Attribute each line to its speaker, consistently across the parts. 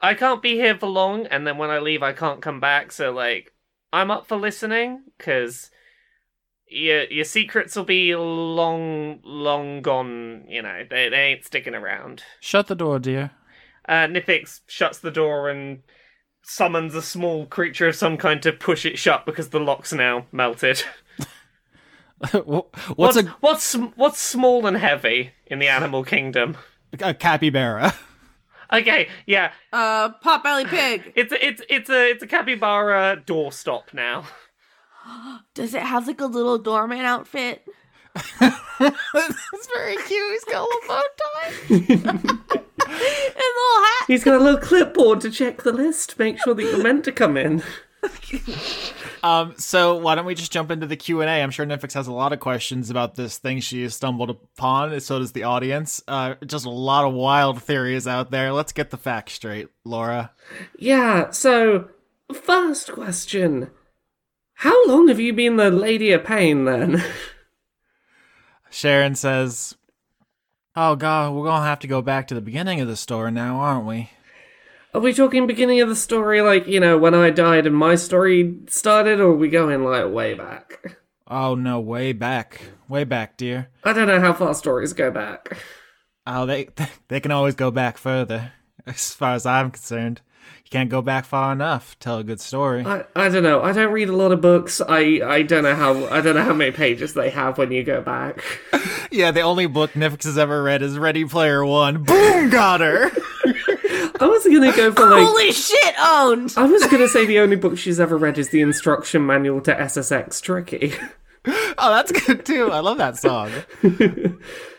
Speaker 1: I can't be here for long, and then when I leave, I can't come back. So like, I'm up for listening because your your secrets will be long, long gone. You know, they they ain't sticking around.
Speaker 2: Shut the door, dear.
Speaker 1: Uh, Nifix shuts the door and summons a small creature of some kind to push it shut because the lock's now melted.
Speaker 2: Wha-
Speaker 1: What's
Speaker 2: What's a,
Speaker 1: what's sm- what's small and heavy in the animal kingdom?
Speaker 2: a capybara?
Speaker 1: Okay, yeah,
Speaker 3: Uh, pot belly pig.
Speaker 1: it's a, it's it's a it's a capybara doorstop now.
Speaker 3: Does it have like a little doorman outfit?
Speaker 2: That's very cute. He's got a little bow tie.
Speaker 3: And little hat.
Speaker 1: He's got a little clipboard to check the list, make sure that you're meant to come in.
Speaker 2: Um, so why don't we just jump into the Q and A? I'm sure Nifix has a lot of questions about this thing she has stumbled upon. and So does the audience. Uh, just a lot of wild theories out there. Let's get the facts straight, Laura.
Speaker 4: Yeah, so first question. How long have you been the Lady of Pain then?
Speaker 2: Sharon says, "Oh God, we're gonna have to go back to the beginning of the story now, aren't we?"
Speaker 4: Are we talking beginning of the story like, you know, when I died and my story started, or are we going like way back?
Speaker 2: Oh no, way back, way back, dear.
Speaker 4: I don't know how far stories go back.
Speaker 2: Oh, they they can always go back further. As far as I'm concerned, you can't go back far enough. to Tell a good story.
Speaker 4: I, I don't know. I don't read a lot of books. I, I don't know how I don't know how many pages they have when you go back.
Speaker 2: Yeah, the only book Nifix has ever read is Ready Player One. Boom, got her.
Speaker 4: I was gonna go for like
Speaker 3: Holy shit, owned.
Speaker 4: I was gonna say the only book she's ever read is the instruction manual to SSX Tricky.
Speaker 2: Oh, that's good too. I love that song.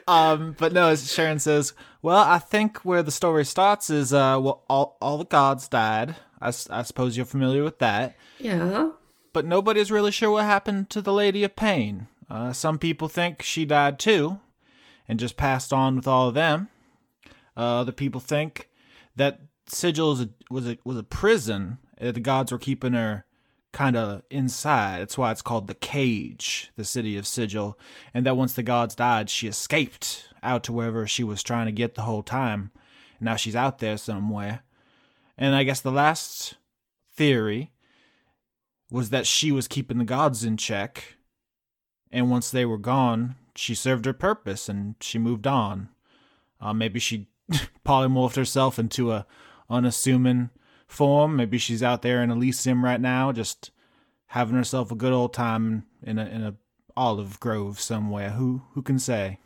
Speaker 2: um, but no, as Sharon says, well, I think where the story starts is uh, well, all all the gods died. I, s- I suppose you're familiar with that.
Speaker 4: Yeah.
Speaker 2: But nobody's really sure what happened to the Lady of Pain. Uh, some people think she died too, and just passed on with all of them. Uh, other people think that Sigil was a, was a, was a prison. Uh, The gods were keeping her kind of inside. That's why it's called the Cage, the city of Sigil. And that once the gods died, she escaped out to wherever she was trying to get the whole time. Now she's out there somewhere. And I guess the last theory was that she was keeping the gods in check. And once they were gone, she served her purpose and she moved on. Uh, maybe she polymorphed herself into a unassuming form. Maybe she's out there in Elysium right now, just having herself a good old time in a in a olive grove somewhere. Who who can say?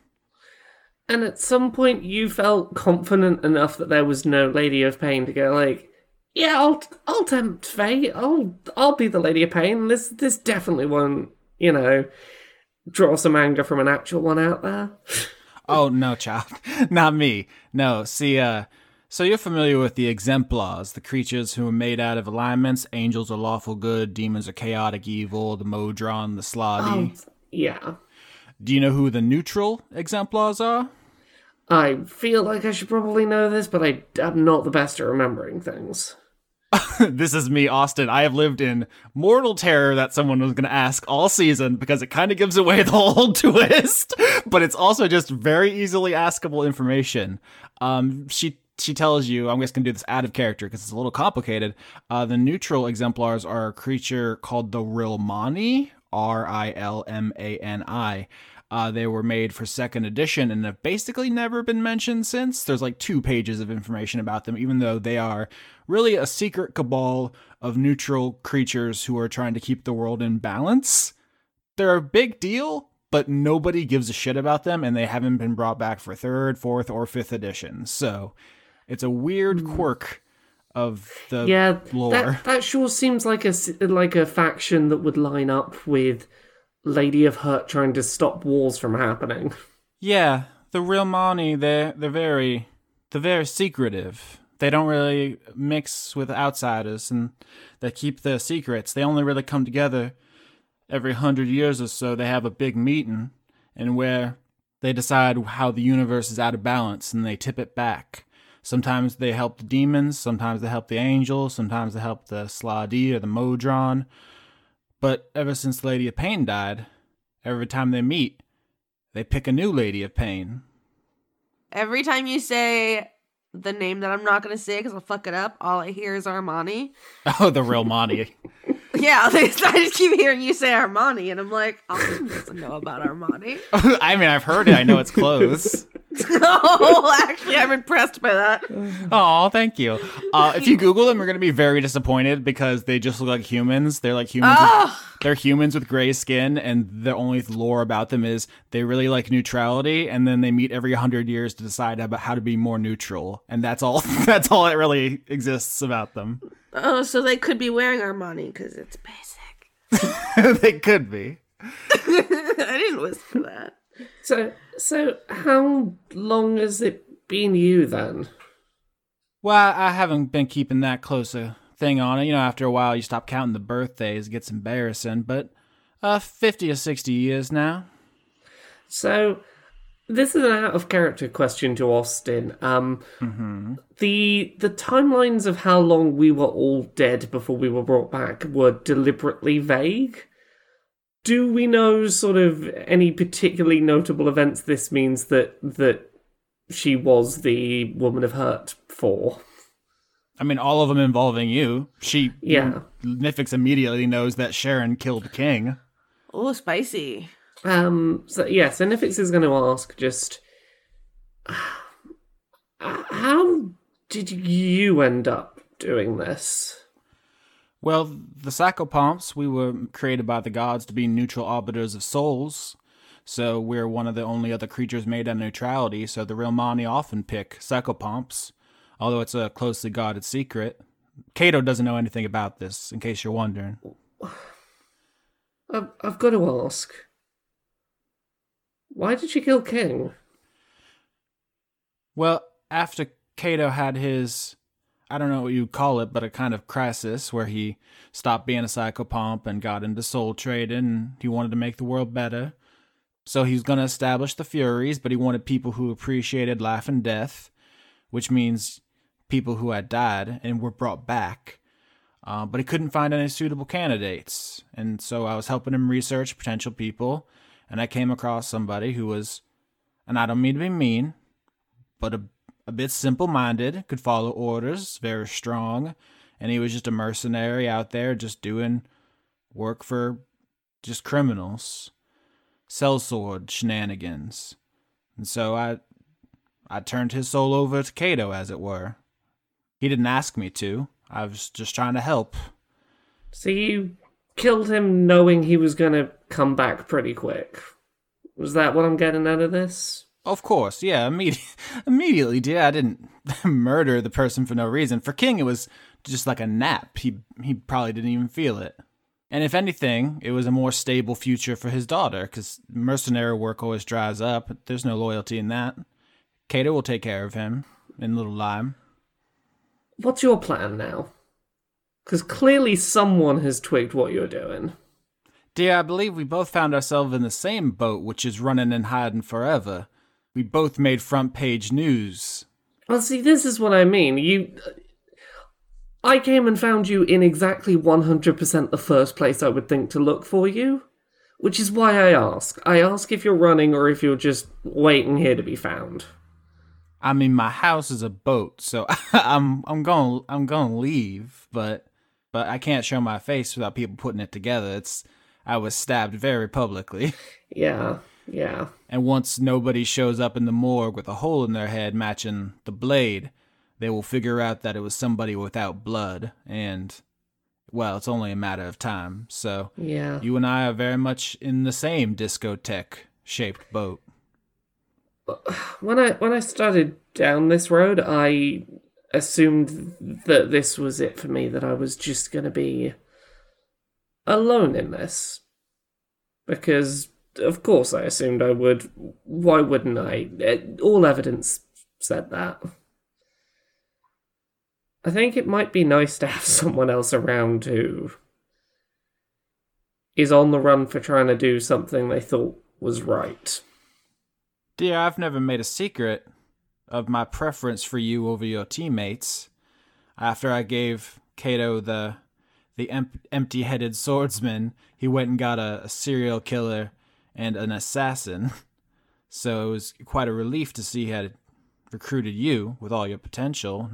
Speaker 4: And at some point, you felt confident enough that there was no Lady of Pain to go like, "Yeah, I'll I'll tempt fate. I'll I'll be the Lady of Pain. This this definitely won't, you know, draw some anger from an actual one out there."
Speaker 2: Oh no, child, not me. No, see, uh, so you're familiar with the exemplars, the creatures who are made out of alignments. Angels are lawful good, demons are chaotic evil, the Modron, the
Speaker 4: Oh.
Speaker 2: Slothy.
Speaker 4: Yeah,
Speaker 2: Do you know who the neutral exemplars are?
Speaker 4: I feel like I should probably know this, but I am not the best at remembering things.
Speaker 2: this is me, Austin. I have lived in mortal terror that someone was going to ask all season because it kind of gives away the whole twist, but it's also just very easily askable information. Um, she she tells you, I'm just going to do this out of character because it's a little complicated. Uh, the neutral exemplars are a creature called the Rilmani, R I L M A N I. Uh, they were made for second edition and have basically never been mentioned since. There's like two pages of information about them, even though they are really a secret cabal of neutral creatures who are trying to keep the world in balance. They're a big deal, but nobody gives a shit about them, and they haven't been brought back for third, fourth, or fifth edition. So it's a weird quirk of the
Speaker 4: Hmm. yeah,
Speaker 2: lore.
Speaker 4: that that sure seems like a s- like a faction that would line up with Lady of Hurt trying to stop wars from happening.
Speaker 2: Yeah, the real Mani, they're they're very they're very secretive. They don't really mix with outsiders and they keep their secrets. They only really come together every hundred years or so. They have a big meeting and where they decide how the universe is out of balance and they tip it back. Sometimes they help the demons, sometimes they help the angels, sometimes they help the Sladi or the Modron. But ever since Lady of Pain died, every time they meet, they pick a new lady of pain.
Speaker 3: Every time you say the name that I'm not gonna say because I'll fuck it up. All I hear is Armani.
Speaker 2: Oh, the real Monty.
Speaker 3: Yeah, I just keep hearing you say Armani, and I'm like, Austin doesn't know about Armani.
Speaker 2: I mean, I've heard it. I know it's clothes.
Speaker 3: oh, actually, I'm impressed by that.
Speaker 2: Oh, thank you. Uh, if you Google them, you're gonna be very disappointed because they just look like humans. They're like humans. with-
Speaker 3: Oh,
Speaker 2: they're humans with gray skin, and the only lore about them is they really like neutrality, and then they meet every hundred years to decide about how to be more neutral, and that's all. that's all that really exists about them.
Speaker 3: oh, so they could be wearing Armani because it's basic.
Speaker 2: they could be.
Speaker 3: I didn't whisper that.
Speaker 4: So, so how long has it been you then?
Speaker 2: Well, I haven't been keeping that close a thing on it. You know, after a while, you stop counting the birthdays; it gets embarrassing. But uh, fifty or sixty years now.
Speaker 4: So, this is an out of character question to Austin. Um, The the timelines of how long we were all dead before we were brought back were deliberately vague. Do we know sort of any particularly notable events this means that that she was the woman of hurt for?
Speaker 2: I mean, all of them involving you. She,
Speaker 4: Yeah.
Speaker 2: Nifix immediately knows that Sharon killed King.
Speaker 3: Oh, spicy.
Speaker 4: Um. So yeah. So Nifix is going to ask just uh, how did you end up doing this?
Speaker 2: Well, the Psychopomps, we were created by the gods to be neutral arbiters of souls. So we're one of the only other creatures made on neutrality, so the Realmani often pick Psychopomps, although it's a closely guarded secret. Cato doesn't know anything about this, in case you're wondering.
Speaker 4: I've, I've got to ask. Why did she kill King?
Speaker 2: Well, after Cato had his, I don't know what you'd call it, but a kind of crisis where he stopped being a psychopomp and got into soul trading, and he wanted to make the world better. So he was going to establish the Furies, but he wanted people who appreciated life and death, which means people who had died and were brought back. Uh, but he couldn't find any suitable candidates. And so I was helping him research potential people, and I came across somebody who was, and I don't mean to be mean, but a, a bit simple minded, could follow orders, very strong, and he was just a mercenary out there just doing work for just criminals, sellsword shenanigans. And so I I turned his soul over to Cato, as it were. He didn't ask me to. I was just trying to help.
Speaker 4: So you killed him knowing he was going to come back pretty quick. Was that what I'm getting out of this?
Speaker 2: Of course, yeah, immediately, immediately, dear. I didn't murder the person for no reason. For King, it was just like a nap. He he probably didn't even feel it. And if anything, it was a more stable future for his daughter, because mercenary work always dries up. There's no loyalty in that. Cato will take care of him in Little Lime.
Speaker 4: What's your plan now? Because clearly someone has twigged what you're doing.
Speaker 2: Dear, I believe we both found ourselves in the same boat, which is running and hiding forever. We both made front page news.
Speaker 4: Well, see, this is what I mean. You. uh, I came and found you in exactly 100% the first place I would think to look for you, which is why I ask. I ask if you're running or if you're just waiting here to be found.
Speaker 2: I mean, my house is a boat, so I'm I'm going I'm going to leave, but but I can't show my face without people putting it together. It's I was stabbed very publicly,
Speaker 4: Yeah, yeah.
Speaker 2: and once nobody shows up in the morgue with a hole in their head matching the blade, they will figure out that it was somebody without blood, and well, it's only a matter of time. So
Speaker 4: Yeah.
Speaker 2: you and I are very much in the same discotheque shaped boat.
Speaker 4: when I when I started down this road, I assumed that this was it for me. That I was just going to be alone in this, because of course I assumed I would. Why wouldn't I? Eh, All evidence said that. I think it might be nice to have someone else around who is on the run for trying to do something they thought was right.
Speaker 2: Dear, I've never made a secret of my preference for you over your teammates. After I gave Cato the the em- empty-headed swordsman, he went and got a, a serial killer and an assassin. So it was quite a relief to see he had recruited you with all your potential.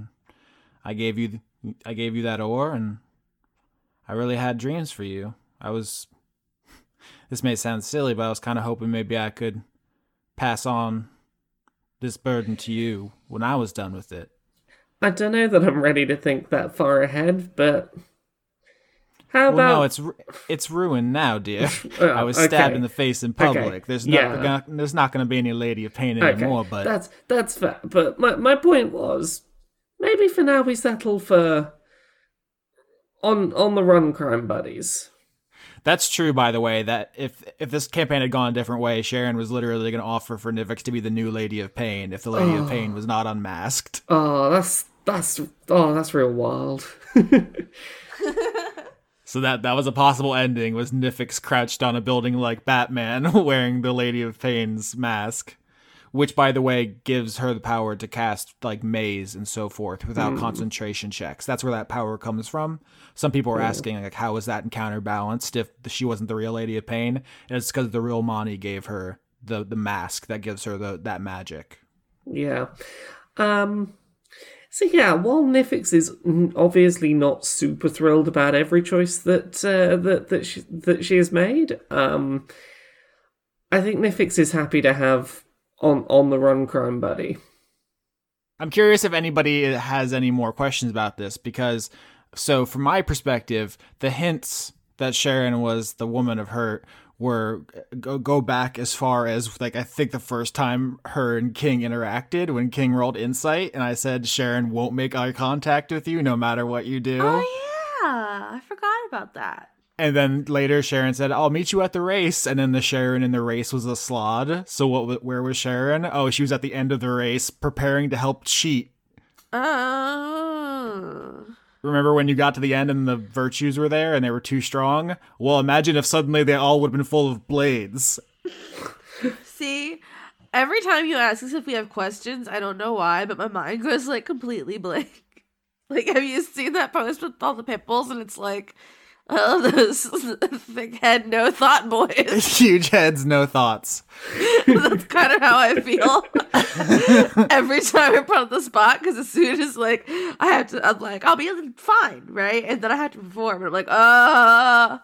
Speaker 2: I gave you th- I gave you that ore and I really had dreams for you. I was this may sound silly, but I was kind of hoping maybe I could pass on this burden to you when I was done with it.
Speaker 4: I don't know that I'm ready to think that far ahead, but how
Speaker 2: Well,
Speaker 4: about
Speaker 2: no, it's ru- it's ruined now, dear.
Speaker 4: Oh,
Speaker 2: I was stabbed
Speaker 4: okay.
Speaker 2: in the face in public. There's not
Speaker 4: Yeah.
Speaker 2: gonna, there's not going to be any lady of pain
Speaker 4: okay,
Speaker 2: anymore. But
Speaker 4: that's that's fair. But my my point was maybe for now we settle for on on the run crime buddies.
Speaker 2: that's true, by the way. That if if this campaign had gone a different way, Sharon was literally going to offer for Nivix to be the new lady of pain if the lady of pain was not unmasked.
Speaker 4: Oh, that's that's oh that's real wild.
Speaker 2: So that that was a possible ending. Was Nifix crouched on a building like Batman, wearing the Lady of Pain's mask, which, by the way, gives her the power to cast like maze and so forth without concentration checks. That's where that power comes from. Some people are asking like, how was that encounter balanced if she wasn't the real Lady of Pain? And it's because the real Moni gave her the the mask that gives her the that magic.
Speaker 4: Yeah. Um so yeah, while Nifix is n- obviously not super thrilled about every choice that uh, that that she, that she has made, um I think Nifix is happy to have on on the run crime buddy.
Speaker 2: I'm curious if anybody has any more questions about this because, so from my perspective, the hints that Sharon was the woman of hurt were go, go back as far as like I think the first time her and King interacted when King rolled insight and I said Sharon won't make eye contact with you no matter what you do.
Speaker 3: Oh yeah, I forgot about that.
Speaker 2: And then later Sharon said, "I'll meet you at the race." And then the Sharon in the race was a slod. So what wa- where was Sharon? Oh, she was at the end of the race preparing to help cheat
Speaker 3: Oh.
Speaker 2: Remember when you got to the end and the virtues were there and they were too strong? Well, imagine if suddenly they all would have been full of blades.
Speaker 3: See, every time you ask us if we have questions, I don't know why, but my mind goes like completely blank. Like, have you seen that post with all the pit bulls? And it's like, oh, those thick head, no thought boys.
Speaker 2: Huge heads, no thoughts.
Speaker 3: That's kind of how I feel every time I'm put on the spot. Because as soon as like I have to, I'm like, I'll be fine, right? And then I have to perform, and I'm like, ah.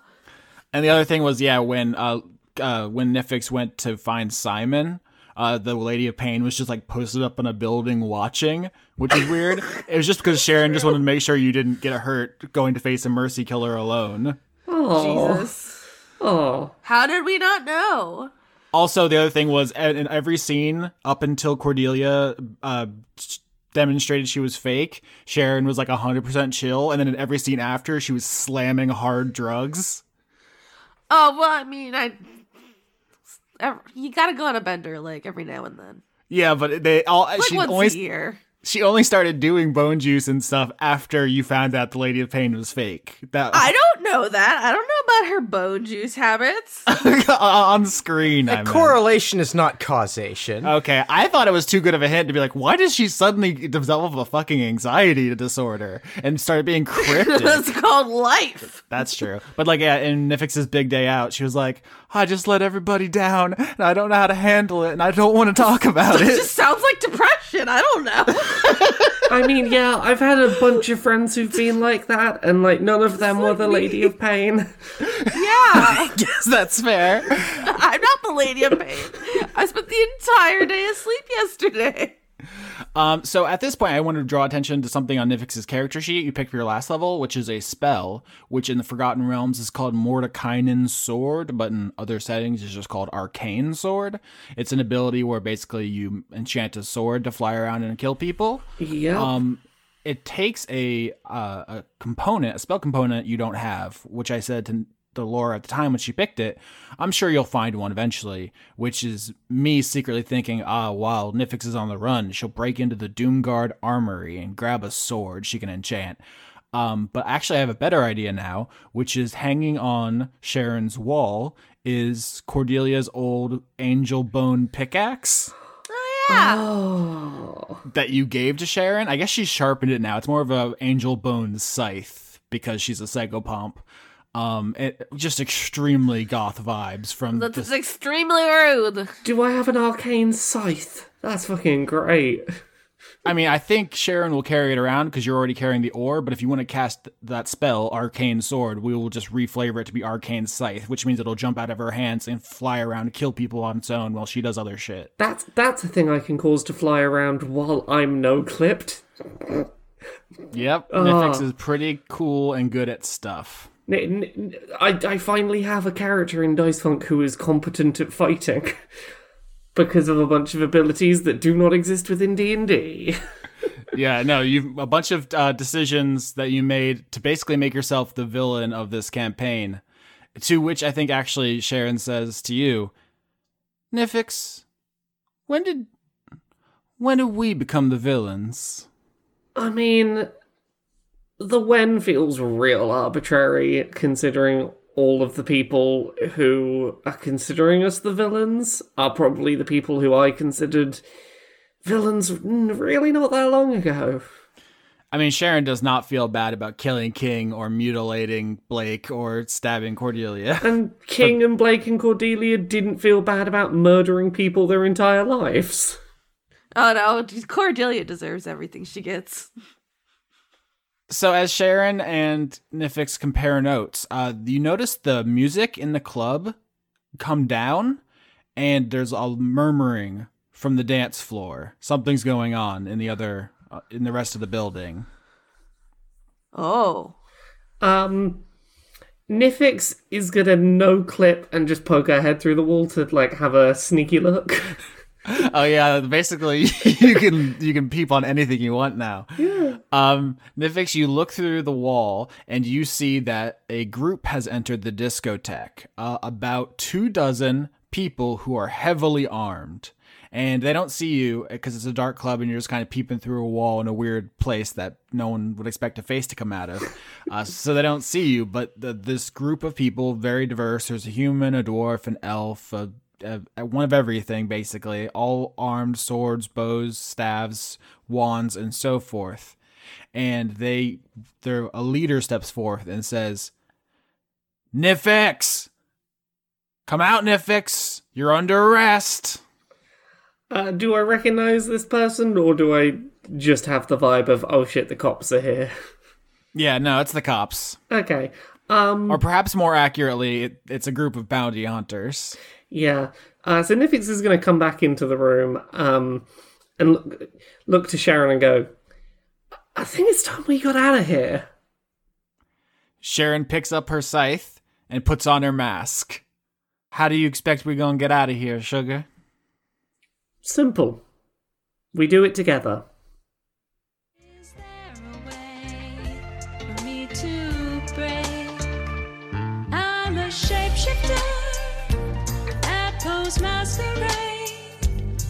Speaker 2: And the other thing was, yeah, when uh, uh when Nifix went to find Simon, uh, the Lady of Pain was just like posted up on a building watching, which is weird. it was just because Sharon just wanted to make sure you didn't get hurt going to face a mercy killer alone.
Speaker 4: Oh.
Speaker 3: Jesus.
Speaker 4: Oh.
Speaker 3: How did we not know?
Speaker 2: Also, the other thing was e- in every scene up until Cordelia uh, s- demonstrated she was fake, Sharon was like 100% chill. And then in every scene after, she was slamming hard drugs.
Speaker 3: Oh well, I mean, I ev- you gotta go on a bender like every now and then,
Speaker 2: Yeah, but they all
Speaker 3: like
Speaker 2: she
Speaker 3: once a
Speaker 2: only
Speaker 3: year.
Speaker 2: she only started doing bone juice and stuff after you found out the Lady of Pain was fake. That
Speaker 3: I don't know that. I don't know about her bone juice habits.
Speaker 2: on screen. I Oh. meant.
Speaker 5: Correlation is not causation.
Speaker 2: Okay, I thought it was too good of a hint to be like, why does she suddenly develop a fucking anxiety disorder and start being cryptic?
Speaker 3: That's called life.
Speaker 2: That's true. But like yeah, in Nifix's big day out, she was like, I just let everybody down and I don't know how to handle it and I don't want to talk about
Speaker 3: It
Speaker 2: it.
Speaker 3: just sounds like depression. I don't know.
Speaker 4: I mean, yeah, I've had a bunch of friends who've been like that, and like none of them were the Lady of Pain.
Speaker 3: yeah,
Speaker 2: Yes, That's fair.
Speaker 3: I'm not the lady of pain. I spent the entire day asleep yesterday.
Speaker 2: Um, so at this point, I wanted to draw attention to something on Nivix's character sheet you picked for your last level, which is a spell, which in the Forgotten Realms is called Mordekainen's Sword, but in other settings it's just called Arcane Sword. It's an ability where basically you enchant a sword to fly around and kill people.
Speaker 4: Yeah.
Speaker 2: Um, it takes a uh, a component, a spell component you don't have, which I said to the Laura at the time when she picked it. I'm sure you'll find one eventually, which is me secretly thinking, ah, while Nifix is on the run, she'll break into the Doomguard armory and grab a sword she can enchant. Um, but actually, I have a better idea now, which is hanging on Sharon's wall is Cordelia's old angel bone pickaxe
Speaker 3: Oh yeah.
Speaker 4: oh.
Speaker 2: that you gave to Sharon. I guess she's sharpened it now. It's more of a angel bone scythe because she's a psychopomp. Um, it just extremely goth vibes from
Speaker 3: That's
Speaker 2: this.
Speaker 3: extremely rude.
Speaker 4: Do I have an arcane scythe? That's fucking great.
Speaker 2: I mean, I think Sharon will carry it around because you're already carrying the ore. But if you want to cast th- that spell, Arcane Sword, we will just reflavor it to be Arcane Scythe, which means it'll jump out of her hands and fly around and kill people on its own while she does other shit.
Speaker 4: That's that's a thing I can cause to fly around while I'm no clipped.
Speaker 2: Yep, Nifix is pretty cool and good at stuff.
Speaker 4: N- n- I, I finally have a character in Dice Funk who is competent at fighting because of a bunch of abilities that do not exist within D&D.
Speaker 2: Yeah, no, you've a bunch of uh, decisions that you made to basically make yourself the villain of this campaign. To which I think actually Sharon says to you, Nifix, when did when did we become the villains?
Speaker 4: I mean, the when feels real arbitrary considering all of the people who are considering us the villains are probably the people who I considered villains n- really not that long ago.
Speaker 2: I mean, Sharon does not feel bad about killing King or mutilating Blake or stabbing Cordelia.
Speaker 4: And King and Blake and Cordelia didn't feel bad about murdering people their entire lives.
Speaker 3: Oh no, Cordelia deserves everything she gets.
Speaker 2: So as Sharon and Nifix compare notes, uh, you notice the music in the club come down, and there's a murmuring from the dance floor. Something's going on in the other, uh, in the rest of the building.
Speaker 3: Oh.
Speaker 4: Um, Nifix is gonna no clip and just poke her head through the wall to like have a sneaky look.
Speaker 2: Oh yeah, basically you can you can peep on anything you want now. Um, Nifix, you look through the wall and you see that a group has entered the discotheque. Uh, about two dozen people who are heavily armed, and they don't see you because it's a dark club and you're just kind of peeping through a wall in a weird place that no one would expect a face to come out of. Uh, so they don't see you, but the, this group of people, very diverse. There's a human, a dwarf, an elf, a uh, one of everything basically all armed swords bows staves wands and so forth and they their a leader steps forth and says nifix come out nifix you're under arrest
Speaker 4: uh, do I recognize this person or do I just have the vibe of oh shit the cops are here?
Speaker 2: yeah no it's the cops
Speaker 4: okay. Um,
Speaker 2: or perhaps more accurately it, it's a group of bounty hunters
Speaker 4: yeah. Uh, so Nifix is gonna come back into the room um, and look look to Sharon and go. I think it's time we got out of here.
Speaker 2: sharon picks up her scythe and puts on her mask how do you expect we're gonna get out of here sugar
Speaker 4: Simple. We do it together.
Speaker 6: Is there a way for me to break? I'm a shapeshifter at Poe's masquerade,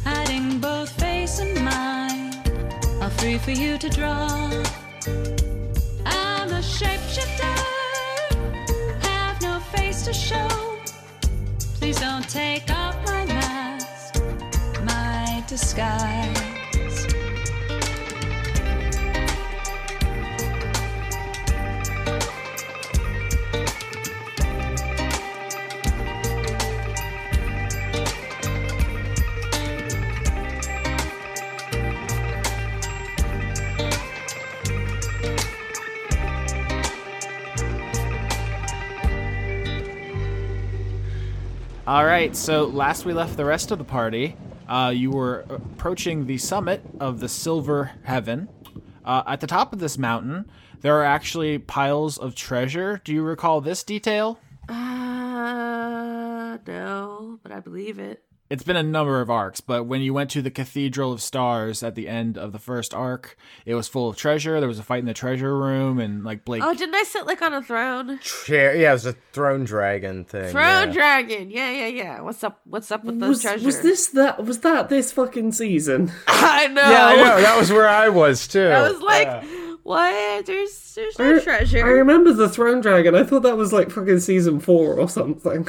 Speaker 6: hiding both face and mind. All free for you to draw. I'm a shapeshifter, have no face to show. Please don't take off my mask, my disguise.
Speaker 2: All right. So last we left the rest of the party, uh, you were approaching the summit of the Silver Heaven. Uh, at the top of this mountain, there are actually piles of treasure. Do you recall this detail?
Speaker 3: Uh no, but I believe it.
Speaker 2: It's been a number of arcs, but when you went to the Cathedral of Stars at the end of the first arc, it was full of treasure. There was a fight in the treasure room, and like Blake
Speaker 3: Oh, didn't I sit like on a throne?
Speaker 5: Chair- Yeah, it was a throne dragon thing.
Speaker 3: Throne
Speaker 5: yeah.
Speaker 3: dragon. Yeah, yeah, yeah. What's up? What's up with those
Speaker 4: Was,
Speaker 3: treasures?
Speaker 4: was this that? Was that this fucking season?
Speaker 3: I know.
Speaker 5: Yeah, I know. Oh, That was where I was too.
Speaker 3: I was like, what? There's there's
Speaker 4: I-
Speaker 3: no
Speaker 4: I
Speaker 3: treasure.
Speaker 4: remember the Throne Dragon. I thought that was like fucking season four or something.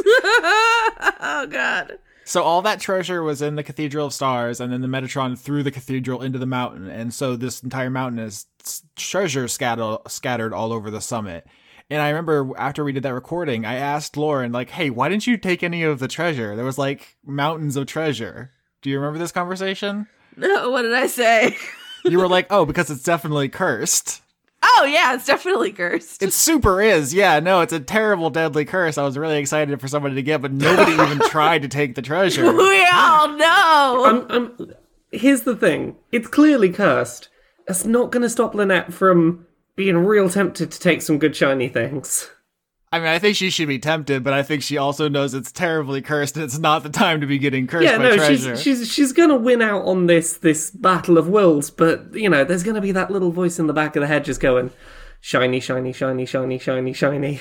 Speaker 3: oh god.
Speaker 2: So all that treasure was in the Cathedral of Stars, and then the Metatron threw the cathedral into the mountain, and so this entire mountain is s- treasure scattered scattered all over the summit. And I remember after we did that recording, I asked Lauren like, "Hey, why didn't you take any of the treasure? There was like mountains of treasure." Do you remember this conversation?
Speaker 3: No, what did I say?
Speaker 2: You were like, oh, because it's definitely cursed.
Speaker 3: Oh yeah, it's definitely cursed.
Speaker 2: It super is. Yeah, no, it's a terrible, deadly curse. I was really excited for somebody to get, but nobody even tried to take the treasure.
Speaker 3: we all know.
Speaker 4: I'm, I'm, here's the thing it's clearly cursed. It's not going to stop Lynette from being real tempted to take some good shiny things.
Speaker 2: I mean, I think she should be tempted, but I think she also knows it's terribly cursed and it's not the time to be getting cursed
Speaker 4: yeah,
Speaker 2: by
Speaker 4: no,
Speaker 2: treasure.
Speaker 4: she's she's she's going to win out on this this battle of wills, but you know, there's going to be that little voice in the back of the head just going, shiny, shiny, shiny, shiny, shiny, shiny.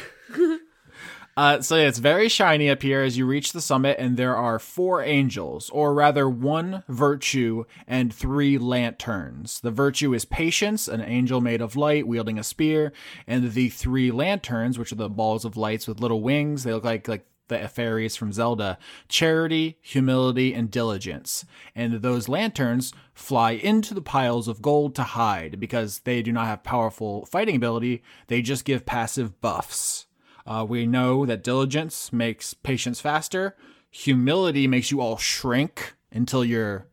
Speaker 2: Uh, so yeah, it's very shiny up here as you reach the summit, and there are four angels, or rather, one virtue and three lanterns. The virtue is patience, an angel made of light wielding a spear, and the three lanterns, which are the balls of lights with little wings. They look like like the fairies from Zelda. Charity, humility, and diligence. And those lanterns fly into the piles of gold to hide because they do not have powerful fighting ability. They just give passive buffs. Uh, we know that diligence makes patience faster. Humility makes you all shrink until you're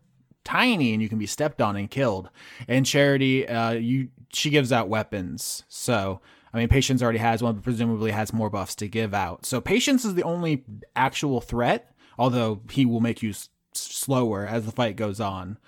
Speaker 2: tiny and you can be stepped on and killed. And charity, uh, you she gives out weapons. So I mean, patience already has one, but presumably has more buffs to give out. So patience is the only actual threat, although he will make you s- slower as the fight goes on.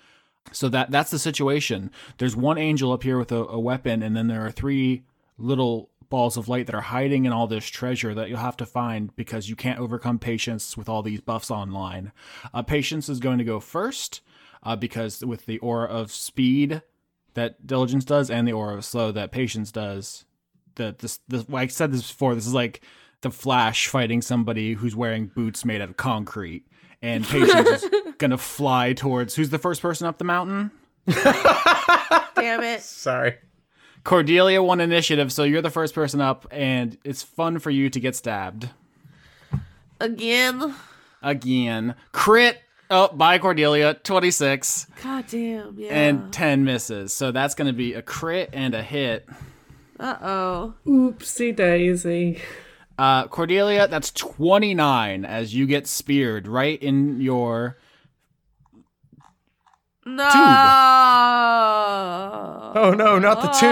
Speaker 2: So that that's the situation. There's one angel up here with a, a weapon, and then there are three little balls of light that are hiding in all this treasure that you'll have to find because you can't overcome patience with all these buffs online. Uh, patience is going to go first uh, because with the aura of speed that diligence does and the aura of slow that patience does, the this, this well, I said this before. This is like the Flash fighting somebody who's wearing boots made out of concrete, and patience is gonna fly towards who's the first person up the mountain.
Speaker 3: Damn it.
Speaker 5: Sorry.
Speaker 2: Cordelia won initiative, so you're the first person up, and it's fun for you to get stabbed
Speaker 3: Again.
Speaker 2: again. Crit. Oh, by Cordelia, 26
Speaker 3: God damn, yeah.
Speaker 2: and 10 misses. So that's going to be a crit and a hit.
Speaker 3: uh oh.
Speaker 4: Oopsie daisy.
Speaker 2: Uh, Cordelia, that's 29 as you get speared right in your
Speaker 3: No.
Speaker 5: Oh no, not the two.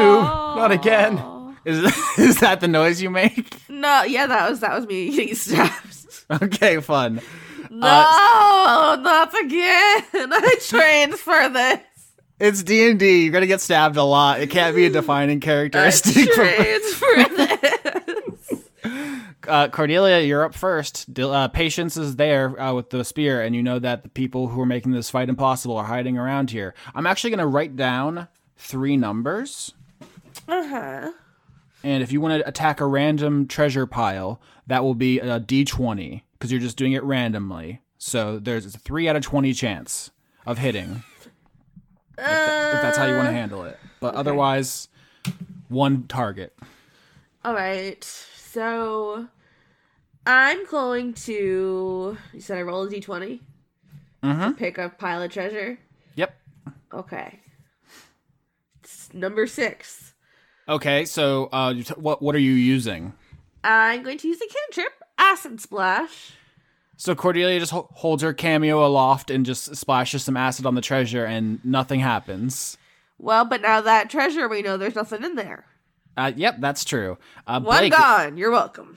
Speaker 5: Not again.
Speaker 2: Is is that the noise you make?
Speaker 3: No, yeah, that was that was me getting stabbed.
Speaker 2: Okay, fun.
Speaker 3: No, Oh, not again. I trained for this.
Speaker 2: It's D and D. You're gonna get stabbed a lot. It can't be a defining characteristic. For,
Speaker 3: Trained for this.
Speaker 2: uh, Cordelia, you're up first. Dil- Uh, Patience is there uh, with the spear, and you know that the people who are making this fight impossible are hiding around here. I'm actually gonna write down three numbers,
Speaker 3: Uh huh.
Speaker 2: and if you want to attack a random treasure pile, that will be a D20 because you're just doing it randomly. So there's a three out of twenty chance of hitting. if
Speaker 3: Uh,
Speaker 2: that's how you want to handle it. But otherwise, one target.
Speaker 3: All right. So I'm going to. You said I roll a d20 to pick up pile of treasure.
Speaker 2: Yep.
Speaker 3: Okay. It's number six.
Speaker 2: Okay, so uh, you t- what what are you using?
Speaker 3: I'm going to use a cantrip, acid splash.
Speaker 2: So Cordelia just ho- holds her cameo aloft and just splashes some acid on the treasure, and nothing happens.
Speaker 3: Well, but now that treasure, we know there's nothing in there.
Speaker 2: Uh, yep, that's true. Uh,
Speaker 3: One
Speaker 2: Blake,
Speaker 3: gone. You're welcome.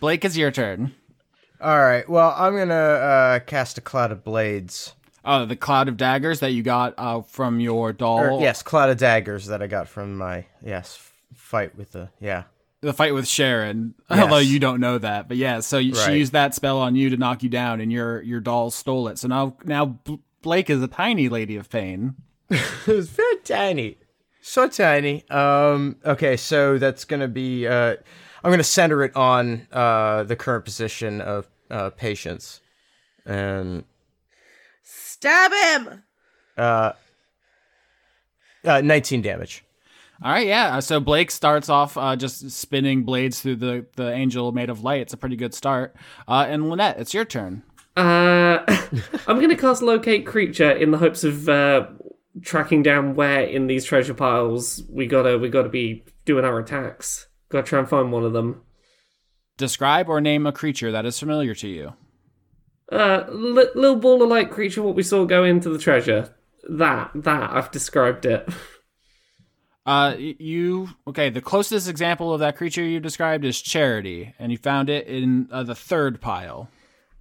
Speaker 2: Blake, it's your turn.
Speaker 5: All right. Well, I'm gonna uh, cast a cloud of blades.
Speaker 2: Oh, the cloud of daggers that you got uh, from your
Speaker 5: Or,
Speaker 2: doll.
Speaker 5: Er, yes, cloud of daggers that I got from my yes f- fight with the yeah.
Speaker 2: the fight with Sharon.
Speaker 5: Yes.
Speaker 2: Although you don't know that, but yeah. So you she
Speaker 5: Right.
Speaker 2: used that spell on you to knock you down, and your your doll stole it. So now now Bl- Blake is a tiny lady of pain.
Speaker 5: It was very tiny. So tiny. Um okay, so that's gonna be uh I'm gonna center it on uh the current position of uh patience. And
Speaker 3: Stab him.
Speaker 5: uh uh nineteen damage.
Speaker 2: All right, yeah. uh, So Blake starts off uh, just spinning blades through the, the angel made of light. It's a pretty good start. Uh, and Lynette, it's your turn.
Speaker 4: Uh, I'm going to cast locate creature in the hopes of uh, tracking down where in these treasure piles we gotta we gotta be doing our attacks. Gotta try and find one of them.
Speaker 2: Describe or name a creature that is familiar to you.
Speaker 4: Uh, li- little ball of light creature, what we saw go into the treasure. That that I've described it.
Speaker 2: Uh, y- you okay? The closest example of that creature you described is Charity, and you found it in uh, the third pile.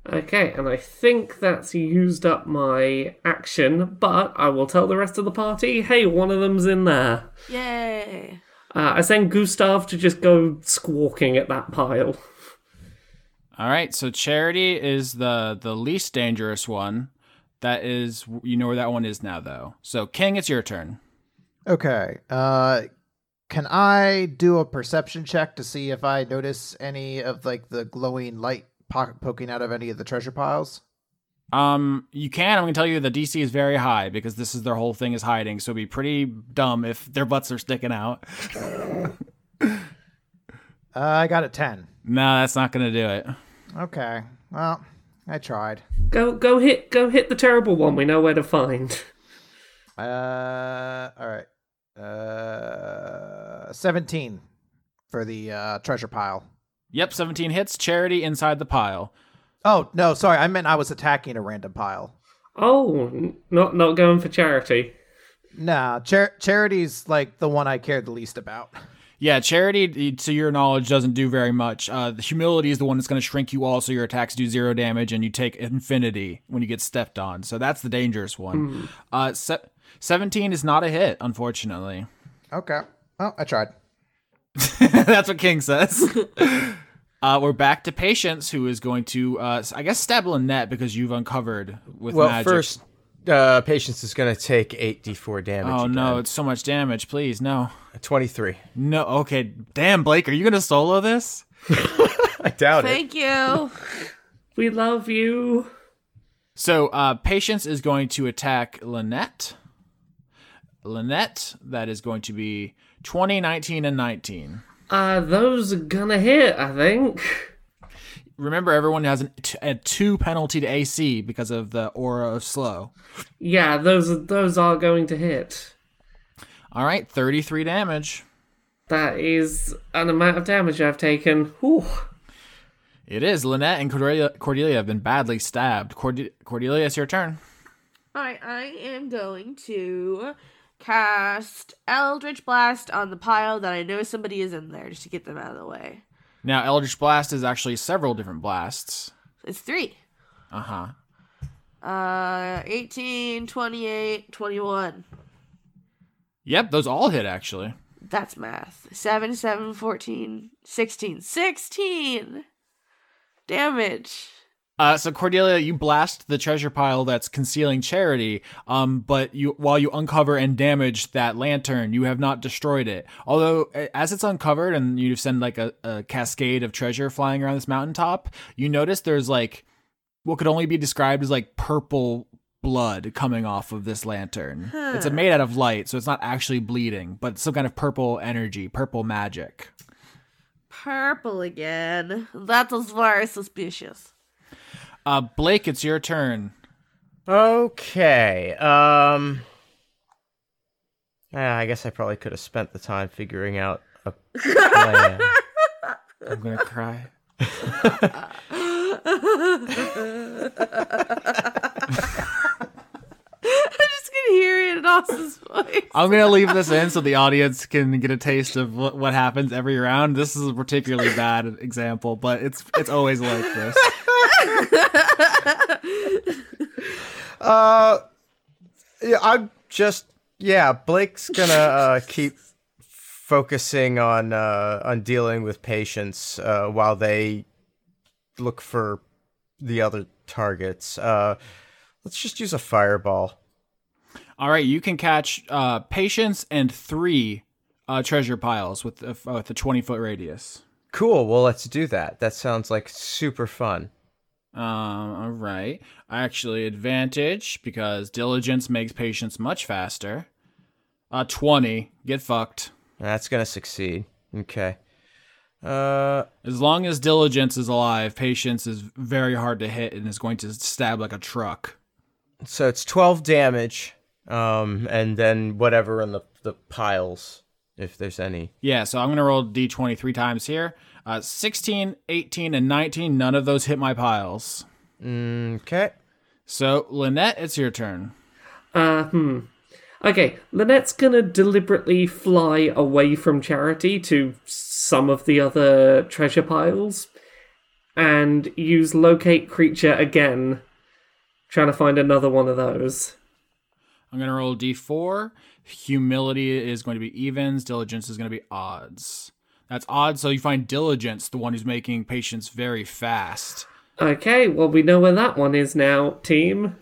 Speaker 4: Okay, and I think that's used up my action, but I will tell the rest of the party, hey, one of them's in there.
Speaker 3: Yay.
Speaker 4: Uh, I send Gustav to just go squawking at that pile.
Speaker 2: All right, so Charity is the the least dangerous one. That is, you know where that one is now, though. So King, it's your turn.
Speaker 7: Okay. Uh can I do a perception check to see if I notice any of like the glowing light po- poking out of any of the treasure piles?
Speaker 2: Um, you can. I'm gonna tell you the DC is very high because this is their whole thing is hiding. So it'd be pretty dumb if their butts are sticking out.
Speaker 7: Uh, I got a 10.
Speaker 2: No, that's not gonna do it.
Speaker 7: Okay. Well, I tried.
Speaker 4: Go go hit go hit the terrible one we know where to find.
Speaker 7: Uh all right. Uh 17 for the uh treasure pile.
Speaker 2: Yep, 17 hits. Charity inside the pile.
Speaker 7: Oh, no, sorry. I meant I was attacking a random pile.
Speaker 4: Oh, n- not not going for charity.
Speaker 7: Nah, char- charity's like the one I cared the least about.
Speaker 2: Yeah, charity, to your knowledge, doesn't do very much. Uh, the humility is the one that's going to shrink you all, so your attacks do zero damage, and you take infinity when you get stepped on. So that's the dangerous
Speaker 5: Hmm.
Speaker 2: one. Uh, se- seventeen is not a hit, unfortunately.
Speaker 7: Okay. Well, I tried.
Speaker 2: that's what King says. uh, we're back to patience, who is going to, uh, I guess, stab Lynette because you've uncovered with
Speaker 5: Well,
Speaker 2: magic.
Speaker 5: first, uh, patience is going to take eight d4 damage.
Speaker 2: oh
Speaker 5: again.
Speaker 2: no, it's so much damage. Please, no,
Speaker 5: twenty-three.
Speaker 2: no. Okay, damn, Blake, are you going to solo this?
Speaker 5: I doubt it.
Speaker 3: Thank you.
Speaker 4: We love you.
Speaker 2: So, uh, Patience is going to attack Lynette. Lynette, that is going to be 20, 19, and 19.
Speaker 4: Uh those are gonna hit, I think.
Speaker 2: Remember, everyone has an, t- a two penalty to AC because of the aura of slow.
Speaker 4: Yeah, those those are going to hit.
Speaker 2: All right, 33 damage.
Speaker 4: That is an amount of damage I've taken. Whew.
Speaker 2: It is. Lynette and Cordelia, Cordelia have been badly stabbed. Corde- Cordelia, it's your turn.
Speaker 3: All right, I am going to cast Eldritch Blast on the pile that I know somebody is in there just to get them out of the way.
Speaker 2: Now, Eldritch Blast is actually several different blasts.
Speaker 3: It's three.
Speaker 2: Uh
Speaker 3: Uh-huh.
Speaker 2: huh.
Speaker 3: Uh, 18, 28, 21.
Speaker 2: Yep, those all hit actually.
Speaker 3: That's math. 7, 7, 14, 16. 16! Damage.
Speaker 2: Uh, so Cordelia, you blast the treasure pile that's concealing Charity, um, but you while you uncover and damage that lantern, you have not destroyed it. Although, a- as it's uncovered and you send like a, a cascade of treasure flying around this mountaintop, you notice there's like what could only be described as like purple blood coming off of this lantern. It's uh, made out of light, so it's not actually bleeding, but it's some kind of purple energy, purple magic.
Speaker 3: Purple again. That was very suspicious.
Speaker 2: Uh, Blake, it's your turn.
Speaker 5: Okay. Um. yeah, I guess I probably could have spent the time figuring out a plan.
Speaker 2: I'm gonna cry.
Speaker 3: I just can hear it in Austin's voice.
Speaker 2: I'm gonna leave this in so the audience can get a taste of what, what happens every round. This is a particularly bad example, but it's it's always like this.
Speaker 5: Uh, yeah, I'm just yeah. Blake's gonna uh, keep focusing on uh, on dealing with patients uh, while they look for the other targets. Uh, let's just use a fireball.
Speaker 2: All right, you can catch uh, patience and three uh, treasure piles with a, with a 20 foot radius.
Speaker 5: Cool. Well, let's do that. That sounds like super fun.
Speaker 2: Um, all right, actually advantage because diligence makes patience much faster. Uh, 20, get fucked.
Speaker 5: That's gonna succeed. Okay. Uh,
Speaker 2: As long as diligence is alive, patience is very hard to hit and is going to stab like a truck.
Speaker 5: so it's twelve damage. Um, and then whatever in the the piles, if there's any.
Speaker 2: Yeah, so I'm going to roll d20 three times here. Uh, 16, 18, and 19. None of those hit my piles.
Speaker 5: Okay.
Speaker 2: So, Lynette, it's your turn.
Speaker 4: Uh, hmm. Okay, Lynette's gonna deliberately fly away from Charity to some of the other treasure piles and use locate creature again, trying to find another one of those.
Speaker 2: I'm going to roll d4. Humility is going to be evens. Diligence is going to be odds. That's odds. So you find diligence, the one who's making patience very fast.
Speaker 4: Okay, well, we know where that one is now, team.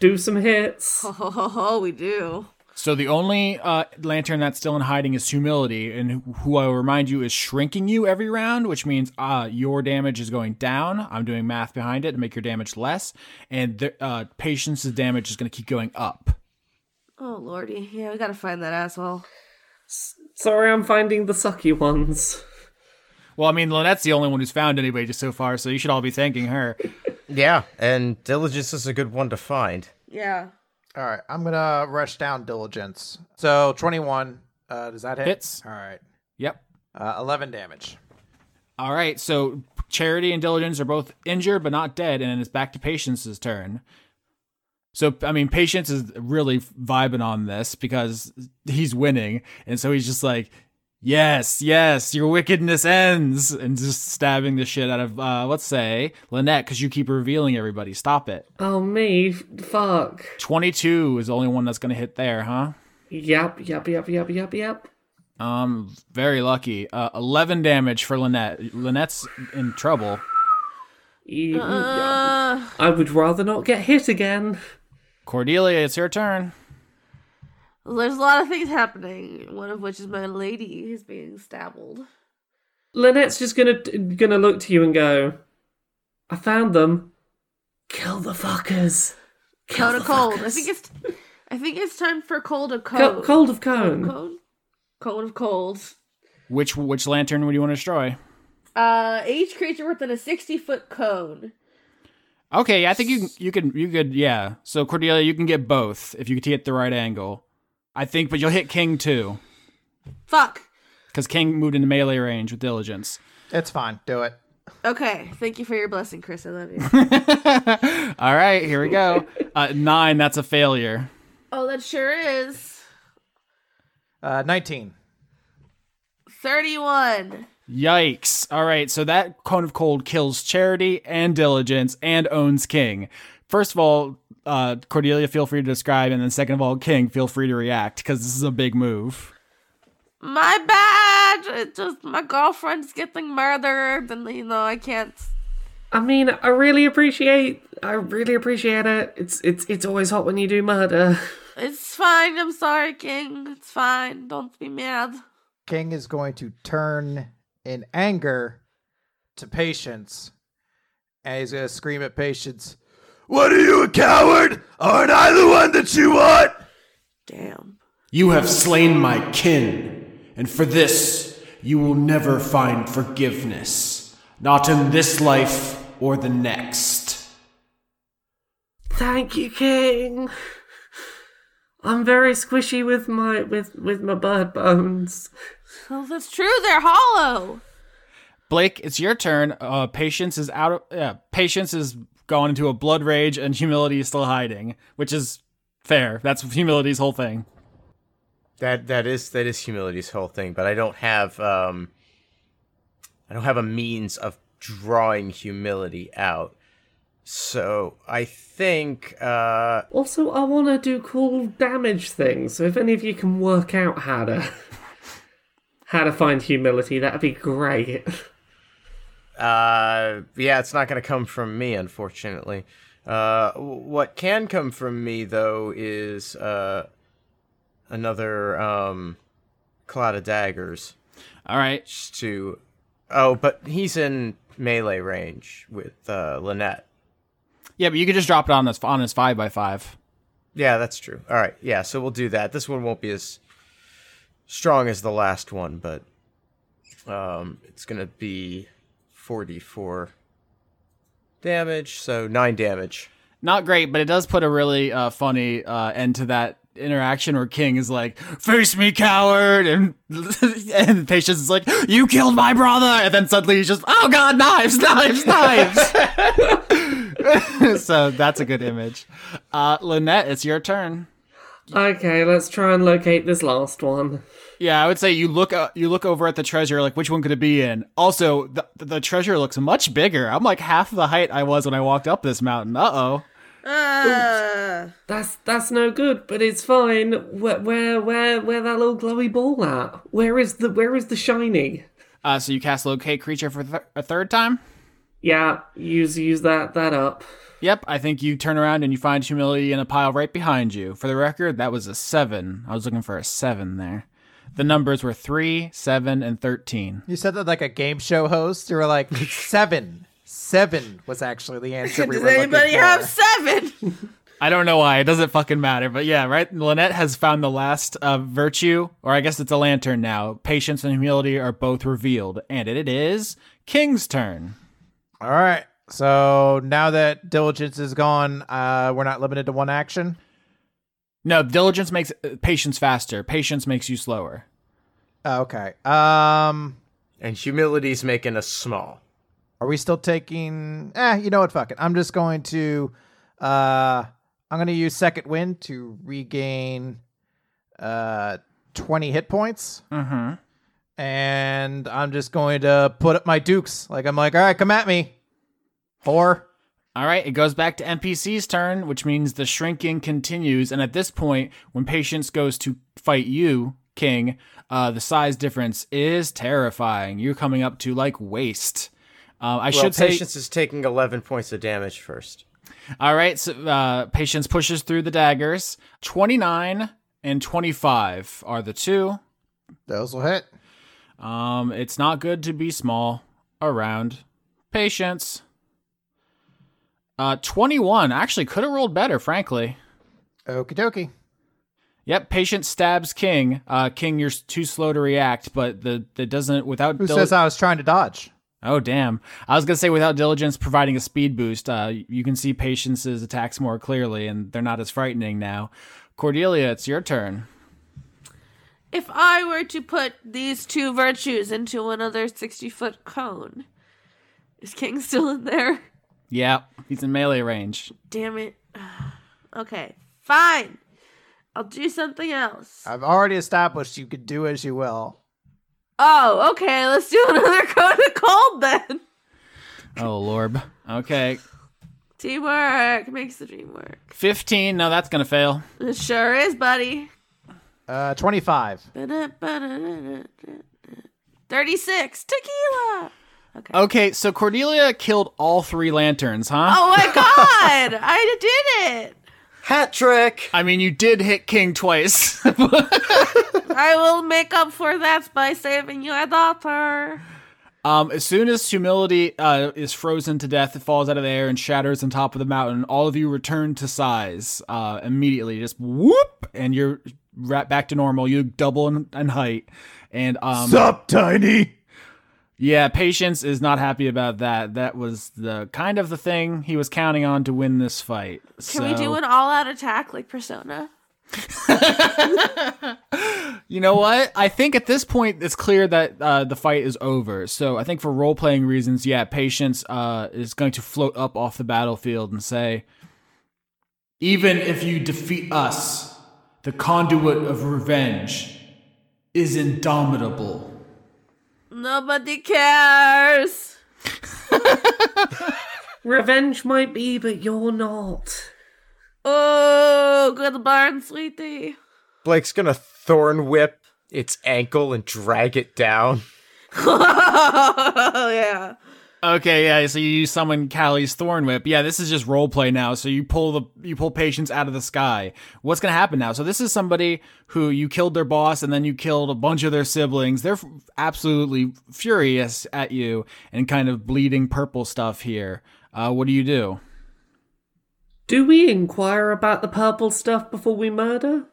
Speaker 4: Do some hits.
Speaker 3: Ho ho ho ho, Uh-huh, we do.
Speaker 2: So the only uh, lantern that's still in hiding is humility, and who I will remind you is shrinking you every round, which means uh, your damage is going down. I'm doing math behind it to make your damage less, and the, uh, patience's damage is going to keep going up.
Speaker 3: Oh lordy, yeah, we gotta find that asshole.
Speaker 4: Sorry, I'm finding the sucky ones.
Speaker 2: Well, I mean, Lynette's the only one who's found anybody just so far, so you should all be thanking her.
Speaker 5: Yeah, and diligence is a good one to find.
Speaker 3: Yeah.
Speaker 7: All right, I'm gonna rush down diligence. So 21. Uh, does that hit?
Speaker 2: Hits.
Speaker 7: All right.
Speaker 2: Yep.
Speaker 7: Uh, 11 damage.
Speaker 2: All right, so Charity and Diligence are both injured but not dead, and it's back to Patience's turn. So, I mean, Patience is really vibing on this because he's winning, and so he's just like, Yes, yes, your wickedness ends, and just stabbing the shit out of, uh, let's say, Lynette, because you keep revealing everybody. Stop it.
Speaker 4: Oh, me. F- Fuck.
Speaker 2: 22 is the only one that's going to hit there, huh?
Speaker 4: Yep, yep, yep, yep, yep, yep.
Speaker 2: Um, very lucky. Uh, 11 damage for Lynette. Lynette's in trouble.
Speaker 4: You- I would rather not get hit again.
Speaker 2: Cordelia, it's your turn.
Speaker 3: Well, there's a lot of things happening, one of which is my lady is being stabbed.
Speaker 4: Lynette's just gonna gonna look to you and go, "I found them. Kill the fuckers. Kill
Speaker 3: Code
Speaker 4: the
Speaker 3: of cold.
Speaker 4: fuckers.
Speaker 3: I think it's I think it's time for cold of
Speaker 4: Co-
Speaker 3: cold.
Speaker 4: cold of cone.
Speaker 3: Cold? Cold of cold.
Speaker 2: Which which lantern would you want to destroy?
Speaker 3: Uh each creature within a sixty foot cone.
Speaker 2: Okay, I think you you can you could yeah. So Cordelia, you can get both if you could hit the right angle. I think, but you'll hit King too
Speaker 3: Fuck.
Speaker 2: because King moved into melee range with diligence.
Speaker 7: It's fine. Do it.
Speaker 3: Okay. Thank you for your blessing, Chris. I love you.
Speaker 2: All right, here we go. Uh, nine, that's a failure.
Speaker 3: oh, that sure is.
Speaker 7: Uh, 19.
Speaker 3: Thirty one.
Speaker 2: Yikes! All right, so that cone of cold kills Charity and Diligence and owns King. First of all, uh, Cordelia, feel free to describe, and then second of all, King, feel free to react because this is a big move.
Speaker 3: My bad. It's just my girlfriend's getting murdered, and you know I can't.
Speaker 4: I mean, I really appreciate. I really appreciate it. It's it's it's always hot when you do murder.
Speaker 3: It's fine. I'm sorry, King. It's fine. Don't be mad.
Speaker 7: King is going to turn in anger to Patience, and he's going to scream at Patience, What are you, a coward? Aren't I the one that you want?
Speaker 3: Damn.
Speaker 8: You have slain my kin, and for this you will never find forgiveness, not in this life or the next.
Speaker 4: Thank you, King. I'm very squishy with my with with my bird bones.
Speaker 3: Oh, that's true. They're hollow.
Speaker 2: Blake, it's your turn. Uh, patience is out. Of, yeah, patience is gone into a blood rage, and humility is still hiding, which is fair. That's humility's whole thing.
Speaker 5: That that is that is humility's whole thing, but I don't have um I don't have a means of drawing humility out. So I think uh
Speaker 4: Also, I want to do cool damage things. So if any of you can work out how to how to find humility, that'd be great.
Speaker 5: uh yeah, it's not going to come from me unfortunately. Uh w- what can come from me though is uh another um cloud of daggers
Speaker 2: All right.
Speaker 5: just to Oh, but he's in melee range with uh Lynette.
Speaker 2: Yeah, but you could just drop it on this on his five by five.
Speaker 5: Yeah, that's true. All right. Yeah, so we'll do that. This one won't be as strong as the last one, but um, it's going to be 44 damage, so 9 damage.
Speaker 2: Not great, but it does put a really uh, funny uh, end to that interaction where King is like, "Face me, coward," and and patience is like, "You killed my brother," and then suddenly he's just, "Oh God, knives, knives, knives." so that's a good image. Uh, Lynette, it's your turn.
Speaker 4: Okay, let's try and locate this last one.
Speaker 2: Yeah, I would say you look uh, you look over at the treasure like which one could it be in. Also, the, the treasure looks much bigger. I'm like half the height I was when I walked up this mountain. Uh-oh.
Speaker 3: Uh,
Speaker 4: That's that's no good, but it's fine. Where where where where that little glowy ball at? Where is the where is the shiny?
Speaker 2: Uh so you cast locate creature for th- a third time?
Speaker 4: Yeah, use use that that up.
Speaker 2: Yep, I think you turn around and you find humility in a pile right behind you. For the record, that was a 7. I was looking for a 7 there. The numbers were 3, 7 and 13.
Speaker 7: You said that like a game show host. You were like seven. Seven was actually the answer we
Speaker 3: does
Speaker 7: were
Speaker 3: anybody
Speaker 7: looking
Speaker 3: have
Speaker 7: for.
Speaker 3: seven?
Speaker 2: I don't know why. It doesn't fucking matter. But yeah, right? Lynette has found the last uh, virtue, or I guess it's a lantern now. Patience and humility are both revealed. And it is King's turn.
Speaker 7: All right. So now that diligence is gone, uh, we're not limited to one action.
Speaker 2: No, diligence makes uh, patience faster. Patience makes you slower.
Speaker 7: Uh, okay. Um,
Speaker 5: And humility's making us small.
Speaker 7: are we still taking? Eh, you know what? Fuck it. I'm just going to. Uh, I'm going to use second wind to regain, uh, twenty hit points,
Speaker 2: Mm-hmm.
Speaker 7: and I'm just going to put up my dukes. Like I'm like, all right, come at me, whore.
Speaker 2: All right, it goes back to NPC's turn, which means the shrinking continues. And at this point, when Patience goes to fight you, King, uh, the size difference is terrifying. You're coming up to like waist. Uh, I
Speaker 5: Well,
Speaker 2: should say,
Speaker 5: patience is taking eleven points of damage first.
Speaker 2: all right, so uh, Patience pushes through the daggers. 29 and 25 are the two.
Speaker 7: Those will hit.
Speaker 2: Um, it's not good to be small around Patience. Uh, 21 actually could have rolled better, frankly.
Speaker 7: Okie dokie.
Speaker 2: Yep, patient stabs King. Uh, King, you're s- too slow to react, but the that doesn't without
Speaker 7: Who
Speaker 2: dil-
Speaker 7: says I was trying to dodge?
Speaker 2: oh damn. I was gonna say without diligence providing a speed boost, uh, you can see patience's attacks more clearly, and they're not as frightening now. Cordelia, it's your turn.
Speaker 3: if I were to put these two virtues into another 60 foot cone, is King still in there?
Speaker 2: Yeah, he's in melee range.
Speaker 3: Damn it. Okay, fine. I'll do something else.
Speaker 7: I've already established you can do as you will.
Speaker 3: Oh, okay. Let's do another cone of cold then.
Speaker 2: Oh lorb. Okay,
Speaker 3: Teamwork makes the dream work.
Speaker 2: fifteen. No, that's gonna fail.
Speaker 3: It sure is, buddy.
Speaker 7: Uh, 25.
Speaker 3: 36 tequila.
Speaker 2: Okay, so Cordelia killed all three lanterns, huh?
Speaker 3: Oh my god! I did it.
Speaker 5: Hat trick.
Speaker 2: I mean, you did hit King twice.
Speaker 3: I will make up for that by saving your daughter.
Speaker 2: Um, as soon as humility uh, is frozen to death, it falls out of the air and shatters on top of the mountain. All of you return to size uh, immediately. Just whoop, and you're right back to normal. You double in, in height, and um,
Speaker 7: Sup, Tiny?
Speaker 2: yeah, patience is not happy about that. That was the kind of the thing he was counting on to win this fight.
Speaker 3: Can we do an all-out attack like Persona?
Speaker 2: You know what? I think at this point it's clear that uh, the fight is over. So I think for role playing reasons, yeah, patience uh, is going to float up off the battlefield and say,
Speaker 8: Even if you defeat us, the conduit of revenge is indomitable.
Speaker 3: Nobody cares.
Speaker 4: Revenge might be, but you're not.
Speaker 3: Oh, good burn, sweetie.
Speaker 5: Blake's gonna thorn whip its ankle and drag it down.
Speaker 3: oh yeah.
Speaker 2: Okay, yeah. So you summon Callie's Thorn Whip. Yeah, this is just role play now. So you pull the you pull patients out of the sky. What's gonna happen now? So this is somebody who you killed their boss, and then you killed a bunch of their siblings. They're f- absolutely furious at you and kind of bleeding purple stuff here. Uh, what do you do?
Speaker 4: Do we inquire about the purple stuff before we murder?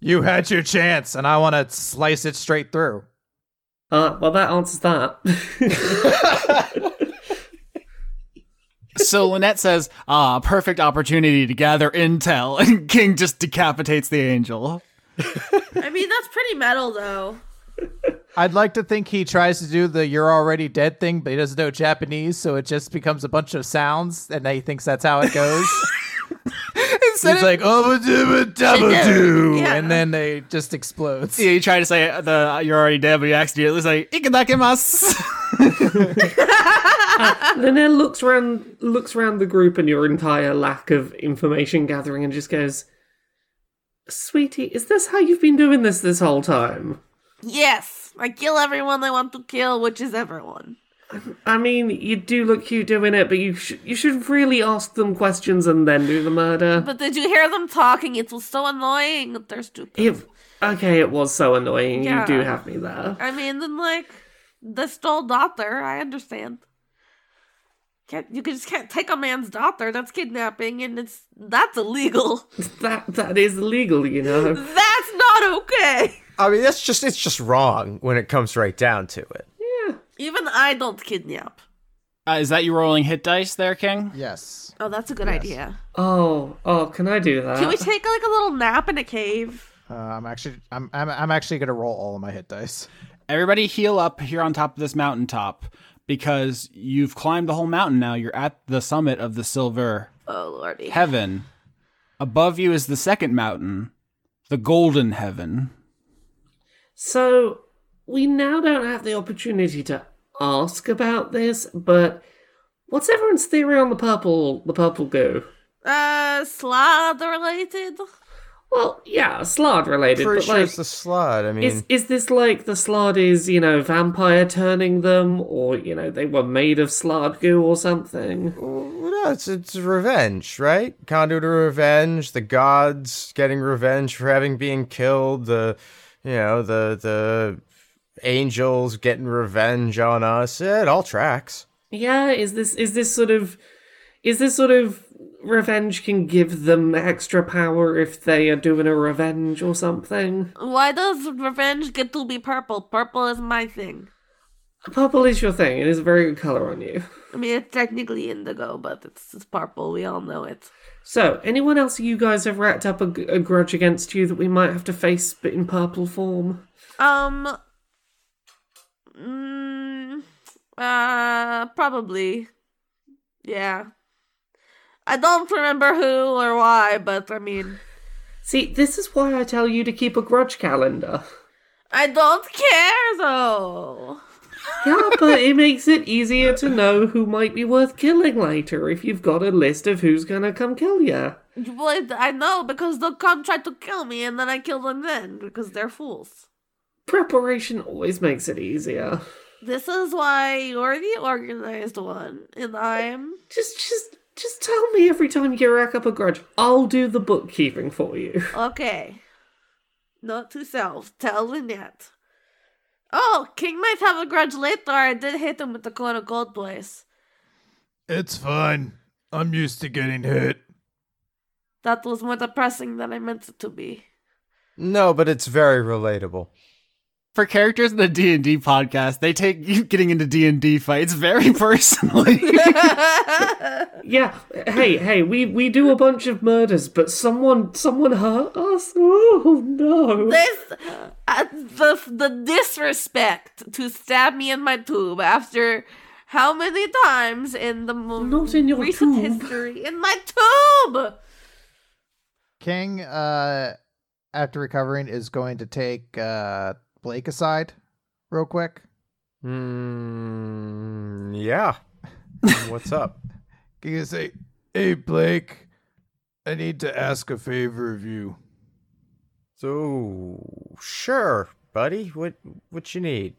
Speaker 7: You had your chance, and I want to slice it straight through.
Speaker 4: Uh, well, that answers that.
Speaker 2: So Lynette says, "Ah, perfect opportunity to gather intel." And King just decapitates the angel.
Speaker 3: I mean that's pretty metal though.
Speaker 7: I'd like to think he tries to do the you're already dead thing, but he doesn't know Japanese, so it just becomes a bunch of sounds, and he thinks that's how it goes.
Speaker 2: It said
Speaker 7: He's
Speaker 2: it.
Speaker 7: like, oh, do,
Speaker 3: Yeah.
Speaker 7: and then they just explodes.
Speaker 2: Yeah, you try to say the "you're already dead," but you actually it was like "ikadakimasu."
Speaker 4: Linnea looks round, looks round the group and your entire lack of information gathering, and just goes, "Sweetie, is this how you've been doing this this whole time?
Speaker 3: Yes, I kill everyone I want to kill, which is everyone.
Speaker 4: I mean, you do look cute doing it, but you sh- you should really ask them questions and then do the murder."
Speaker 3: But did you hear them talking? It was so annoying that they're stupid.
Speaker 4: It, okay, it was so annoying.
Speaker 3: Yeah.
Speaker 4: You do have me there.
Speaker 3: I mean, then like the stole daughter. I understand. Can't you can just can't take a man's daughter? That's kidnapping, and it's that's illegal.
Speaker 4: That that is illegal, you know.
Speaker 3: That's not okay.
Speaker 5: I mean, that's just it's just wrong when it comes right down to it.
Speaker 3: Even I don't kidnap.
Speaker 2: uh, is that you rolling hit dice there, King?
Speaker 7: Yes.
Speaker 3: Oh, that's a good idea.
Speaker 4: Oh, oh, can I do that?
Speaker 3: Can we take like a little nap in a cave?
Speaker 7: Uh, I'm actually, I'm, I'm, I'm actually gonna roll all of my hit dice.
Speaker 2: Everybody heal up here on top of this mountaintop because you've climbed the whole mountain now. You're at the summit of the silver
Speaker 3: Oh lordy.
Speaker 2: heaven. Above you is the second mountain, the golden heaven.
Speaker 4: So we now don't have the opportunity to ask about this, but what's everyone's theory on the purple the purple goo?
Speaker 3: Uh, slod related.
Speaker 4: Well, yeah, slard related,
Speaker 5: Pretty
Speaker 4: but
Speaker 5: sure
Speaker 4: like
Speaker 5: it's the slot. I mean,
Speaker 4: is is this like the slard is, you know, vampire turning them or you know, they were made of slard goo or something?
Speaker 5: no, it's it's revenge, right? Conduit of revenge. The gods getting revenge for having been killed. The you know the the angels getting revenge on us. Yeah, it all tracks.
Speaker 4: Yeah, is this is this sort of is this sort of revenge can give them extra power if they are doing a revenge or something?
Speaker 3: Why does revenge get to be purple? Purple is my thing.
Speaker 4: Purple is your thing, it is a very good colour on you.
Speaker 3: I mean, it's technically indigo, but it's, it's purple. We all know it.
Speaker 4: So, anyone else you guys have racked up a, g- a grudge against you that we might have to face, but in purple form?
Speaker 3: Um. Mm, uh, probably. Yeah. I don't remember who or why, but I mean,
Speaker 4: See, this is why I tell you to keep a grudge calendar.
Speaker 3: I don't care though.
Speaker 4: Yeah, but it makes it easier to know who might be worth killing later if you've got a list of who's gonna come kill you.
Speaker 3: Well, I know because they'll come try to kill me, and then I kill them then because they're fools.
Speaker 4: Preparation always makes it easier.
Speaker 3: This is why you're the organized one, and I'm.
Speaker 4: Just, just, just tell me every time you rack up a grudge. I'll do the bookkeeping for you.
Speaker 3: Okay. Note to self. Tell Lynette. Oh, King might have a grudge later. I did hit him with the corner gold place.
Speaker 7: It's fine. I'm used to getting hit.
Speaker 3: That was more depressing than I meant it to be.
Speaker 5: No, but it's very relatable.
Speaker 2: For characters in the D and D podcast, they take you getting into D and D fights very personally.
Speaker 4: Yeah. Hey, hey, we we do a bunch of murders, but someone someone hurt us. Oh no.
Speaker 3: This, uh, the the disrespect to stab me in my tube after how many times in the mo-
Speaker 4: Not in your
Speaker 3: recent
Speaker 4: tube.
Speaker 3: history in my tube.
Speaker 7: King, uh, after recovering, is going to take uh, Blake aside real quick.
Speaker 5: Mm, yeah. What's up?
Speaker 7: King is say, "Hey, Blake, I need to ask a favor of you.
Speaker 5: So sure, buddy. What what you need?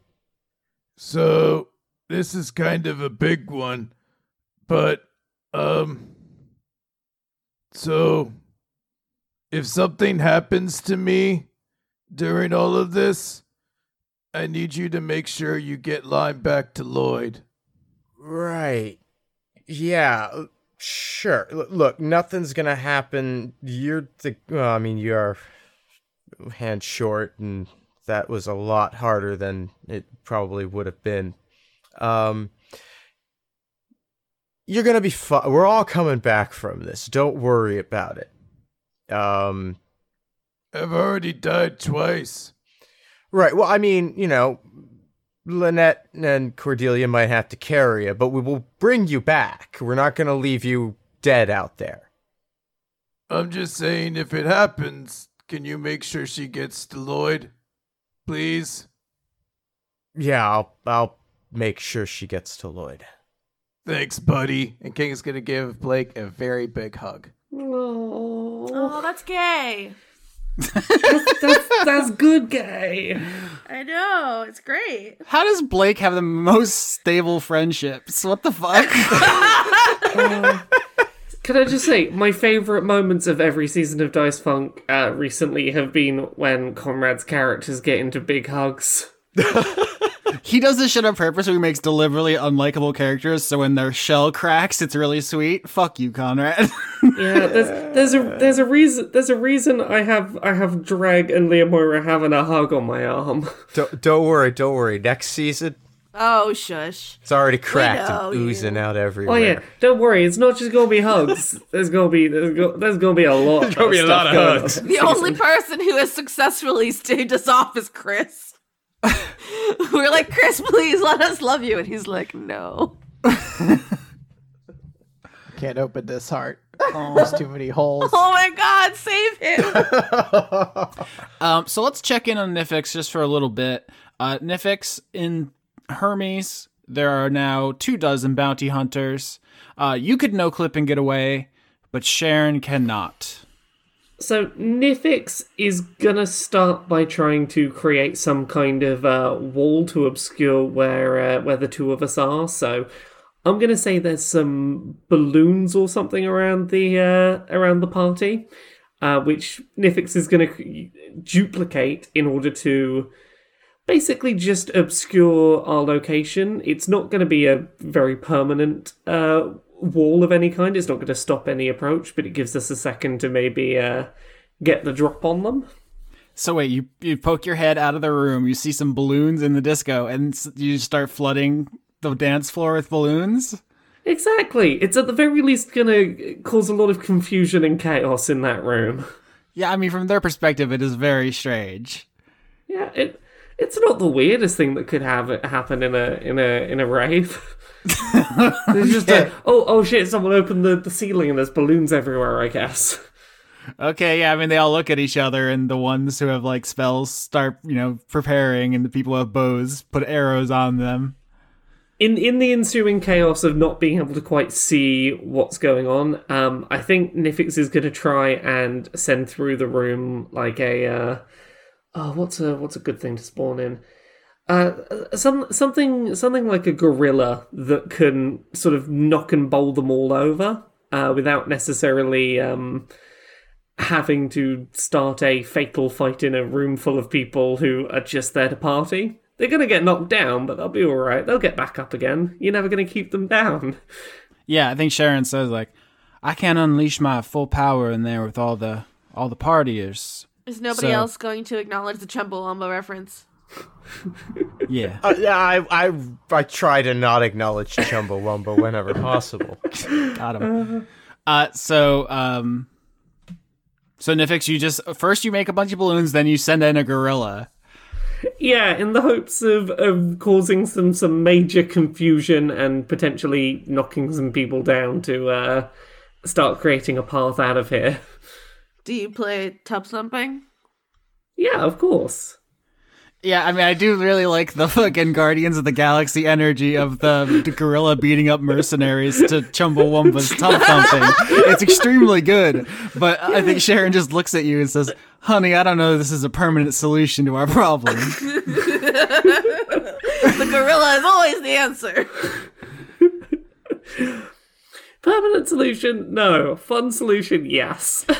Speaker 7: So this is kind of a big one, but um, so if something happens to me during all of this." I need you to make sure you get line back to Lloyd.
Speaker 5: Right. Yeah. l- Sure. L- look, nothing's gonna happen. You're the. Well, I mean, you are hand short, and that was a lot harder than it probably would have been. Um. You're gonna be fine. We're all coming back from this. Don't worry about it. Um.
Speaker 7: I've already died twice.
Speaker 5: Right. Well, I mean, you know, Lynette and Cordelia might have to carry you, but we will bring you back. We're not going to leave you dead out there.
Speaker 9: I'm just saying, if it happens, can you make sure she gets to Lloyd? Please?
Speaker 5: Yeah, I'll I'll make sure she gets to Lloyd.
Speaker 9: Thanks, buddy. And King is going to give Blake a very big hug.
Speaker 4: Oh,
Speaker 3: Oh, that's gay.
Speaker 4: that's, that's, that's good gay.
Speaker 3: I know. It's great.
Speaker 2: How does Blake have the most stable friendships? What the fuck?
Speaker 4: Can I just say, my favourite moments of every season of Dice Funk uh, recently have been when Conrad's characters get into big hugs.
Speaker 2: he does this shit on purpose where he makes deliberately unlikable characters so when their shell cracks, it's really sweet. Fuck you, Conrad.
Speaker 4: Yeah, there's there's a there's a reason there's a reason I have I have Drag and Leah Moira having a hug on my arm.
Speaker 5: Don't, don't worry, don't worry. Next season,
Speaker 3: Oh, shush.
Speaker 5: it's already cracked
Speaker 3: know
Speaker 5: and
Speaker 3: you.
Speaker 5: oozing out everywhere.
Speaker 4: Oh yeah, don't worry, it's not just gonna be hugs. There's gonna be there's, go, there's gonna be a lot. There's
Speaker 5: gonna be a lot of hugs.
Speaker 3: The only person who has successfully staved us off is Chris. We're like, Chris, please let us love you. And he's like, no.
Speaker 9: Can't open this heart. There's too many holes.
Speaker 3: Oh my God, save him.
Speaker 2: Um, so let's check in on Nifix just for a little bit. Uh, Nifix in Hermes, there are now two dozen bounty hunters. Uh, you could no clip and get away, but Sharon cannot.
Speaker 4: So Nifix is gonna start by trying to create some kind of uh, wall to obscure where uh, where the two of us are. So I'm gonna say there's some balloons or something around the uh, around the party, uh, which Nifix is gonna c- duplicate in order to basically just obscure our location. It's not going to be a very permanent uh, wall of any kind. It's not going to stop any approach, but it gives us a second to maybe uh, get the drop on them.
Speaker 2: So wait, you you poke your head out of the room, you see some balloons in the disco, and s- you start flooding the dance floor with balloons.
Speaker 4: Exactly. It's at the very least going to cause a lot of confusion and chaos in that room.
Speaker 2: Yeah, I mean from their perspective, it is very strange.
Speaker 4: Yeah, it it's not the weirdest thing that could have happen in a in a in a rave. There's just a oh oh shit! Someone opened the, the ceiling and there's balloons everywhere. I guess.
Speaker 2: Okay, yeah, I mean they all look at each other, and the ones who have like spells start you know preparing, and the people who have bows put arrows on them.
Speaker 4: in in the ensuing chaos of not being able to quite see what's going on, um, I think Nifix is going to try and send through the room like a uh, oh, what's a what's a good thing to spawn in? Uh, some something something like a gorilla that can sort of knock and bowl them all over uh, without necessarily um, having to start a fatal fight in a room full of people who are just there to party. They're going to get knocked down, but they'll be all right. They'll get back up again. You're never going to keep them down.
Speaker 2: Yeah, I think Sharon says like, "I can't unleash my full power in there with all the all the partiers."
Speaker 3: Is nobody
Speaker 2: So-
Speaker 3: else going to acknowledge the Chumbawamba reference?
Speaker 2: Yeah,
Speaker 5: Uh, yeah, I, I I try to not acknowledge Chumbawamba whenever possible.
Speaker 2: got him. Uh, so um, so Nifix, you just first you make a bunch of balloons, then you send in a gorilla.
Speaker 4: Yeah, in the hopes of, of causing some, some major confusion and potentially knocking some people down to uh, start creating a path out of here.
Speaker 3: Do you play tub thumping?
Speaker 4: Yeah, of course.
Speaker 2: Yeah, I mean, I do really like the fucking Guardians of the Galaxy energy of the, the gorilla beating up mercenaries to Chumbawamba's tub thumping. It's extremely good, but I think Sharon just looks at you and says, "Honey, I don't know. This is a permanent solution to our problem."
Speaker 3: The gorilla is always the answer.
Speaker 4: Permanent solution? No. Fun solution? Yes.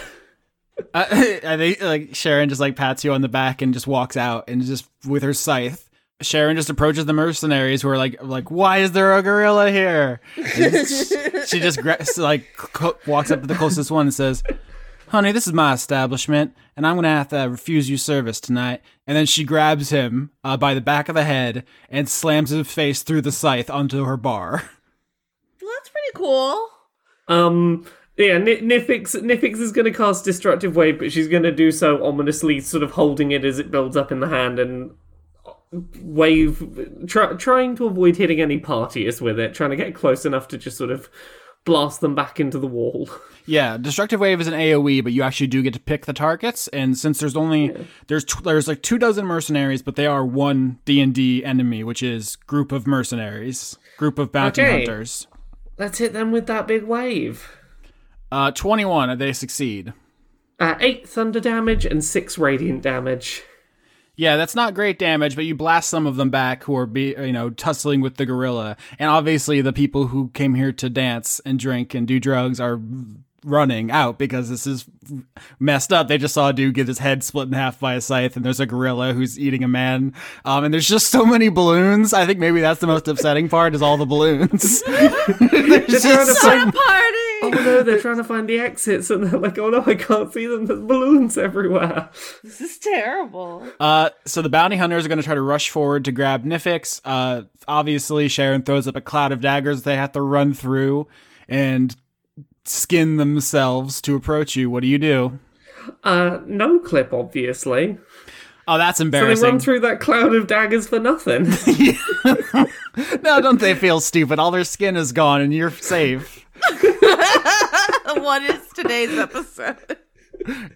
Speaker 2: I, I think Uh, like Sharon just like pats you on the back and just walks out and just with her scythe. Sharon just approaches the mercenaries who are like like why is there a gorilla here? And sh- she just gra- so, like cl- walks up to the closest one and says, "Honey, this is my establishment, and I'm gonna have to refuse you service tonight." And then she grabs him uh, by the back of the head and slams his face through the scythe onto her bar.
Speaker 3: Well, that's pretty cool.
Speaker 4: Um, yeah, N- Nifix Nifix is going to cast Destructive Wave, but she's going to do so ominously, sort of holding it as it builds up in the hand and uh, wave, try, trying to avoid hitting any partiers with it, trying to get close enough to just sort of blast them back into the wall.
Speaker 2: Yeah, destructive wave is an AOE, but you actually do get to pick the targets. And since there's only there's tw- there's like two dozen mercenaries, but they are one D and D enemy, which is group of mercenaries, group of bounty
Speaker 4: Okay.
Speaker 2: hunters.
Speaker 4: Let's hit them with that big wave.
Speaker 2: Uh, twenty one, and they succeed.
Speaker 4: Uh, eight thunder damage and six radiant damage.
Speaker 2: Yeah, that's not great damage, but you blast some of them back who are be you know tussling with the gorilla, and obviously the people who came here to dance and drink and do drugs are running out because this is messed up. They just saw a dude get his head split in half by a scythe, and there's a gorilla who's eating a man, um, and there's just so many balloons. I think maybe that's the most upsetting part is all the balloons.
Speaker 4: They're trying to find, oh
Speaker 3: party.
Speaker 4: no, they're trying to find the exits, and they're like, oh no, I can't see them. There's balloons everywhere.
Speaker 3: This is terrible.
Speaker 2: Uh, so the bounty hunters are going to try to rush forward to grab Nifix. Uh, obviously, Sharon throws up a cloud of daggers they have to run through and skin themselves to approach you. What do you do?
Speaker 4: Uh, no clip, obviously.
Speaker 2: Oh, that's
Speaker 4: So they
Speaker 2: embarrassing.
Speaker 4: run through that cloud of daggers for nothing.
Speaker 2: no, don't they feel stupid? All their skin is gone and you're safe.
Speaker 3: Uh, what is today's episode?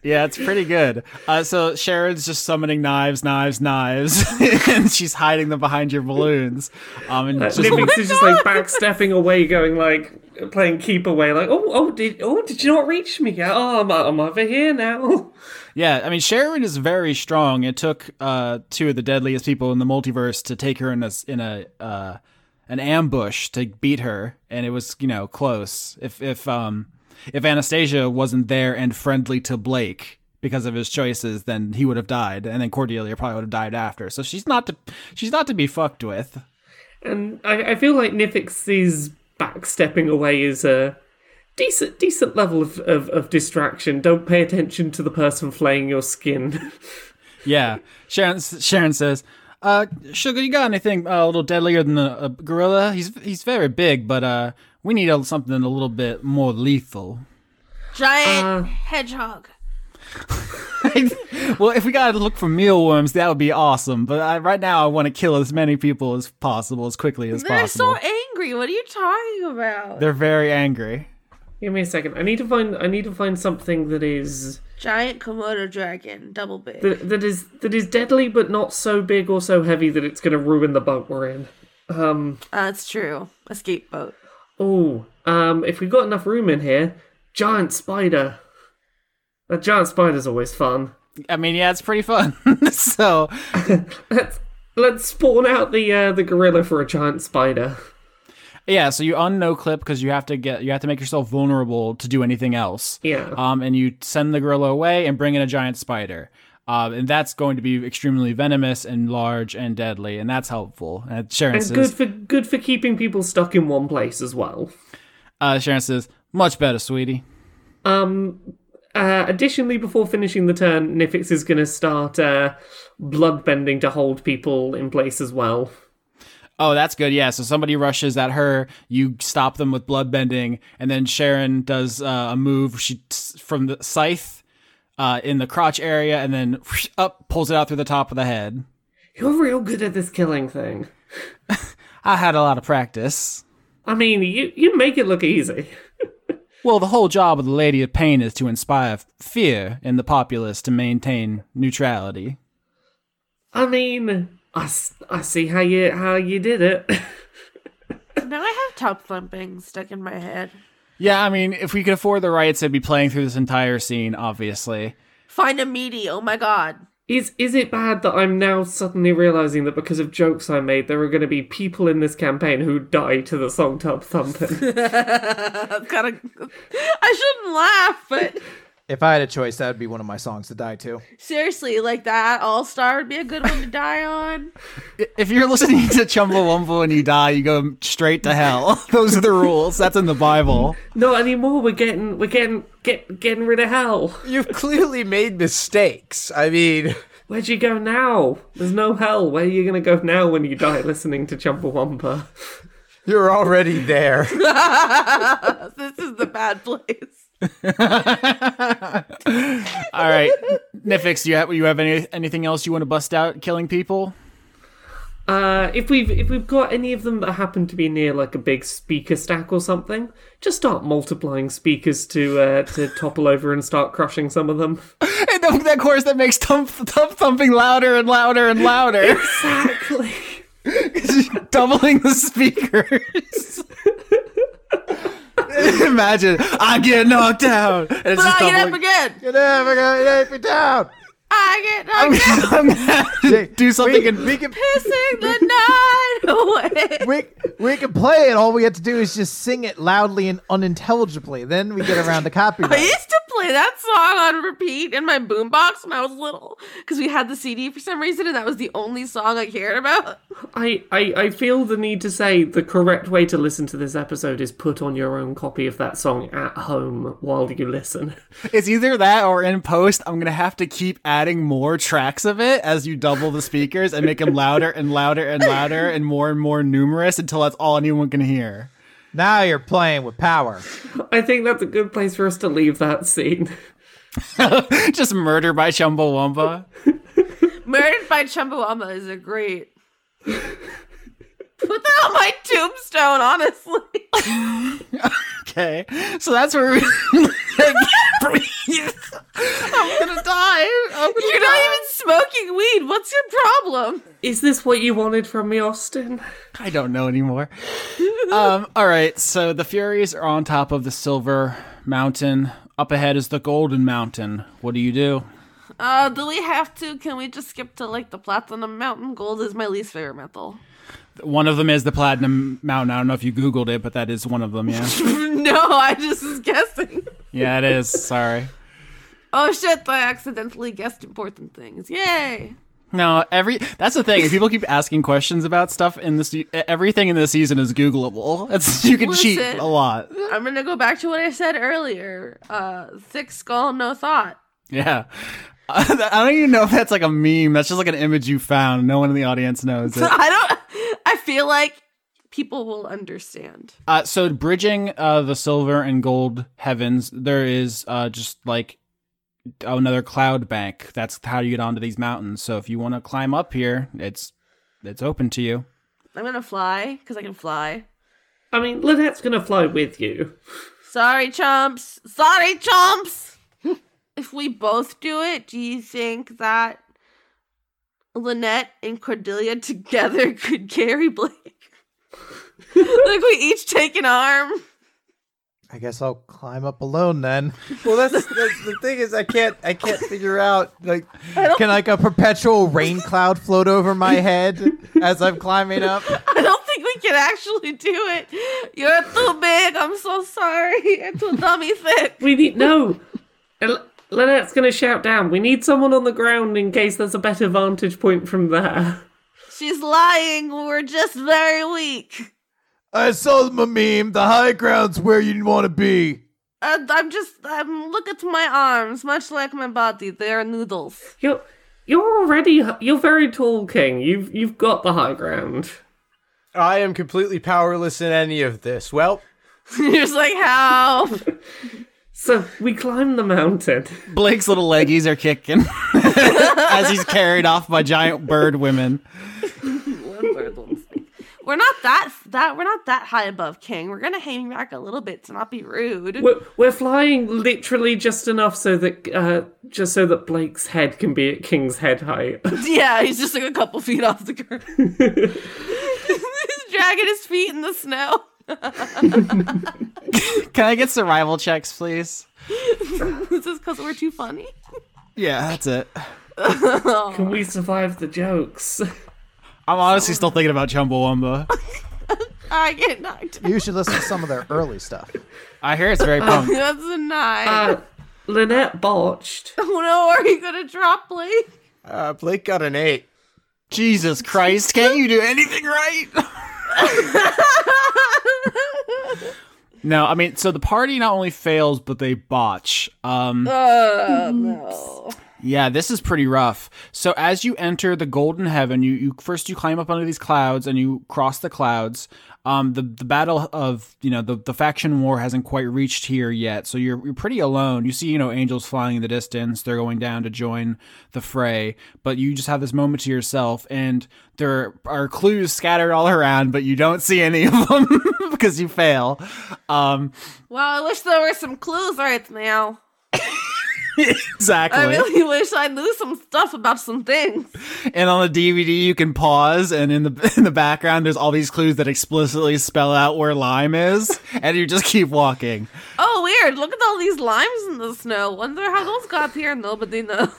Speaker 2: Yeah, it's pretty good. Uh, so Sharon's just summoning knives, knives, knives, and she's hiding them behind your balloons. Um, and
Speaker 4: Uh,
Speaker 2: just
Speaker 4: Nibbix is just like backstepping away, going like playing keep away, like oh oh did oh did you not reach me yet? Oh I'm, I'm over here now.
Speaker 2: Yeah, I mean Sharon is very strong. It took uh, two of the deadliest people in the multiverse to take her in a s- in a uh, an ambush to beat her, and it was you know close. If if um if Anastasia wasn't there and friendly to Blake because of his choices, then he would have died, and then Cordelia probably would have died after. So she's not to she's not to be fucked with.
Speaker 4: And I, I feel like Nifix's backstepping away is a decent decent level of, of, of distraction. Don't pay attention to the person flaying your skin.
Speaker 2: Yeah, Sharon Sharon says. Uh, sugar, you got anything uh, a little deadlier than a, a gorilla? He's he's very big, but uh, we need a, something a little bit more lethal. Uh,
Speaker 3: Giant hedgehog.
Speaker 2: well, if we gotta look for mealworms, that would be awesome. But I, right now, I want to kill as many people as possible, as quickly as
Speaker 3: They're
Speaker 2: possible.
Speaker 3: so angry. What are you talking about?
Speaker 2: They're very angry.
Speaker 4: Give me a second. I need to find I need to find something that is
Speaker 3: Giant Komodo dragon, double big.
Speaker 4: that, that is that is deadly but not so big or so heavy that it's going to ruin the boat we're in.
Speaker 3: That's true. Escape boat.
Speaker 4: Oh, um, if we've got enough room in here, giant spider. A giant spider's always fun.
Speaker 2: I mean, yeah, it's pretty fun. so,
Speaker 4: Let's let's spawn out the uh, the gorilla for a giant spider.
Speaker 2: yeah, so you unno clip because you have to get you have to make yourself vulnerable to do anything else.
Speaker 4: Yeah.
Speaker 2: Um, and you send the gorilla away and bring in a giant spider. Um, and that's going to be extremely venomous and large and deadly, and that's helpful. And Sharon
Speaker 4: and
Speaker 2: says,
Speaker 4: good for good for keeping people stuck in one place as well.
Speaker 2: uh, Sharon says, much better, sweetie.
Speaker 4: Um, uh, additionally, before finishing the turn, Nifix is going to start uh, bloodbending to hold people in place as well.
Speaker 2: Oh, that's good. Yeah. So somebody rushes at her, you stop them with bloodbending, and then Sharon does uh, a move. She t- from the scythe uh, in the crotch area, and then whoosh, up pulls it out through the top of the head.
Speaker 4: You're real good at this killing thing.
Speaker 2: I had a lot of practice.
Speaker 4: I mean, you you make it look easy.
Speaker 2: Well, the whole job of the Lady of Pain is to inspire fear in the populace to maintain neutrality.
Speaker 4: I mean, I, s- I see how you how you did it.
Speaker 3: Now I have top thumping stuck in my head.
Speaker 2: Yeah, I mean, if we could afford the rights, I'd be playing through this entire scene, obviously.
Speaker 3: Find a meaty. Oh my god.
Speaker 4: Is is it bad that I'm now suddenly realizing that because of jokes I made, there are going to be people in this campaign who die to the song "Tub Thumping"?
Speaker 3: I've got a. I shouldn't laugh, but
Speaker 7: If I had a choice, that would be one of my songs to die to.
Speaker 3: seriously, like that All Star would be a good one to die on.
Speaker 2: If you're listening to Chumbawamba and you die, you go straight to hell. Those are the rules. That's in the Bible.
Speaker 4: Not anymore. We're getting we're getting get getting rid of hell.
Speaker 5: You've clearly made mistakes. I mean,
Speaker 4: Where'd you go now? There's no hell. Where are you going to go now when you die listening to Chumpawamba?
Speaker 5: you're already there.
Speaker 3: This is the bad place.
Speaker 2: All right, Nifix, you have you have any anything else you want to bust out? Killing people?
Speaker 4: Uh, if we've if we've got any of them that happen to be near like a big speaker stack or something, just start multiplying speakers to uh, to topple over and start crushing some of them.
Speaker 2: And that, that chorus that makes thump, thump thumping louder and louder and louder,
Speaker 4: Exactly.
Speaker 2: doubling the speakers. Imagine I get knocked down. And it's
Speaker 3: But
Speaker 2: just
Speaker 3: I get up
Speaker 2: doubling.
Speaker 3: again.
Speaker 7: You're never gonna let me down.
Speaker 3: I get knocked down,
Speaker 2: I'm gonna have to do something
Speaker 7: We,
Speaker 2: and
Speaker 7: we can
Speaker 3: pissing the night away.
Speaker 7: we, we can play it. All we have to do is just sing it loudly and unintelligibly. Then we get around
Speaker 3: I
Speaker 7: the copyright.
Speaker 3: used to play that song on repeat in my boombox when I was little because we had the CD for some reason, and that was the only song I cared about.
Speaker 4: I, I I feel the need to say the correct way to listen to this episode is put on your own copy of that song at home while you listen.
Speaker 2: It's either that or in post, I'm gonna have to keep adding more tracks of it as you double the speakers and make them louder and louder and louder and more and more numerous until that's all anyone can hear.
Speaker 7: now you're playing with power.
Speaker 4: I think that's a good place for us to leave that scene.
Speaker 2: Just murder by Chumbawamba.
Speaker 3: Murdered by Chumbawamba is a great. Put that on my tombstone, honestly.
Speaker 2: Okay, so that's where we. I'm gonna die. I'm gonna
Speaker 3: You're not even smoking weed. What's your problem?
Speaker 4: Is this what you wanted from me, Austin?
Speaker 2: I don't know anymore. um, all right, so the Furies are on top of the Silver Mountain. Up ahead is the Golden Mountain. What do you do?
Speaker 3: Uh, do we have to? Can we just skip to like the platinum mountain? Gold is my least favorite metal.
Speaker 2: One of them is the Platinum Mountain. I don't know if you Googled it, but that is one of them. Yeah,
Speaker 3: no, I just was guessing.
Speaker 2: yeah, it is. Sorry.
Speaker 3: Oh shit, I accidentally guessed important things. Yay!
Speaker 2: No, every that's the thing. If people keep asking questions about stuff in this, everything in this season is Googleable. It's you can cheat
Speaker 3: Listen.
Speaker 2: a lot.
Speaker 3: I'm gonna go back to what I said earlier. Uh, thick skull, no thought.
Speaker 2: Yeah. I don't even know if that's like a meme. That's just like an image you found. No one in the audience knows it.
Speaker 3: I don't. I feel like people will understand.
Speaker 2: Uh, so bridging uh, the silver and gold heavens, there is uh, just like another cloud bank. That's how you get onto these mountains. So if you want to climb up here, it's it's open to you.
Speaker 3: I'm gonna fly because I can fly.
Speaker 4: I mean, Lynette's gonna fly with you.
Speaker 3: Sorry, chumps. Sorry, chumps. if we both do it, do you think that Lynette and Cordelia together could carry Blake? like we each take an arm.
Speaker 7: I guess I'll climb up alone then.
Speaker 5: Well, that's, that's the thing is I can't I can't figure out like
Speaker 7: Can like a perpetual rain cloud float over my head as I'm climbing up?
Speaker 3: I don't think we can actually do it. You're too big. I'm so sorry. You're too dummy thick.
Speaker 4: We need no. L- Lynette's gonna shout down. We need someone on the ground in case there's a better vantage point from there.
Speaker 3: She's lying. We're just very weak.
Speaker 7: I saw my meme. The high ground's where you want to be.
Speaker 3: Uh, I'm just. I'm. Look at my arms. Much like my body, they are noodles.
Speaker 4: You're you're already you're very tall, King. You've you've got the high ground.
Speaker 5: I am completely powerless in any of this. Well,
Speaker 3: You're just like how?
Speaker 4: So we climb the mountain.
Speaker 2: Blake's little leggies are kicking as he's carried off by giant bird women.
Speaker 3: We're not that that. We're not that high above King. We're gonna hang back a little bit to not be rude.
Speaker 4: We're, we're flying literally just enough so that uh, just so that Blake's head can be at King's head height.
Speaker 3: Yeah, he's just like a couple feet off the ground. he's dragging his feet in the snow.
Speaker 2: Can I get survival checks, please?
Speaker 3: this is because we're too funny.
Speaker 2: Yeah, that's it.
Speaker 4: can we survive the jokes?
Speaker 2: I'm honestly still thinking about Chumbawamba.
Speaker 3: I get knocked.
Speaker 7: You should listen to some of their early stuff.
Speaker 2: I hear it's very punk.
Speaker 3: That's a nine.
Speaker 4: Uh, Lynette botched.
Speaker 3: oh no, are you gonna drop Blake?
Speaker 5: uh, Blake got an eight.
Speaker 2: Jesus Christ, can't you do anything right? no, I mean, so the party not only fails, but they botch. Um,
Speaker 3: Oh no.
Speaker 2: Yeah, this is pretty rough. So as you enter the golden heaven, you, you first you climb up under these clouds and you cross the clouds. Um, the the battle of you know the, the faction war hasn't quite reached here yet, so you're you're pretty alone. You see you know angels flying in the distance; they're going down to join the fray, but you just have this moment to yourself, and there are clues scattered all around, but you don't see any of them because you fail. Um,
Speaker 3: Well, I wish there were some clues right now.
Speaker 2: exactly.
Speaker 3: I really wish I knew some stuff about some things.
Speaker 2: and on the DVD you can pause, and in the in the background there's all these clues that explicitly spell out where lime is, and you just keep walking.
Speaker 3: Oh, weird. Look at all these limes in the snow. Wonder how those got here. Nobody knows.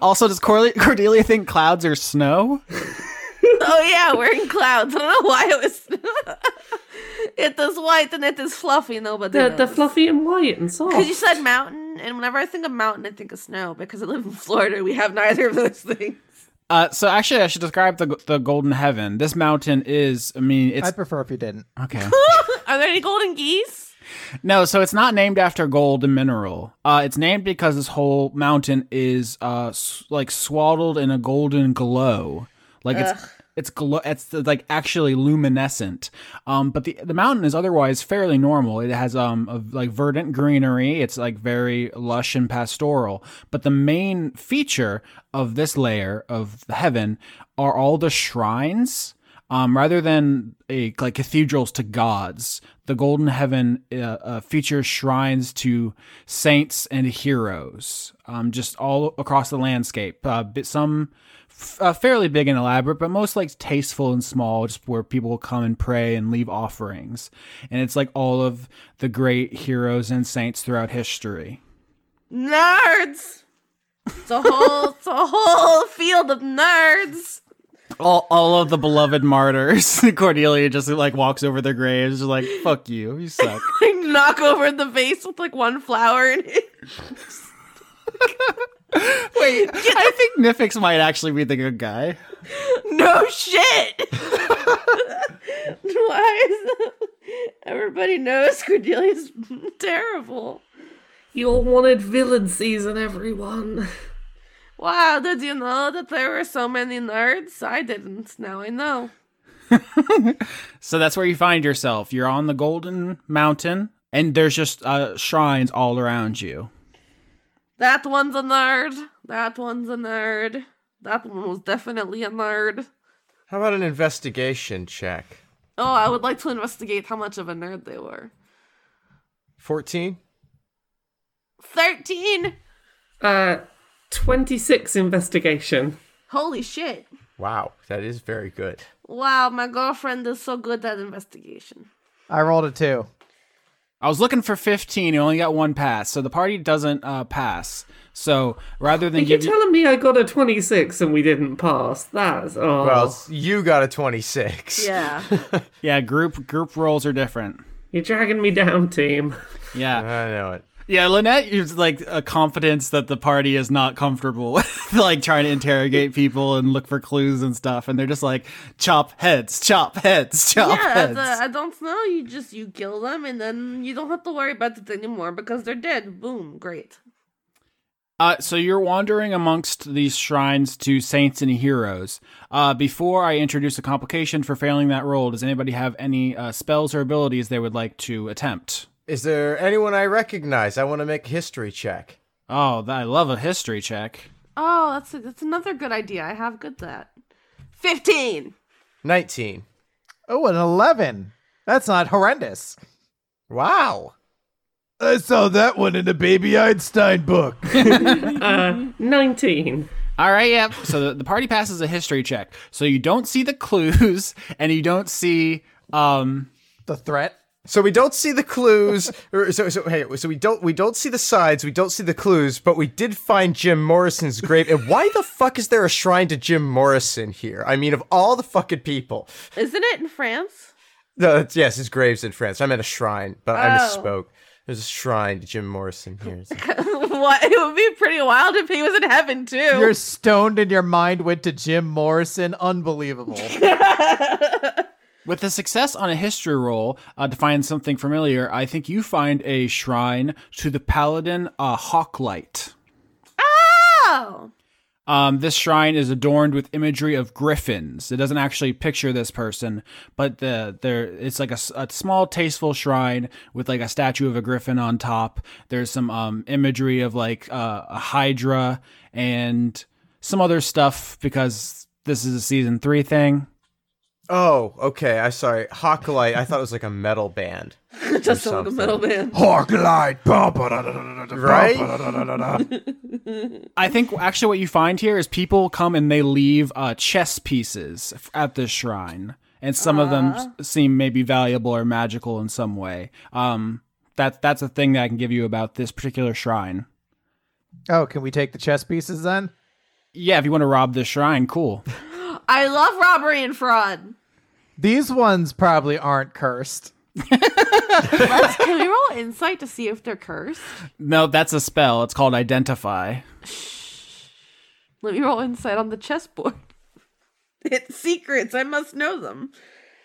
Speaker 2: Also, does Cordelia, Cordelia think clouds are snow?
Speaker 3: oh, yeah, we're in clouds. I don't know why it was. it is white and it is fluffy. Nobody
Speaker 4: They're,
Speaker 3: knows.
Speaker 4: they're fluffy and white and soft.
Speaker 3: Because you said mountain, and whenever I think of mountain, I think of snow. Because I live in Florida, we have neither of those things.
Speaker 2: Uh, so actually, I should describe the the golden heaven. This mountain is, I mean, it's
Speaker 7: I'd prefer if you didn't.
Speaker 2: okay.
Speaker 3: Are there any golden geese?
Speaker 2: No, so it's not named after gold and mineral. Uh, it's named because this whole mountain is uh s- like swaddled in a golden glow. Like it's it's glow. It's like actually luminescent. Um, but the the mountain is otherwise fairly normal. It has um a, like verdant greenery. It's like very lush and pastoral. But the main feature of this layer of heaven are all the shrines um, rather than a, like cathedrals to gods, the Golden Heaven uh, uh, features shrines to saints and heroes, um, just all across the landscape. Uh, but some f- uh, fairly big and elaborate, but most like tasteful and small, just where people will come and pray and leave offerings. And it's like all of the great heroes and saints throughout history.
Speaker 3: Nerds. It's a whole, it's a whole field of nerds.
Speaker 2: All, all of the beloved martyrs. Cordelia just like walks over their graves, just like "fuck you, you suck."
Speaker 3: I knock over the vase with like one flower in it.
Speaker 2: Wait, I think Nifix might actually be the good guy.
Speaker 3: No shit. Why is that? Everybody knows Cordelia's terrible.
Speaker 4: You all wanted villain season, everyone.
Speaker 3: Wow, did you know that there were so many nerds? I didn't. Now I know.
Speaker 2: So that's where you find yourself. You're on the Golden Mountain, and there's just uh, shrines all around you.
Speaker 3: That one's a nerd. That one's a nerd. That one was definitely a nerd.
Speaker 5: How about an investigation check?
Speaker 3: Oh, I would like to investigate how much of a nerd they were.
Speaker 5: 14?
Speaker 3: 13!
Speaker 4: Uh, 26 investigation.
Speaker 3: Holy shit.
Speaker 5: Wow, that is very good.
Speaker 3: Wow, my girlfriend is so good at investigation.
Speaker 7: I rolled a two.
Speaker 2: I was looking for 15. You only got one pass, so the party doesn't uh, pass. So rather
Speaker 4: Are
Speaker 2: than
Speaker 4: you
Speaker 2: give you,
Speaker 4: telling me I got a 26 and we didn't pass? That's oh.
Speaker 5: Well, it's- you got a 26.
Speaker 3: Yeah.
Speaker 2: yeah, group group roles are different.
Speaker 4: You're dragging me down, team.
Speaker 2: Yeah,
Speaker 5: I know it.
Speaker 2: yeah. Lynette is like a confidence that the party is not comfortable with, like trying to interrogate people and look for clues and stuff, and they're just like chop heads, chop heads, chop
Speaker 3: yeah,
Speaker 2: heads.
Speaker 3: the, I don't know. You just, you kill them and then you don't have to worry about it anymore because they're dead. Boom. Great.
Speaker 2: Uh, so you're wandering amongst these shrines to saints and heroes. Uh, before I introduce a complication for failing that roll, does anybody have any uh, spells or abilities they would like to attempt?
Speaker 5: Is there anyone I recognize? I want to make a history check.
Speaker 2: Oh, th- I love a history check.
Speaker 3: Oh, that's, that's another good idea. I have good that. 15!
Speaker 5: 19.
Speaker 7: Oh, an 11. That's not horrendous.
Speaker 5: Wow.
Speaker 7: I saw that one in the Baby Einstein book.
Speaker 4: 19.
Speaker 2: All right, yep. So the, the party passes a history check. So you don't see the clues, and you don't see. Um,
Speaker 7: the threat.
Speaker 5: So we don't see the clues. or so, so hey, so we don't we don't see the sides. We don't see the clues, but we did find Jim Morrison's grave. And why the fuck is there a shrine to Jim Morrison here? I mean, of all the fucking people.
Speaker 3: Isn't it in France?
Speaker 5: No, it's- yes, his grave's in France. I meant a shrine, but I
Speaker 3: Oh.
Speaker 5: misspoke. There's a shrine to Jim Morrison here.
Speaker 3: what? It would be pretty wild if he was in heaven too.
Speaker 7: You're stoned and your mind went to Jim Morrison. Unbelievable.
Speaker 2: with the success on a history roll uh, to find something familiar, I think you find a shrine to the paladin uh, Hawklight.
Speaker 3: Oh.
Speaker 2: Um, this shrine is adorned with imagery of griffins. It doesn't actually picture this person, but the there it's like a, s- a small, tasteful shrine with like a statue of a griffin on top. There's some um, imagery of like uh, a hydra and some other stuff because this is a season three thing.
Speaker 5: Oh, okay. I sorry. Hawklight. I thought it was like a metal band.
Speaker 3: Just a little middle man.
Speaker 7: Hawk light.
Speaker 5: Right?
Speaker 2: I think actually what you find here is people come and they leave uh, chess pieces f- at this shrine, and some of them s- seem maybe valuable or magical in some way. Um, that that's a thing that I can give you about this particular shrine.
Speaker 7: Oh, can we take the chess pieces then?
Speaker 2: Yeah, if you want to rob this shrine, cool.
Speaker 3: I love robbery and fraud.
Speaker 7: These ones probably aren't cursed.
Speaker 3: Let's, can we roll insight to see if they're cursed?
Speaker 2: no, that's a spell. It's called identify.
Speaker 3: Let me roll insight on the chessboard. It's secrets. I must know them.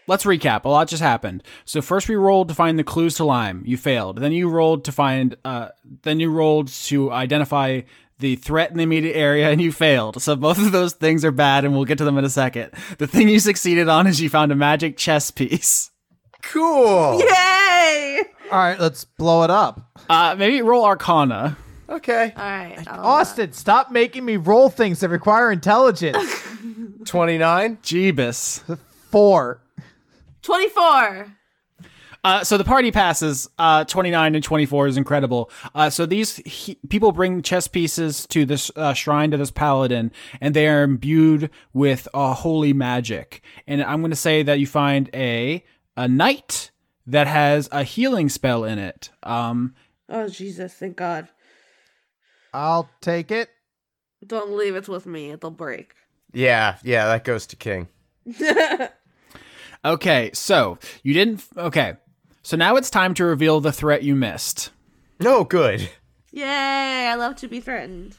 Speaker 2: Let's recap. A lot just happened. So first we rolled to find the clues to lime. You failed. Then you rolled to find. Uh, then you rolled to identify the threat in the immediate area, and you failed. So both of those things are bad, and we'll get to them in a second. The thing you succeeded on is you found a magic chess piece.
Speaker 5: cool.
Speaker 3: Yay!
Speaker 7: All right, let's blow it up.
Speaker 2: Uh, maybe roll Arcana.
Speaker 5: Okay.
Speaker 3: All right. I'll, uh,
Speaker 7: Austin, stop making me roll things that require intelligence.
Speaker 5: Twenty nine.
Speaker 2: Jeebus.
Speaker 7: Four.
Speaker 3: 24.
Speaker 2: Uh, so the party passes. Uh, 29 and 24 is incredible. Uh, so these he- people bring chess pieces to this uh, shrine to this paladin, and they are imbued with uh, holy magic. And I'm going to say that you find a a knight that has a healing spell in it. Um,
Speaker 3: Oh, Jesus. Thank God.
Speaker 7: I'll take it.
Speaker 3: Don't leave it with me. It'll break.
Speaker 5: Yeah. Yeah. That goes to King.
Speaker 2: okay, so you didn't. F- okay, so now it's time to reveal the threat you missed.
Speaker 5: No good.
Speaker 3: Yay. I love to be threatened.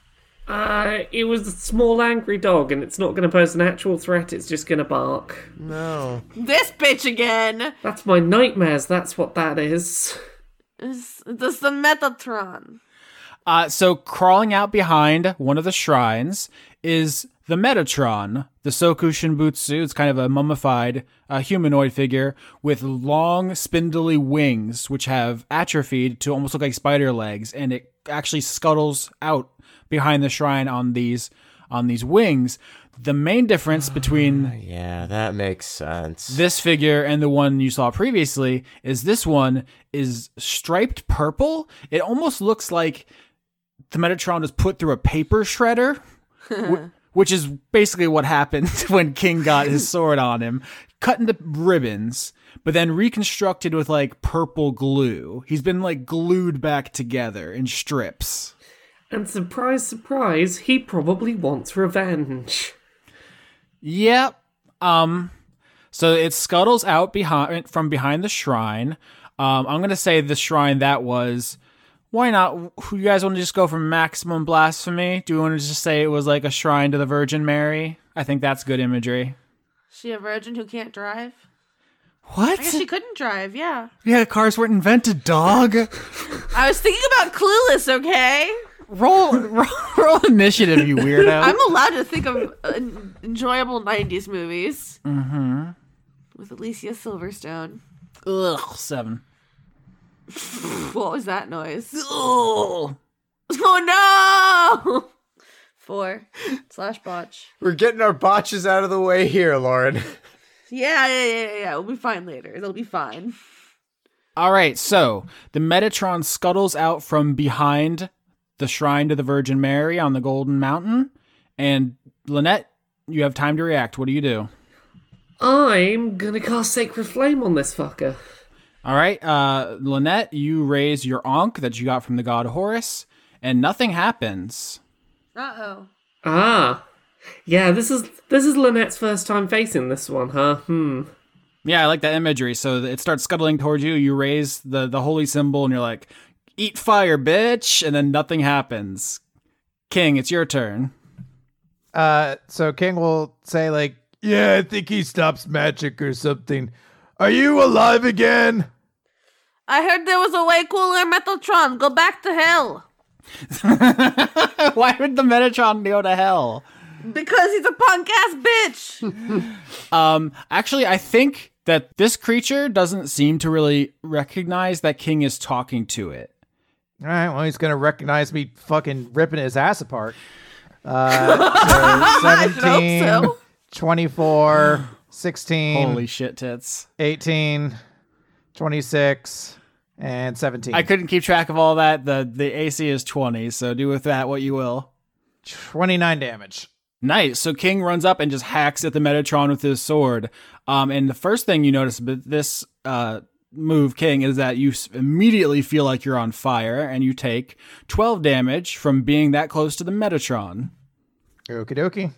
Speaker 4: Uh, it was a small angry dog, and it's not going to pose an actual threat. It's just going to bark.
Speaker 5: No.
Speaker 3: This bitch again.
Speaker 4: That's my nightmares. That's what that is.
Speaker 3: This, this is the Metatron.
Speaker 2: Uh, so crawling out behind one of the shrines is the Metatron, the Soku Shinbutsu. It's kind of a mummified uh, humanoid figure with long, spindly wings, which have atrophied to almost look like spider legs, and it actually scuttles out behind the shrine on these on these wings. The main difference between
Speaker 5: Yeah, that makes sense.
Speaker 2: this figure and the one you saw previously is this one is striped purple. It almost looks like the Metatron was put through a paper shredder, wh- which is basically what happened when King got his sword on him, cut into ribbons, but then reconstructed with like purple glue. He's been like glued back together in strips.
Speaker 4: And surprise, surprise, he probably wants revenge.
Speaker 2: Yep. Um so it scuttles out behind from behind the shrine. Um I'm going to say the shrine that was why not you guys want to just go for maximum blasphemy? Do you want to just say it was like a shrine to the Virgin Mary? I think that's good imagery.
Speaker 3: She a virgin who can't drive?
Speaker 2: What?
Speaker 3: I guess she couldn't drive, yeah.
Speaker 2: yeah, cars weren't invented, dog.
Speaker 3: I was thinking about Clueless, okay?
Speaker 2: roll, roll roll initiative, you weirdo.
Speaker 3: I'm allowed to think of uh, enjoyable 90s movies. Mm-hmm. With Alicia Silverstone.
Speaker 2: Ugh, 7.
Speaker 3: What was that noise?
Speaker 2: Ugh.
Speaker 3: Oh no! Four. Slash botch.
Speaker 5: We're getting our botches out of the way here, Lauren.
Speaker 3: Yeah, yeah, yeah, yeah, yeah. We'll be fine later. It'll be fine.
Speaker 2: All right, so the Metatron scuttles out from behind the shrine to the Virgin Mary on the Golden Mountain. And Lynette, you have time to react. What do you do?
Speaker 4: I'm gonna cast Sacred Flame on this fucker.
Speaker 2: All right, uh, Lynette, you raise your Ankh that you got from the god Horus, and nothing happens.
Speaker 3: Uh oh.
Speaker 4: Ah. Yeah, this is this is Lynette's first time facing this one, huh? Hmm.
Speaker 2: Yeah, I like that imagery. So it starts scuttling towards you. You raise the, the holy symbol, and you're like, eat fire, bitch. And then nothing happens. King, it's your turn.
Speaker 7: Uh, so King will say like, "Yeah, I think he stops magic or something." Are you alive again?
Speaker 3: I heard there was a way cooler Metaltron. Go back to hell.
Speaker 2: Why would the Metatron go to hell?
Speaker 3: Because he's a punk ass bitch.
Speaker 2: Um, actually, I think that this creature doesn't seem to really recognize that King is talking to it.
Speaker 7: All right, well, he's going to recognize me fucking ripping his ass apart.
Speaker 3: I
Speaker 7: Uh, so
Speaker 3: should
Speaker 7: 17,
Speaker 3: hope so.
Speaker 7: 24, 16,
Speaker 2: Holy shit, tits!
Speaker 7: 18, 26, and 17.
Speaker 2: I couldn't keep track of all that. the The AC is twenty, so do with that what you will.
Speaker 7: 29 damage.
Speaker 2: Nice. So King runs up and just hacks at the Metatron with his sword. Um, and the first thing you notice with this uh, move, King, is that you s- immediately feel like you're on fire and you take 12 damage from being that close to the Metatron.
Speaker 7: Okie dokie.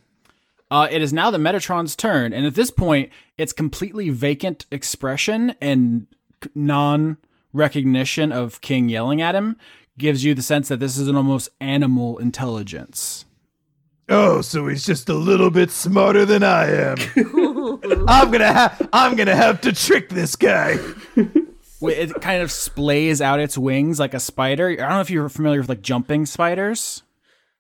Speaker 2: Uh, it is now the Metatron's turn. And at this point, it's completely vacant expression and non recognition of King yelling at him gives you the sense that this is an almost animal intelligence.
Speaker 7: Oh, so he's just a little bit smarter than I am. I'm gonna have I'm gonna have to trick this guy.
Speaker 2: Wait, it kind of splays out its wings like a spider. I don't know if you're familiar with like jumping spiders.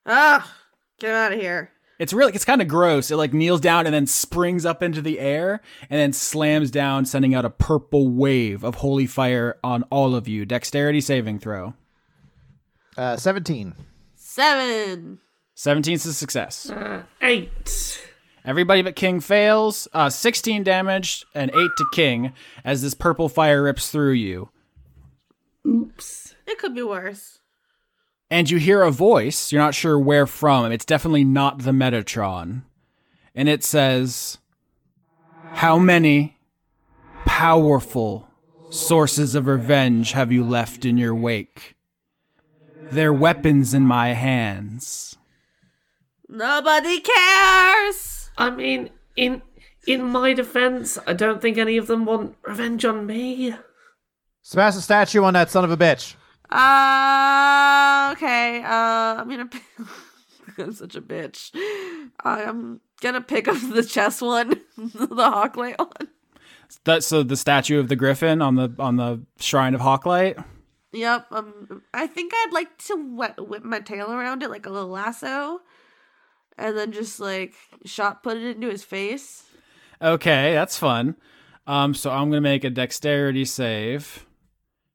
Speaker 3: Ah, get him out of here.
Speaker 2: It's really it's kind of gross. It like kneels down and then springs up into the air and then slams down sending out a purple wave of holy fire on all of you. Dexterity saving throw.
Speaker 7: Uh, 17.
Speaker 3: Seven.
Speaker 2: 17's a success.
Speaker 4: Eight.
Speaker 2: Everybody but King fails. Uh, 16 damage and 8 to King as this purple fire rips through you.
Speaker 4: Oops.
Speaker 3: It could be worse.
Speaker 2: and you hear a voice. You're not sure where from. It's definitely not the Metatron. And it says, How many powerful sources of revenge have you left in your wake? They're weapons in my hands.
Speaker 3: Nobody cares.
Speaker 4: I mean, in in my defense, I don't think any of them want revenge on me.
Speaker 7: Smash the statue on that son of a bitch.
Speaker 3: Uh, okay. Uh, I'm gonna. I'm such a bitch. I'm gonna pick up the chess one, the Hawkley one.
Speaker 2: That, so the statue of the griffin on the on the shrine of Hawklight.
Speaker 3: Yep. Um, I think I'd like to wet, whip my tail around it like a little lasso, and then just like shot put it into his face.
Speaker 2: Okay, that's fun. Um, so I'm gonna make a dexterity save.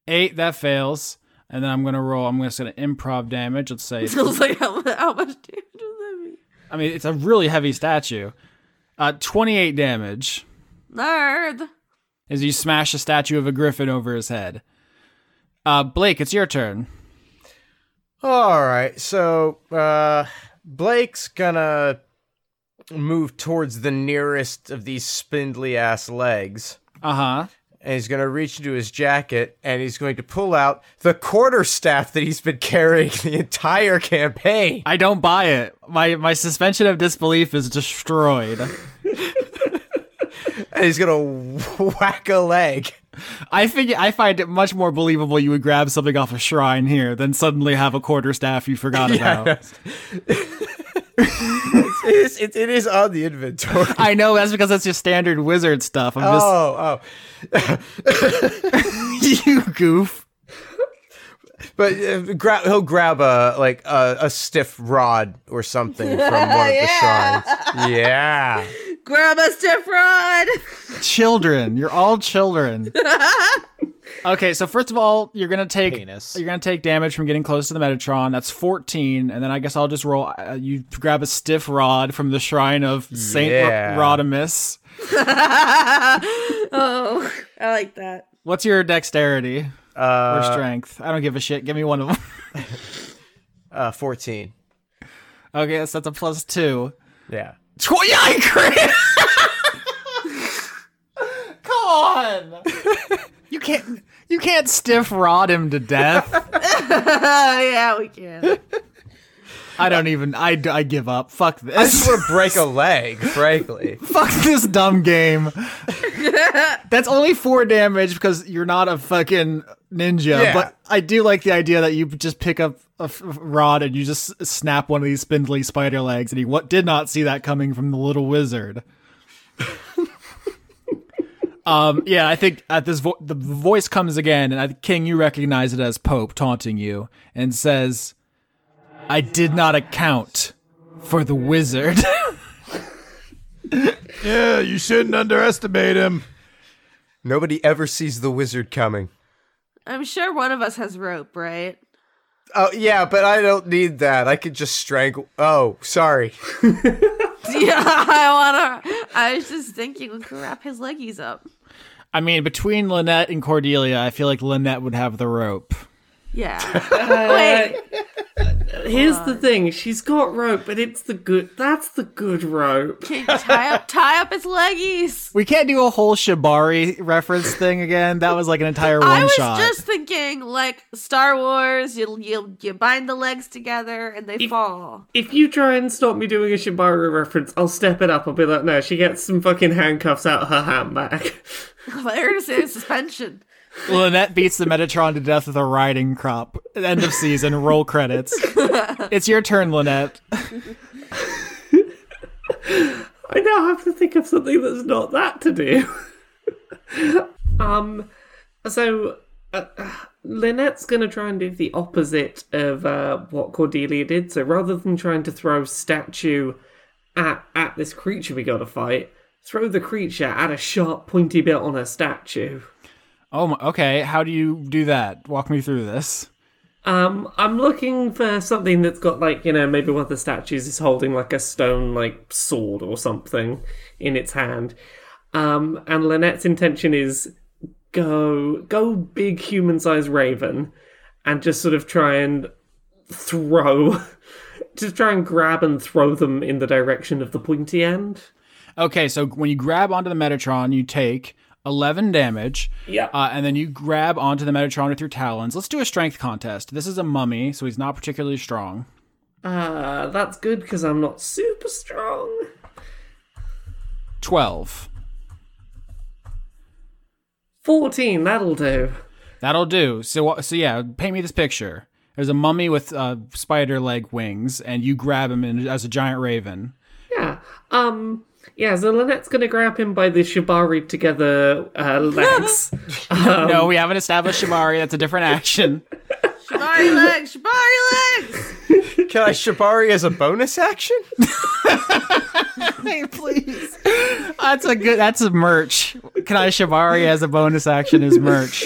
Speaker 2: Eight, that fails, and then I'm gonna roll. I'm just gonna improv damage. Let's say,
Speaker 3: I was like, how, mu- how much damage does that mean?
Speaker 2: I mean, it's a really heavy statue. Uh, 28 damage
Speaker 3: Nerd.
Speaker 2: as you smash a statue of a griffin over his head. Uh, Blake, it's your turn.
Speaker 5: All right, so uh, Blake's gonna move towards the nearest of these spindly ass legs,
Speaker 2: Uh huh.
Speaker 5: and he's gonna reach into his jacket, and he's going to pull out the quarter staff that he's been carrying the entire campaign.
Speaker 2: I don't buy it. My my suspension of disbelief is destroyed.
Speaker 5: And he's gonna whack a leg.
Speaker 2: I figure I find it much more believable you would grab something off a shrine here than suddenly have a quarterstaff you forgot about.
Speaker 5: It is, it, it is on the inventory.
Speaker 2: I know that's because that's your standard wizard stuff. I'm just
Speaker 5: Oh, oh.
Speaker 2: you goof.
Speaker 5: But uh, gra- he'll grab a like a, a stiff rod or something from one of the shrines. Yeah.
Speaker 3: Grab a stiff rod.
Speaker 2: Children, you're all children. okay, so first of all, you're gonna take
Speaker 7: Penis.
Speaker 2: you're gonna take damage from getting close to the Metatron. That's 14, and then I guess I'll just roll. Uh, you grab a stiff rod from the shrine of Saint
Speaker 5: Yeah.
Speaker 2: Ro- Rodimus.
Speaker 3: oh, I like that.
Speaker 2: What's your dexterity or
Speaker 5: Uh,
Speaker 2: strength? I don't give a shit. Give me one of them.
Speaker 5: uh, 14.
Speaker 2: okay, so that's a plus two.
Speaker 5: Yeah.
Speaker 2: Tw- yeah, I crit. Come on. you can't. You can't stiff rod him to death.
Speaker 3: yeah, we can.
Speaker 2: I don't even. I, d- I give up. Fuck
Speaker 5: I just
Speaker 2: this.
Speaker 5: want to break a leg, frankly.
Speaker 2: Fuck this dumb game. That's only four damage because you're not a fucking ninja.
Speaker 5: Yeah.
Speaker 2: But I do like the idea that you just pick up a f- rod and you just s- snap one of these spindly spider legs. And he what did not see that coming from the little wizard. um. Yeah, I think at this vo- the voice comes again, and I, King, you recognize it as Pope taunting you and says, I did not account for the wizard.
Speaker 9: Yeah, you shouldn't underestimate him.
Speaker 5: Nobody ever sees the wizard coming.
Speaker 3: I'm sure one of us has rope, right?
Speaker 5: Oh yeah, but I don't need that. I could just strangle. Oh, sorry.
Speaker 3: yeah, I wanna. I was just thinking we could wrap his leggies up.
Speaker 2: I mean, between Lynette and Cordelia, I feel like Lynette would have the rope.
Speaker 3: Yeah. Wait,
Speaker 4: Here's the thing: she's got rope, but it's the good. That's the good rope.
Speaker 3: can you tie up tie up his leggies?
Speaker 2: We can't do a whole Shibari reference thing again. That was like an entire one
Speaker 3: I was
Speaker 2: shot.
Speaker 3: just thinking like Star Wars. You you you bind the legs together and they fall.
Speaker 4: If you try and stop me doing a Shibari reference, I'll step it up. I'll be like, no, she gets some fucking handcuffs out of her handbag.
Speaker 3: I heard it say suspension.
Speaker 2: Lynette beats the Metatron to death with a riding crop. End of season. Roll credits. it's your turn, Lynette.
Speaker 4: I now have to think of something that's not that to do. um, so uh, uh, Lynette's going to try and do the opposite of uh, what Cordelia did. So rather than trying to throw statue at at this creature we got to fight, throw the creature at a sharp pointy bit on a statue.
Speaker 2: Oh, my, okay. How do you do that? Walk me through this.
Speaker 4: Um, I'm looking for something that's got like you know maybe one of the statues is holding like a stone like sword or something in its hand, um, and Lynette's intention is go go big human sized raven, and just sort of try and throw, just try and grab and throw them in the direction of the pointy end.
Speaker 2: Okay, so when you grab onto the Metatron, you take 11 damage.
Speaker 4: Yeah.
Speaker 2: Uh, and then you grab onto the Metatron with your talons. Let's do a strength contest. This is a mummy, so he's not particularly strong.
Speaker 4: Uh, that's good because I'm not super strong.
Speaker 2: 12.
Speaker 4: Fourteen, that'll do.
Speaker 2: That'll do. So, uh, so yeah, paint me this picture. There's a mummy with uh, spider leg wings, and you grab him in, as a giant raven.
Speaker 4: Yeah. Um. Yeah. So Lynette's gonna grab him by the shibari together uh, legs.
Speaker 2: no, we haven't established Shibari. That's a different action.
Speaker 3: Shibari legs, Shibari legs.
Speaker 5: Can I Shibari as a bonus action?
Speaker 2: please. That's a good. That's a merch. Can I Shibari as a bonus action is merch.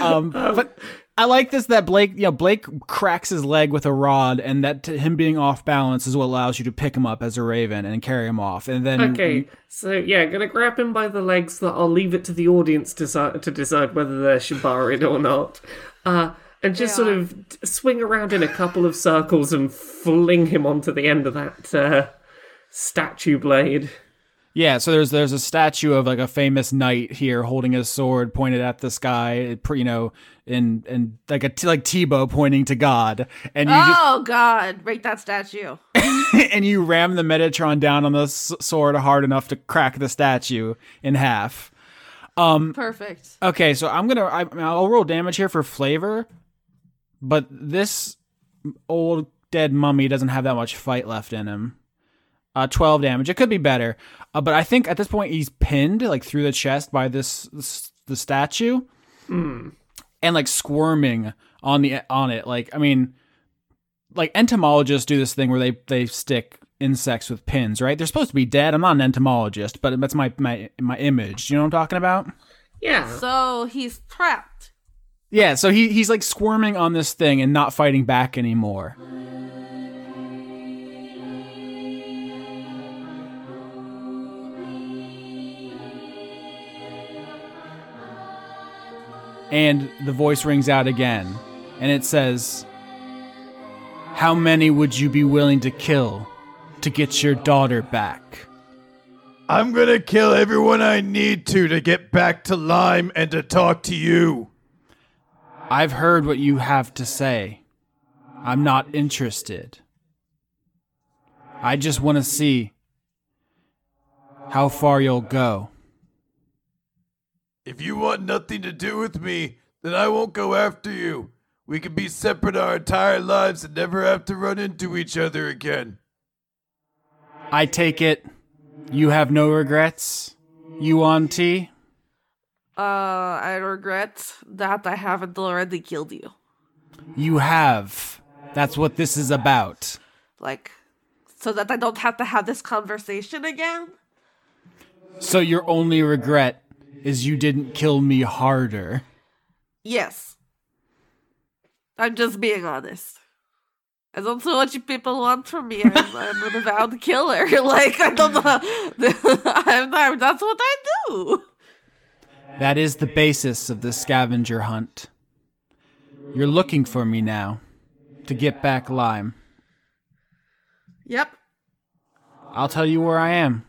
Speaker 2: Um, but I like this that Blake. You know, Blake cracks his leg with a rod, and that to him being off balance is what allows you to pick him up as a raven and carry him off. And then
Speaker 4: Okay, so yeah, gonna grab him by the legs. That I'll leave it to the audience to decide, to decide whether they're shibaried or not, uh, and just sort of d- swing around in a couple of circles and fling him onto the end of that uh, statue blade.
Speaker 2: Yeah, so there's there's a statue of like a famous knight here holding his sword pointed at the sky, it pre- you know, and and like a t- like Tebow pointing to God, and you just,
Speaker 3: Oh God, break that statue.
Speaker 2: and you ram the Metatron down on the s- sword hard enough to crack the statue in half.
Speaker 3: Perfect.
Speaker 2: Okay, so I'm gonna I, I'll roll damage here for flavor, but this old dead mummy doesn't have that much fight left in him. Uh, twelve damage. It could be better, uh, but I think at this point he's pinned like through the chest by this, this the statue, and like squirming on the on it. Like I mean, like entomologists do this thing where they they stick insects with pins, right? They're supposed to be dead. I'm not an entomologist, but that's my my my image. You know what I'm talking about?
Speaker 4: Yeah,
Speaker 3: So he's trapped.
Speaker 2: Yeah, so he he's like squirming on this thing and not fighting back anymore. And the voice rings out again, and it says, "How many would you be willing to kill to get your daughter back?"
Speaker 9: I'm gonna kill everyone I need to to get back to Lyme and to talk to you.
Speaker 2: I've heard what you have to say. I'm not interested. I just want to see how far you'll go.
Speaker 9: If you want nothing to do with me, then I won't go after you. We can be separate our entire lives and never have to run into each other again.
Speaker 2: I take it you have no regrets, you on T?
Speaker 3: Uh, I regret that I haven't already killed you.
Speaker 2: You have That's what this is about.
Speaker 3: like so that I don't have to have this conversation again.
Speaker 2: So your only regret is you didn't kill me harder.
Speaker 3: Yes. I'm just being honest. I don't know what you people want from me. I'm, I'm an avowed killer. Like I don't know. I'm, I'm, that's what I do.
Speaker 2: That is the basis of the scavenger hunt. You're looking for me now to get back Lime.
Speaker 3: Yep.
Speaker 2: I'll tell you where I am.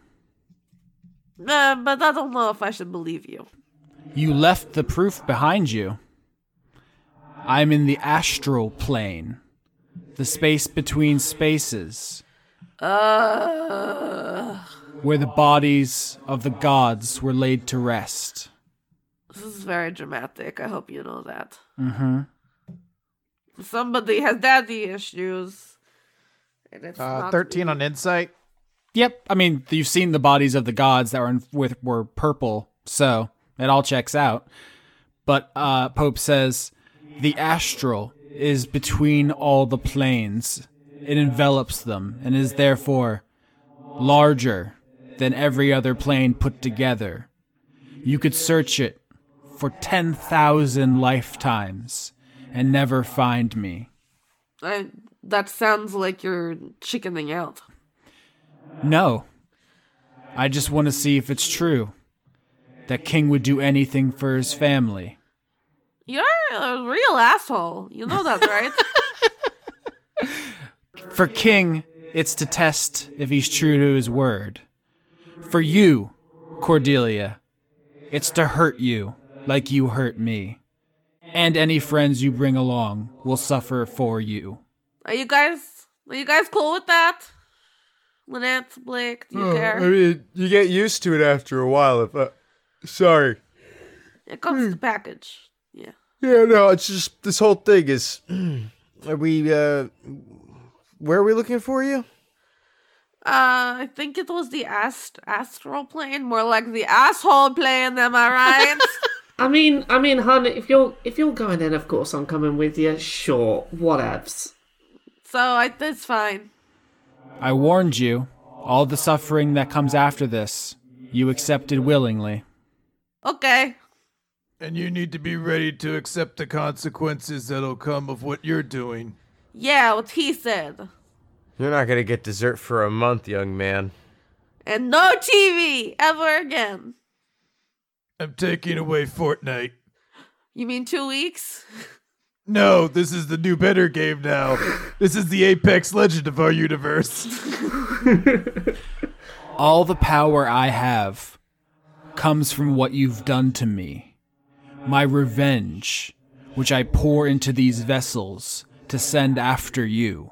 Speaker 3: Uh, but I don't know if I should believe you.
Speaker 2: You left the proof behind you. I'm in the astral plane, the space between spaces,
Speaker 3: Uh,
Speaker 2: where the bodies of the gods were laid to rest.
Speaker 3: this is very dramatic. I hope you know that.
Speaker 2: Mm-hmm.
Speaker 3: Somebody has daddy issues. And it's
Speaker 9: Uh,
Speaker 3: not
Speaker 9: 13 on insight.
Speaker 2: Yep. I mean, you've seen the bodies of the gods that were in, with were purple, so it all checks out. But uh, Pope says the astral is between all the planes. It envelops them and is therefore larger than every other plane put together. You could search it for 10,000 lifetimes and never find me.
Speaker 3: I, that sounds like you're chickening out.
Speaker 2: No. I just want to see if it's true that King would do anything for his family.
Speaker 3: You're a real asshole. You know that, right?
Speaker 2: For King, it's to test if he's true to his word. For you, Cordelia, it's to hurt you like you hurt me. And any friends you bring along will suffer for you.
Speaker 3: are you guys are you guys cool with that? Lynette, Blake, do you care?
Speaker 5: Uh, mean, you get used to it after a while. If uh, sorry,
Speaker 3: it comes to package. Yeah.
Speaker 5: yeah, no, it's just this whole thing is. Are we? uh Where are we looking for you?
Speaker 3: Uh I think it was the ast- astral plane, more like the asshole plane, am I right?
Speaker 4: I mean, I mean, hon, if you're if you're going in, of course I'm coming with you. Sure, whatevs.
Speaker 3: so I that's fine.
Speaker 2: I warned you, all the suffering that comes after this, you accepted willingly.
Speaker 3: Okay.
Speaker 9: And you need to be ready to accept the consequences that'll come of what you're doing.
Speaker 3: Yeah, what he said.
Speaker 5: You're not gonna get dessert for a month, young man.
Speaker 3: And no TV ever again.
Speaker 9: I'm taking away Fortnite.
Speaker 3: You mean two weeks?
Speaker 9: No, this is the new better game now. this is the apex legend of our universe.
Speaker 2: All the power I have comes from what you've done to me. My revenge, which I pour into these vessels to send after you.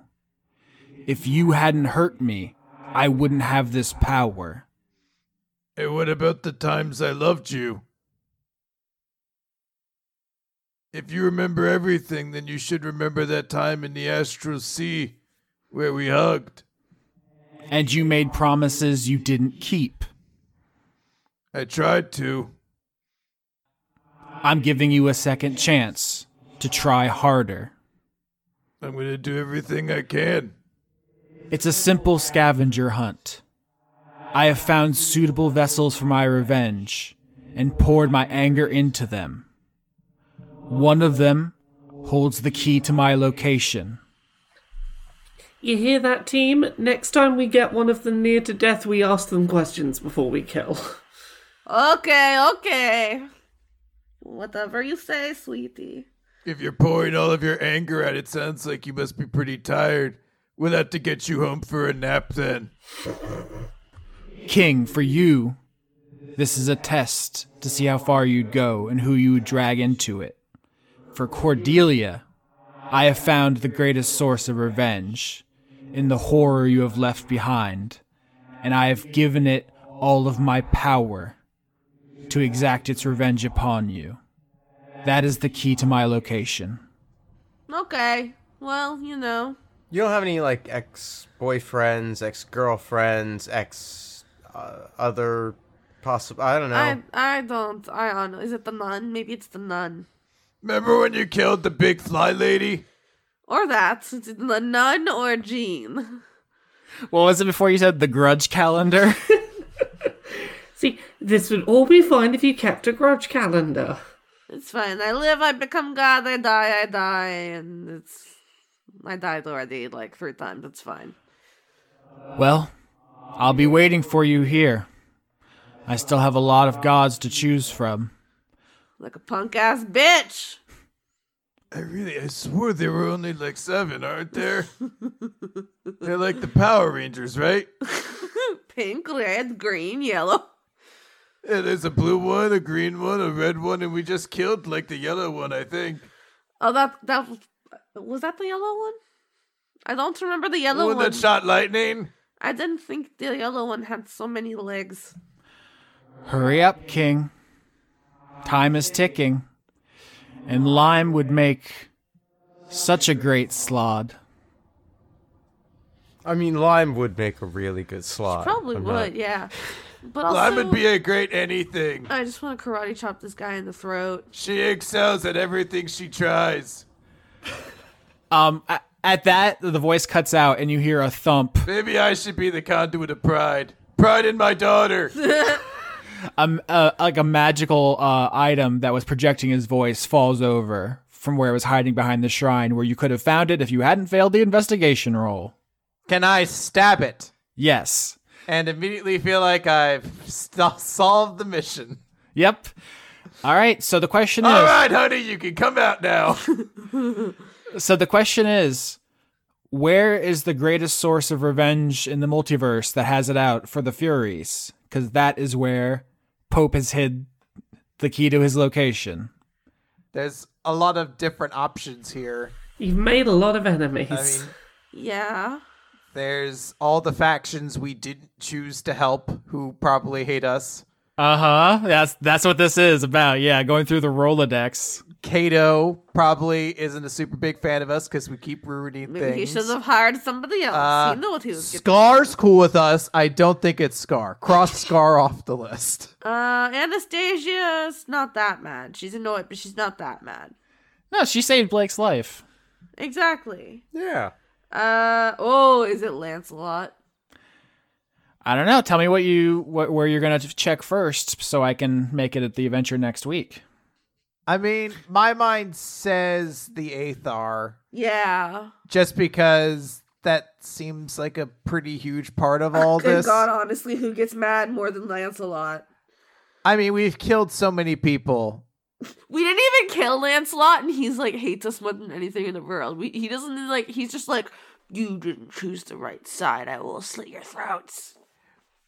Speaker 2: If you hadn't hurt me, I wouldn't have this power.
Speaker 9: and what about the times I loved you? If you remember everything, then you should remember that time in the astral sea where we hugged.
Speaker 2: And you made promises you didn't keep.
Speaker 9: I tried to.
Speaker 2: I'm giving you a second chance to try harder.
Speaker 9: I'm going to do everything I can.
Speaker 2: It's a simple scavenger hunt. I have found suitable vessels for my revenge and poured my anger into them. One of them holds the key to my location.
Speaker 4: You hear that, team? Next time we get one of them near to death, we ask them questions before we kill.
Speaker 3: Okay, okay. Whatever you say, sweetie.
Speaker 9: If you're pouring all of your anger out, it sounds like you must be pretty tired. We'll have to get you home for a nap then.
Speaker 2: King, for you, this is a test to see how far you'd go and who you would drag into it. For Cordelia, I have found the greatest source of revenge in the horror you have left behind, and I have given it all of my power to exact its revenge upon you. That is the key to my location.
Speaker 3: Okay. Well, you know.
Speaker 5: You don't have any like ex boyfriends, ex girlfriends, ex uh, other possible. I don't know.
Speaker 3: I I don't. I don't know. Is it the nun? Maybe it's the nun.
Speaker 9: Remember when you killed the big fly lady?
Speaker 3: Or that. It's the nun or Jean.
Speaker 2: What was it before you said the grudge calendar?
Speaker 4: See, this would all be fine if you kept a grudge calendar.
Speaker 3: It's fine. I live, I become God, I die, I die, and it's. I died already like three times. It's fine.
Speaker 2: well, I'll be waiting for you here. I still have a lot of gods to choose from.
Speaker 3: Like a punk ass bitch.
Speaker 9: I really, I swore there were only like seven, aren't there? They're like the Power Rangers, right?
Speaker 3: Pink, red, green, yellow.
Speaker 9: Yeah, there's a blue one, a green one, a red one, and we just killed like the yellow one, I think.
Speaker 3: Oh, that that was- was that the yellow one. I don't remember the
Speaker 9: The
Speaker 3: yellow
Speaker 9: one
Speaker 3: one.
Speaker 9: that shot lightning.
Speaker 3: I didn't think the yellow one had so many legs.
Speaker 2: Hurry up, King. Time is ticking. And lime would make such a great slod.
Speaker 7: I mean, lime would make a really good slot.
Speaker 3: Probably
Speaker 7: I'm
Speaker 3: would,
Speaker 7: not-
Speaker 3: yeah. But also,
Speaker 9: Lime would be a great anything.
Speaker 3: I just want to karate chop this guy in the throat.
Speaker 9: She excels at everything she tries.
Speaker 2: Um, a- at that, the voice cuts out and you hear a thump.
Speaker 9: Maybe I should be the conduit of pride. Pride in my daughter.
Speaker 2: um, uh, like a magical uh, item that was projecting his voice falls over from where it was hiding behind the shrine, where you could have found it if you hadn't failed the investigation roll.
Speaker 7: Can I stab it?
Speaker 2: Yes.
Speaker 7: And immediately feel like I've st- solved the mission.
Speaker 2: Yep. All right. So the question is.
Speaker 9: All right, honey, you can come out now.
Speaker 2: So the question is, where is the greatest source of revenge in the multiverse that has it out for the Furies? Because that is where Pope has hid the key to his location.
Speaker 7: There's a lot of different options here.
Speaker 4: You've made a lot of enemies.
Speaker 7: I mean,
Speaker 3: Yeah.
Speaker 7: there's all the factions we didn't choose to help who probably hate us.
Speaker 2: Uh huh. That's that's what this is about. Yeah, going through the Rolodex.
Speaker 7: Kato probably isn't a super big fan of us because we keep ruining
Speaker 3: Maybe he
Speaker 7: things.
Speaker 3: should have hired somebody else.
Speaker 7: Uh,
Speaker 3: he knew what he was getting.
Speaker 7: Scar's cool with us. I don't think it's Scar. Cross Scar off the list.
Speaker 3: Uh, Anastasia's not that mad. She's annoyed, but she's not that mad.
Speaker 2: No, she saved Blake's life.
Speaker 3: Exactly.
Speaker 7: Yeah.
Speaker 3: Uh, oh, is it Lancelot?
Speaker 2: I don't know. Tell me what you what, where you're gonna check first, so I can make it at the adventure next week.
Speaker 7: I mean, my mind says the Aethar
Speaker 3: Yeah.
Speaker 7: just because that seems like a pretty huge part of all
Speaker 3: Good
Speaker 7: this.
Speaker 3: God, honestly, who gets mad more than Lancelot?
Speaker 7: I mean, we've killed so many people.
Speaker 3: We didn't even kill Lancelot, and he's like hates us more than anything in the world. We, he doesn't like. He's just like, you didn't choose the right side. I will slit your throats.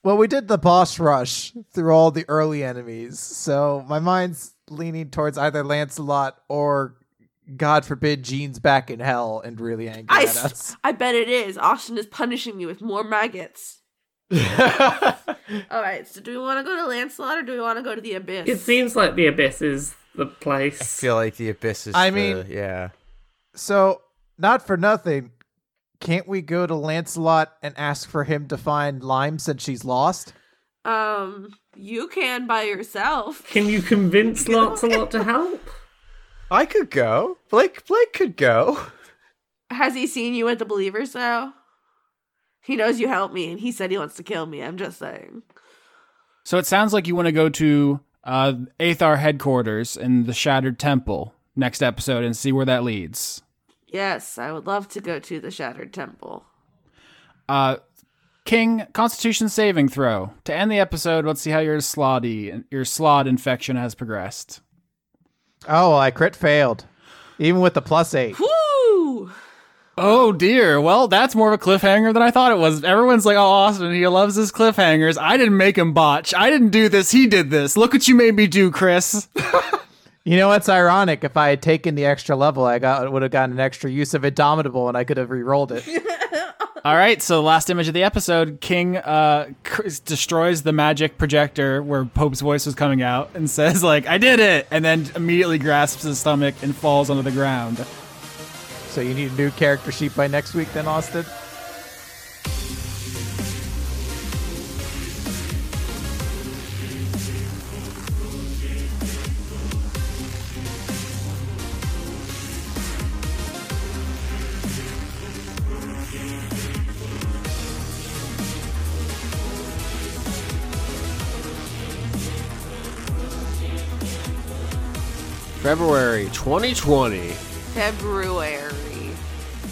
Speaker 7: Well, we did the boss rush through all the early enemies, so my mind's leaning towards either Lancelot or, God forbid, Jean's back in hell and really angry
Speaker 3: I,
Speaker 7: at
Speaker 3: s-
Speaker 7: us.
Speaker 3: I bet it is. Austin is punishing me with more maggots. All right. So, do we want to go to Lancelot or do we want to go to the abyss?
Speaker 4: It seems like the abyss is the place.
Speaker 7: like the abyss is. I mean,
Speaker 5: yeah.
Speaker 7: so not for nothing, can't we go to Lancelot and ask for him to find Lime since she's lost?
Speaker 3: um, you can by yourself.
Speaker 4: Can you convince Lancelot to help?
Speaker 5: I could go. Blake Blake could go.
Speaker 3: Has he seen you at the Believers though? He knows you helped me, and he said he wants to kill me. I'm just saying.
Speaker 2: So it sounds like you want to go to uh, Aethar headquarters in the Shattered Temple next episode and see where that leads.
Speaker 3: Yes, I would love to go to the Shattered Temple.
Speaker 2: Uh, King Constitution saving throw to end the episode. Let's see how your sloddy your slod infection has progressed.
Speaker 7: Oh, I crit failed, even with the plus eight.
Speaker 3: Woo!
Speaker 2: Oh dear. Well, that's more of a cliffhanger than I thought it was. Everyone's like, "Oh, Austin, he loves his cliffhangers." I didn't make him botch. I didn't do this. He did this. Look what you made me do, Chris.
Speaker 7: You know, it's ironic. If I had taken the extra level, I got would have gotten an extra use of Indomitable, and I could have re-rolled it.
Speaker 2: All right, so the last image of the episode, King uh, cr- destroys the magic projector where Pope's voice was coming out and says, like, I did it, and then immediately grasps his stomach and falls onto the ground.
Speaker 7: So you need a new character sheet by next week, then, Austin.
Speaker 2: February 2020.
Speaker 3: February.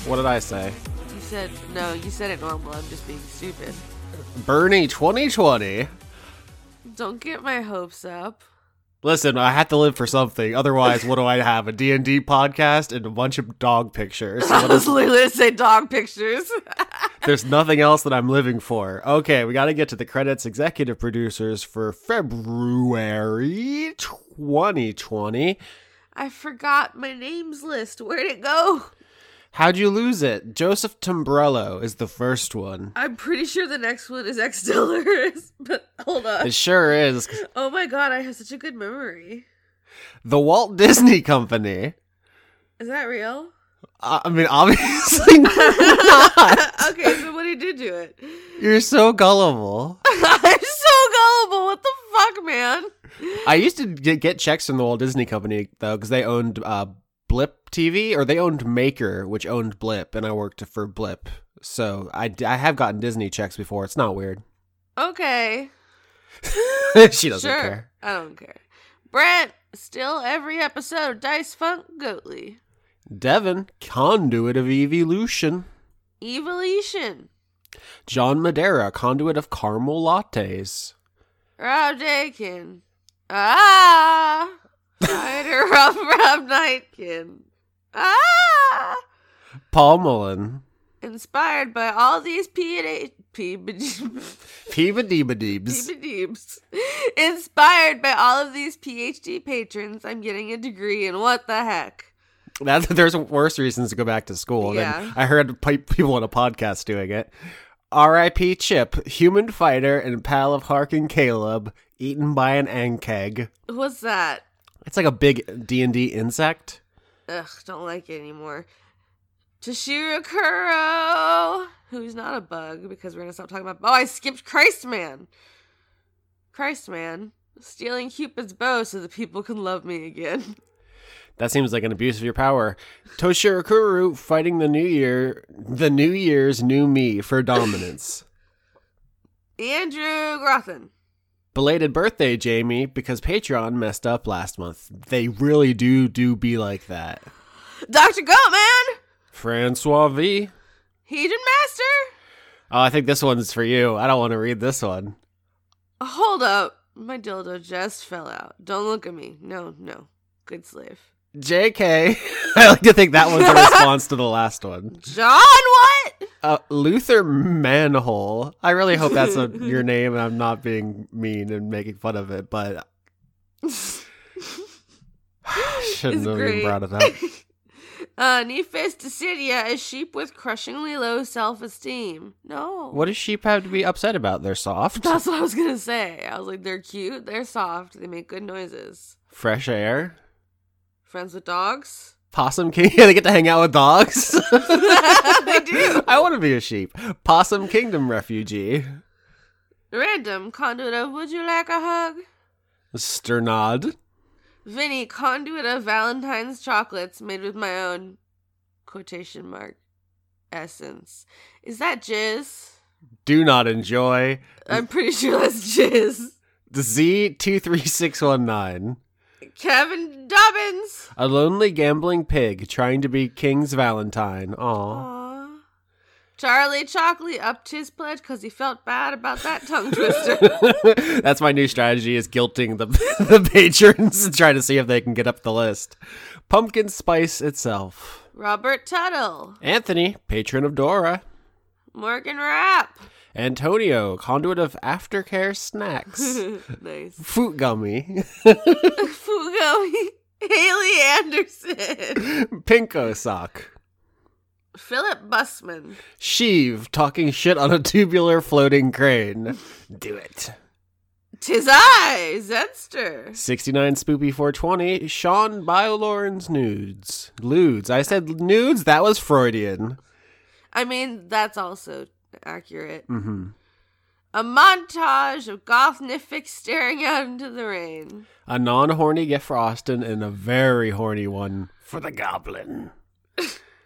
Speaker 2: What did I say?
Speaker 3: You said no. You said it normal. I'm just being stupid.
Speaker 2: Bernie 2020.
Speaker 3: Don't get my hopes up.
Speaker 2: Listen, I had to live for something. Otherwise, what do I have? A D&D podcast and a bunch of dog pictures.
Speaker 3: I
Speaker 2: What
Speaker 3: was
Speaker 2: is-
Speaker 3: literally gonna say dog pictures.
Speaker 2: there's nothing else that I'm living for. Okay, we got to get to the credits executive producers for February 2020.
Speaker 3: I forgot my names list. Where'd it go?
Speaker 2: How'd you lose it? Joseph Tombrello is the first one.
Speaker 3: I'm pretty sure the next one is X Dillers, but hold on.
Speaker 2: It sure is.
Speaker 3: Oh my god, I have such a good memory.
Speaker 2: The Walt Disney Company.
Speaker 3: Is that real?
Speaker 2: I I mean, obviously not.
Speaker 3: Uh, okay, so what did you do it?
Speaker 2: You're so gullible.
Speaker 3: I'm so gullible. What the fuck, man?
Speaker 2: I used to get, get checks from the Walt Disney Company though, because they owned uh, Blip TV, or they owned Maker, which owned Blip, and I worked for Blip. So I, d- I have gotten Disney checks before. It's not weird.
Speaker 3: Okay,
Speaker 2: she doesn't
Speaker 3: sure.
Speaker 2: care.
Speaker 3: I don't care. Brent, still every episode. Dice Funk Goatly,
Speaker 2: Devin, conduit of evolution.
Speaker 3: Evolution,
Speaker 2: John Madera, conduit of caramel lattes.
Speaker 3: Rob Dakin, ah, Spider Rob Rob Nightkin, ah.
Speaker 2: Paul Mullen.
Speaker 3: Inspired by all these P PhD
Speaker 2: Peebadee
Speaker 3: Deeps. Inspired by all of these PhD patrons, I'm getting a degree in what the heck?
Speaker 2: That There's worse reasons to go back to school.
Speaker 3: Yeah.
Speaker 2: Than I heard pe- people on a podcast doing it. R.I.P. Chip, human fighter and pal of Hark and Caleb, eaten by an ankeg.
Speaker 3: What's that?
Speaker 2: It's like a big D and D insect.
Speaker 3: Ugh, don't like it anymore. Toshiro Kuro, who's not a bug because we're gonna stop talking about. Oh, I skipped Christman. Christman stealing Cupid's bow so that people can love me again.
Speaker 2: That seems like an abuse of your power. Toshirakuru fighting the new year, the new year's new me for dominance.
Speaker 3: Andrew Grothin.
Speaker 2: Belated birthday, Jamie, because Patreon messed up last month. They really do do be like that.
Speaker 3: Dr. Goatman!
Speaker 2: Francois V.
Speaker 3: Hedron Master!
Speaker 2: Oh, I think this one's for you. I don't want to read this one.
Speaker 3: Hold up. My dildo just fell out. Don't look at me. No, no. Good slave.
Speaker 2: JK. I like to think that one's a response to the last one.
Speaker 3: John, what?
Speaker 2: Uh, Luther Manhole. I really hope that's a, your name and I'm not being mean and making fun of it, but shouldn't
Speaker 3: It's
Speaker 2: have
Speaker 3: great.
Speaker 2: even brought it up.
Speaker 3: Uh, Nephis Decidia is sheep with crushingly low self esteem. No.
Speaker 2: What does sheep have to be upset about? They're soft.
Speaker 3: That's what I was gonna say. I was like, they're cute, they're soft, they make good noises.
Speaker 2: Fresh air.
Speaker 3: Friends with dogs?
Speaker 2: Possum King. they get to hang out with dogs.
Speaker 3: they do.
Speaker 2: I want to be a sheep. Possum Kingdom refugee.
Speaker 3: Random conduit of would you like a hug?
Speaker 2: Sternod.
Speaker 3: Vinny, conduit of Valentine's chocolates made with my own quotation mark essence. Is that jizz?
Speaker 2: Do not enjoy.
Speaker 3: I'm pretty sure that's jizz.
Speaker 2: Z23619.
Speaker 3: Kevin Dobbins.
Speaker 2: A lonely gambling pig trying to be King's Valentine. Aw.
Speaker 3: Aww. Charlie Chocolate upped his pledge because he felt bad about that tongue twister.
Speaker 2: That's my new strategy is guilting the the patrons and trying to see if they can get up the list. Pumpkin spice itself.
Speaker 3: Robert Tuttle.
Speaker 2: Anthony, patron of Dora.
Speaker 3: Morgan Rapp.
Speaker 2: Antonio, conduit of aftercare snacks.
Speaker 3: nice.
Speaker 2: Fruit gummy.
Speaker 3: Fugo. Haley Anderson.
Speaker 2: Pinko sock.
Speaker 3: Philip Busman.
Speaker 2: Sheev talking shit on a tubular floating crane. Do it.
Speaker 3: Tis I, Zenster.
Speaker 2: 69 Spoopy 420, Sean Biolorn's nudes. Ludes. I said nudes, that was Freudian.
Speaker 3: I mean, that's also accurate.
Speaker 2: Mm-hmm.
Speaker 3: A montage of Gothniffic staring out into the rain.
Speaker 2: A non horny gift for Austin and a very horny one for the goblin.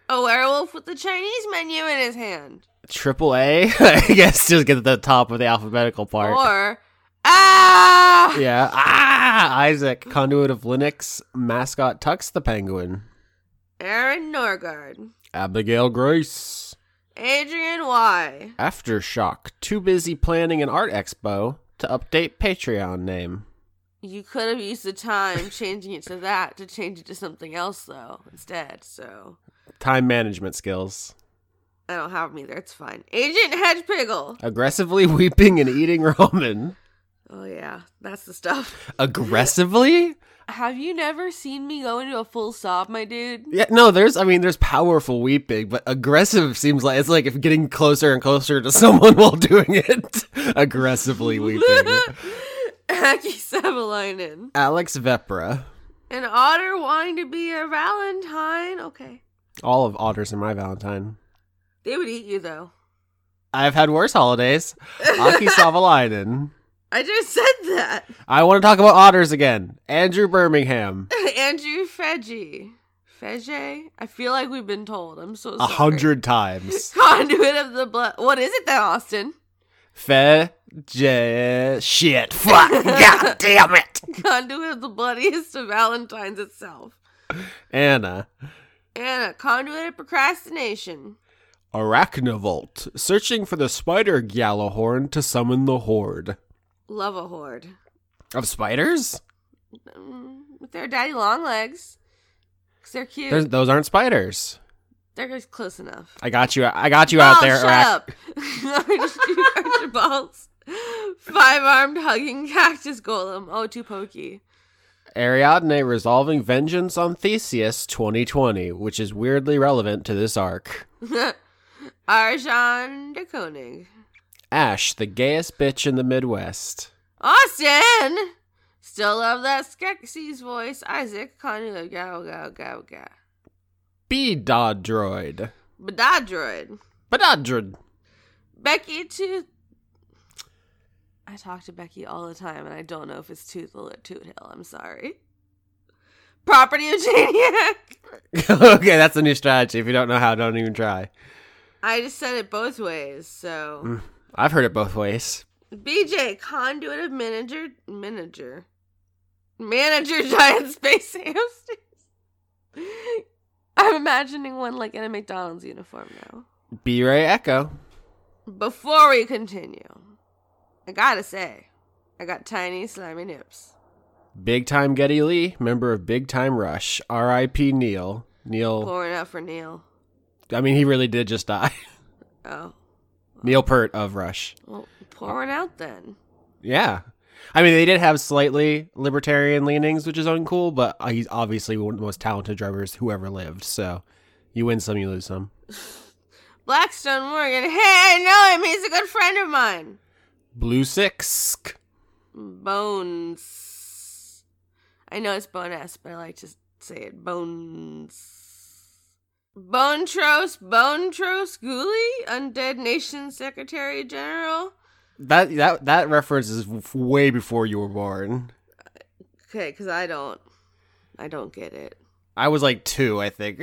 Speaker 3: A werewolf with the Chinese menu in his hand.
Speaker 2: Triple A? I guess just get to the top of the alphabetical part.
Speaker 3: Or Ah!
Speaker 2: Yeah. Ah! Isaac, conduit of Linux, mascot Tux the Penguin.
Speaker 3: Aaron Norgard.
Speaker 2: Abigail Grace.
Speaker 3: Adrian Y.
Speaker 2: Aftershock, too busy planning an art expo to update Patreon name.
Speaker 3: You could have used the time changing it to that to change it to something else, though, instead, so.
Speaker 2: Time management skills.
Speaker 3: I don't have them either. It's fine. Agent Hedgepiggle.
Speaker 2: Aggressively weeping and eating ramen.
Speaker 3: Oh, yeah. That's the stuff.
Speaker 2: Aggressively?
Speaker 3: Have you never seen me go into a full sob, my dude?
Speaker 2: Yeah, no, there's, I mean, there's powerful weeping, but aggressive seems like it's like if getting closer and closer to someone while doing it. Aggressively weeping.
Speaker 3: Aki Savalainen.
Speaker 2: Alex Vepra.
Speaker 3: An otter wanting to be a Valentine. Okay.
Speaker 2: All of otters are my Valentine.
Speaker 3: They would eat you, though.
Speaker 2: I've had worse holidays. Aki Savalainen.
Speaker 3: I just said that.
Speaker 2: I want to talk about otters again. Andrew Birmingham.
Speaker 3: Andrew Feggy. Fege? I feel like we've been told. I'm so sorry.
Speaker 2: A hundred times.
Speaker 3: Conduit of the blood. What is it then, Austin?
Speaker 2: Fe J shit. Fuck. God damn it.
Speaker 3: Conduit of the bloodiest of Valentine's itself.
Speaker 2: Anna.
Speaker 3: Anna, conduit of procrastination.
Speaker 2: Arachnovolt, searching for the spider Gallahorn to summon the horde.
Speaker 3: Love a horde.
Speaker 2: Of spiders?
Speaker 3: Um, with their daddy long legs. Because they're cute.
Speaker 2: There's, those aren't spiders.
Speaker 3: They're just close enough.
Speaker 2: I got you. I got you out
Speaker 3: Oh,
Speaker 2: there.
Speaker 3: Shut
Speaker 2: Arach-
Speaker 3: up. Archibald's five armed hugging cactus golem. Oh, too pokey.
Speaker 2: Ariadne resolving vengeance on Theseus 2020, which is weirdly relevant to this arc.
Speaker 3: Arjan de Koenig.
Speaker 2: Ash, the gayest bitch in the Midwest.
Speaker 3: Austin! Still love that Skeksis voice. Isaac, Conduit, Gow, Gow, Gow, Gow.
Speaker 2: B Dodroid.
Speaker 3: Badadroid.
Speaker 2: Badodroid.
Speaker 3: Becky Tooth. I talk to Becky all the time, and I don't know if it's Toothill or Toothill. I'm sorry. Property of Janiac.
Speaker 2: okay, that's a new strategy. If you don't know how, don't even try.
Speaker 3: I just said it both ways, so.
Speaker 2: Mm, I've heard it both ways.
Speaker 3: BJ, conduit of manager, manager, manager, giant space hamsters. I'm imagining one like in a McDonald's uniform now.
Speaker 2: B Ray Echo.
Speaker 3: Before we continue, I gotta say, I got tiny slimy nips.
Speaker 2: Big Time Getty Lee, member of Big Time Rush. R.I.P. Neil. Neil.
Speaker 3: Pouring out for Neil.
Speaker 2: I mean, he really did just die.
Speaker 3: Oh,
Speaker 2: Neil Pert of Rush.
Speaker 3: well, pouring out then.
Speaker 2: Yeah. I mean, they did have slightly libertarian leanings, which is uncool, but uh, he's obviously one of the most talented drummers who ever lived. So you win some, you lose some.
Speaker 3: Blackstone Morgan. Hey, I know him. He's a good friend of mine.
Speaker 2: Blue Six.
Speaker 3: Bones. I know it's bonus, but I like to say it. Bones. Bone Tros, Bone Tros Ghoulie, Undead Nation Secretary General.
Speaker 2: That that that reference is f- way before you were born.
Speaker 3: Okay, because I don't. I don't get it.
Speaker 2: I was like two, I think.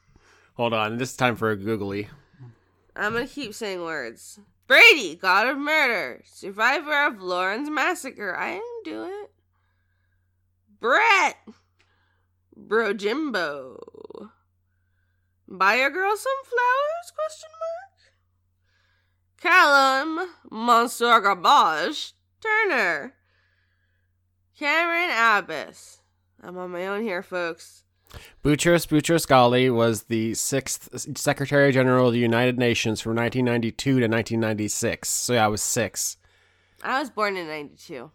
Speaker 2: Hold on, this is time for a googly.
Speaker 3: I'm gonna keep saying words. Brady, God of Murder, Survivor of Lauren's Massacre. I didn't do it. Brett, Bro Jimbo, buy a girl some flowers? Question mark. Callum, Monsieur Garbage, Turner, Cameron Abbas. I'm on my own here, folks.
Speaker 2: Boutros Boutros Ghali was the sixth Secretary General of the United Nations from 1992 to 1996. So yeah, I was six.
Speaker 3: I was born in '92.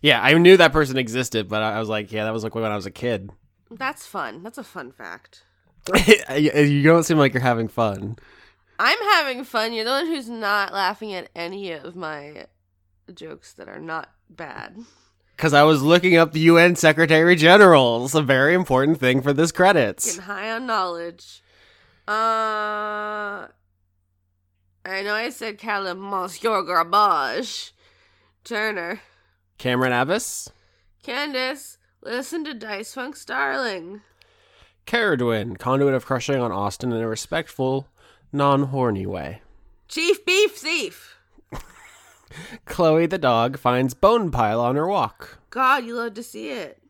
Speaker 2: Yeah, I knew that person existed, but I I was like, yeah, that was like when I was a kid.
Speaker 3: That's fun. That's a fun fact.
Speaker 2: you you don't seem like you're having fun.
Speaker 3: I'm having fun. You're the one who's not laughing at any of my jokes that are not bad.
Speaker 2: Because I was looking up the UN Secretary General. It's a very important thing for this credits.
Speaker 3: Getting high on knowledge. Uh, I know I said Callum Monsieur Garbage. Turner.
Speaker 2: Cameron Abbas,
Speaker 3: Candace, listen to Dice Funk's Darling.
Speaker 2: Caradwin, conduit of crushing on Austin in a respectful, non horny way.
Speaker 3: Chief Beef Thief.
Speaker 2: Chloe the dog finds bone pile on her walk.
Speaker 3: God, you love to see it.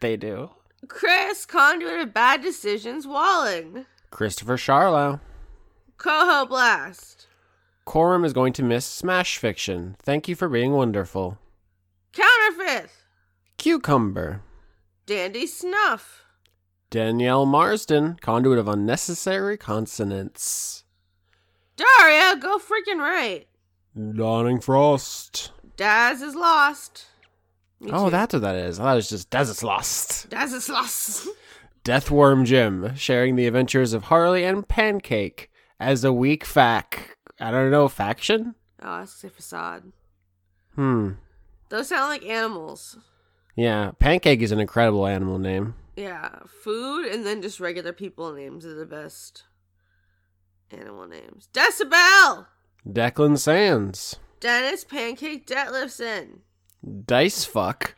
Speaker 2: They do.
Speaker 3: Chris, conduit of bad decisions, Walling.
Speaker 2: Christopher Charlow.
Speaker 3: Coho Blast.
Speaker 2: Corum is going to miss Smash Fiction. Thank you for being wonderful.
Speaker 3: Counterfeit.
Speaker 2: Cucumber.
Speaker 3: Dandy Snuff.
Speaker 2: Danielle Marsden, conduit of unnecessary consonants.
Speaker 3: Daria, go freaking right.
Speaker 2: Dawning Frost.
Speaker 3: Daz is lost. Me
Speaker 2: Oh,
Speaker 3: too.
Speaker 2: that's what that is. I thought it was just Desert's Lost.
Speaker 3: Daz is lost.
Speaker 2: Deathworm Jim, sharing the adventures of Harley and Pancake as a weak fac. I don't know, faction?
Speaker 3: oh, I was gonna say facade.
Speaker 2: Hmm.
Speaker 3: Those sound like animals.
Speaker 2: Yeah, Pancake is an incredible animal name.
Speaker 3: Yeah, food and then just regular people names are the best animal names. Decibel,
Speaker 2: Declan Sands.
Speaker 3: Dennis Pancake Detlefson,
Speaker 2: Dice fuck.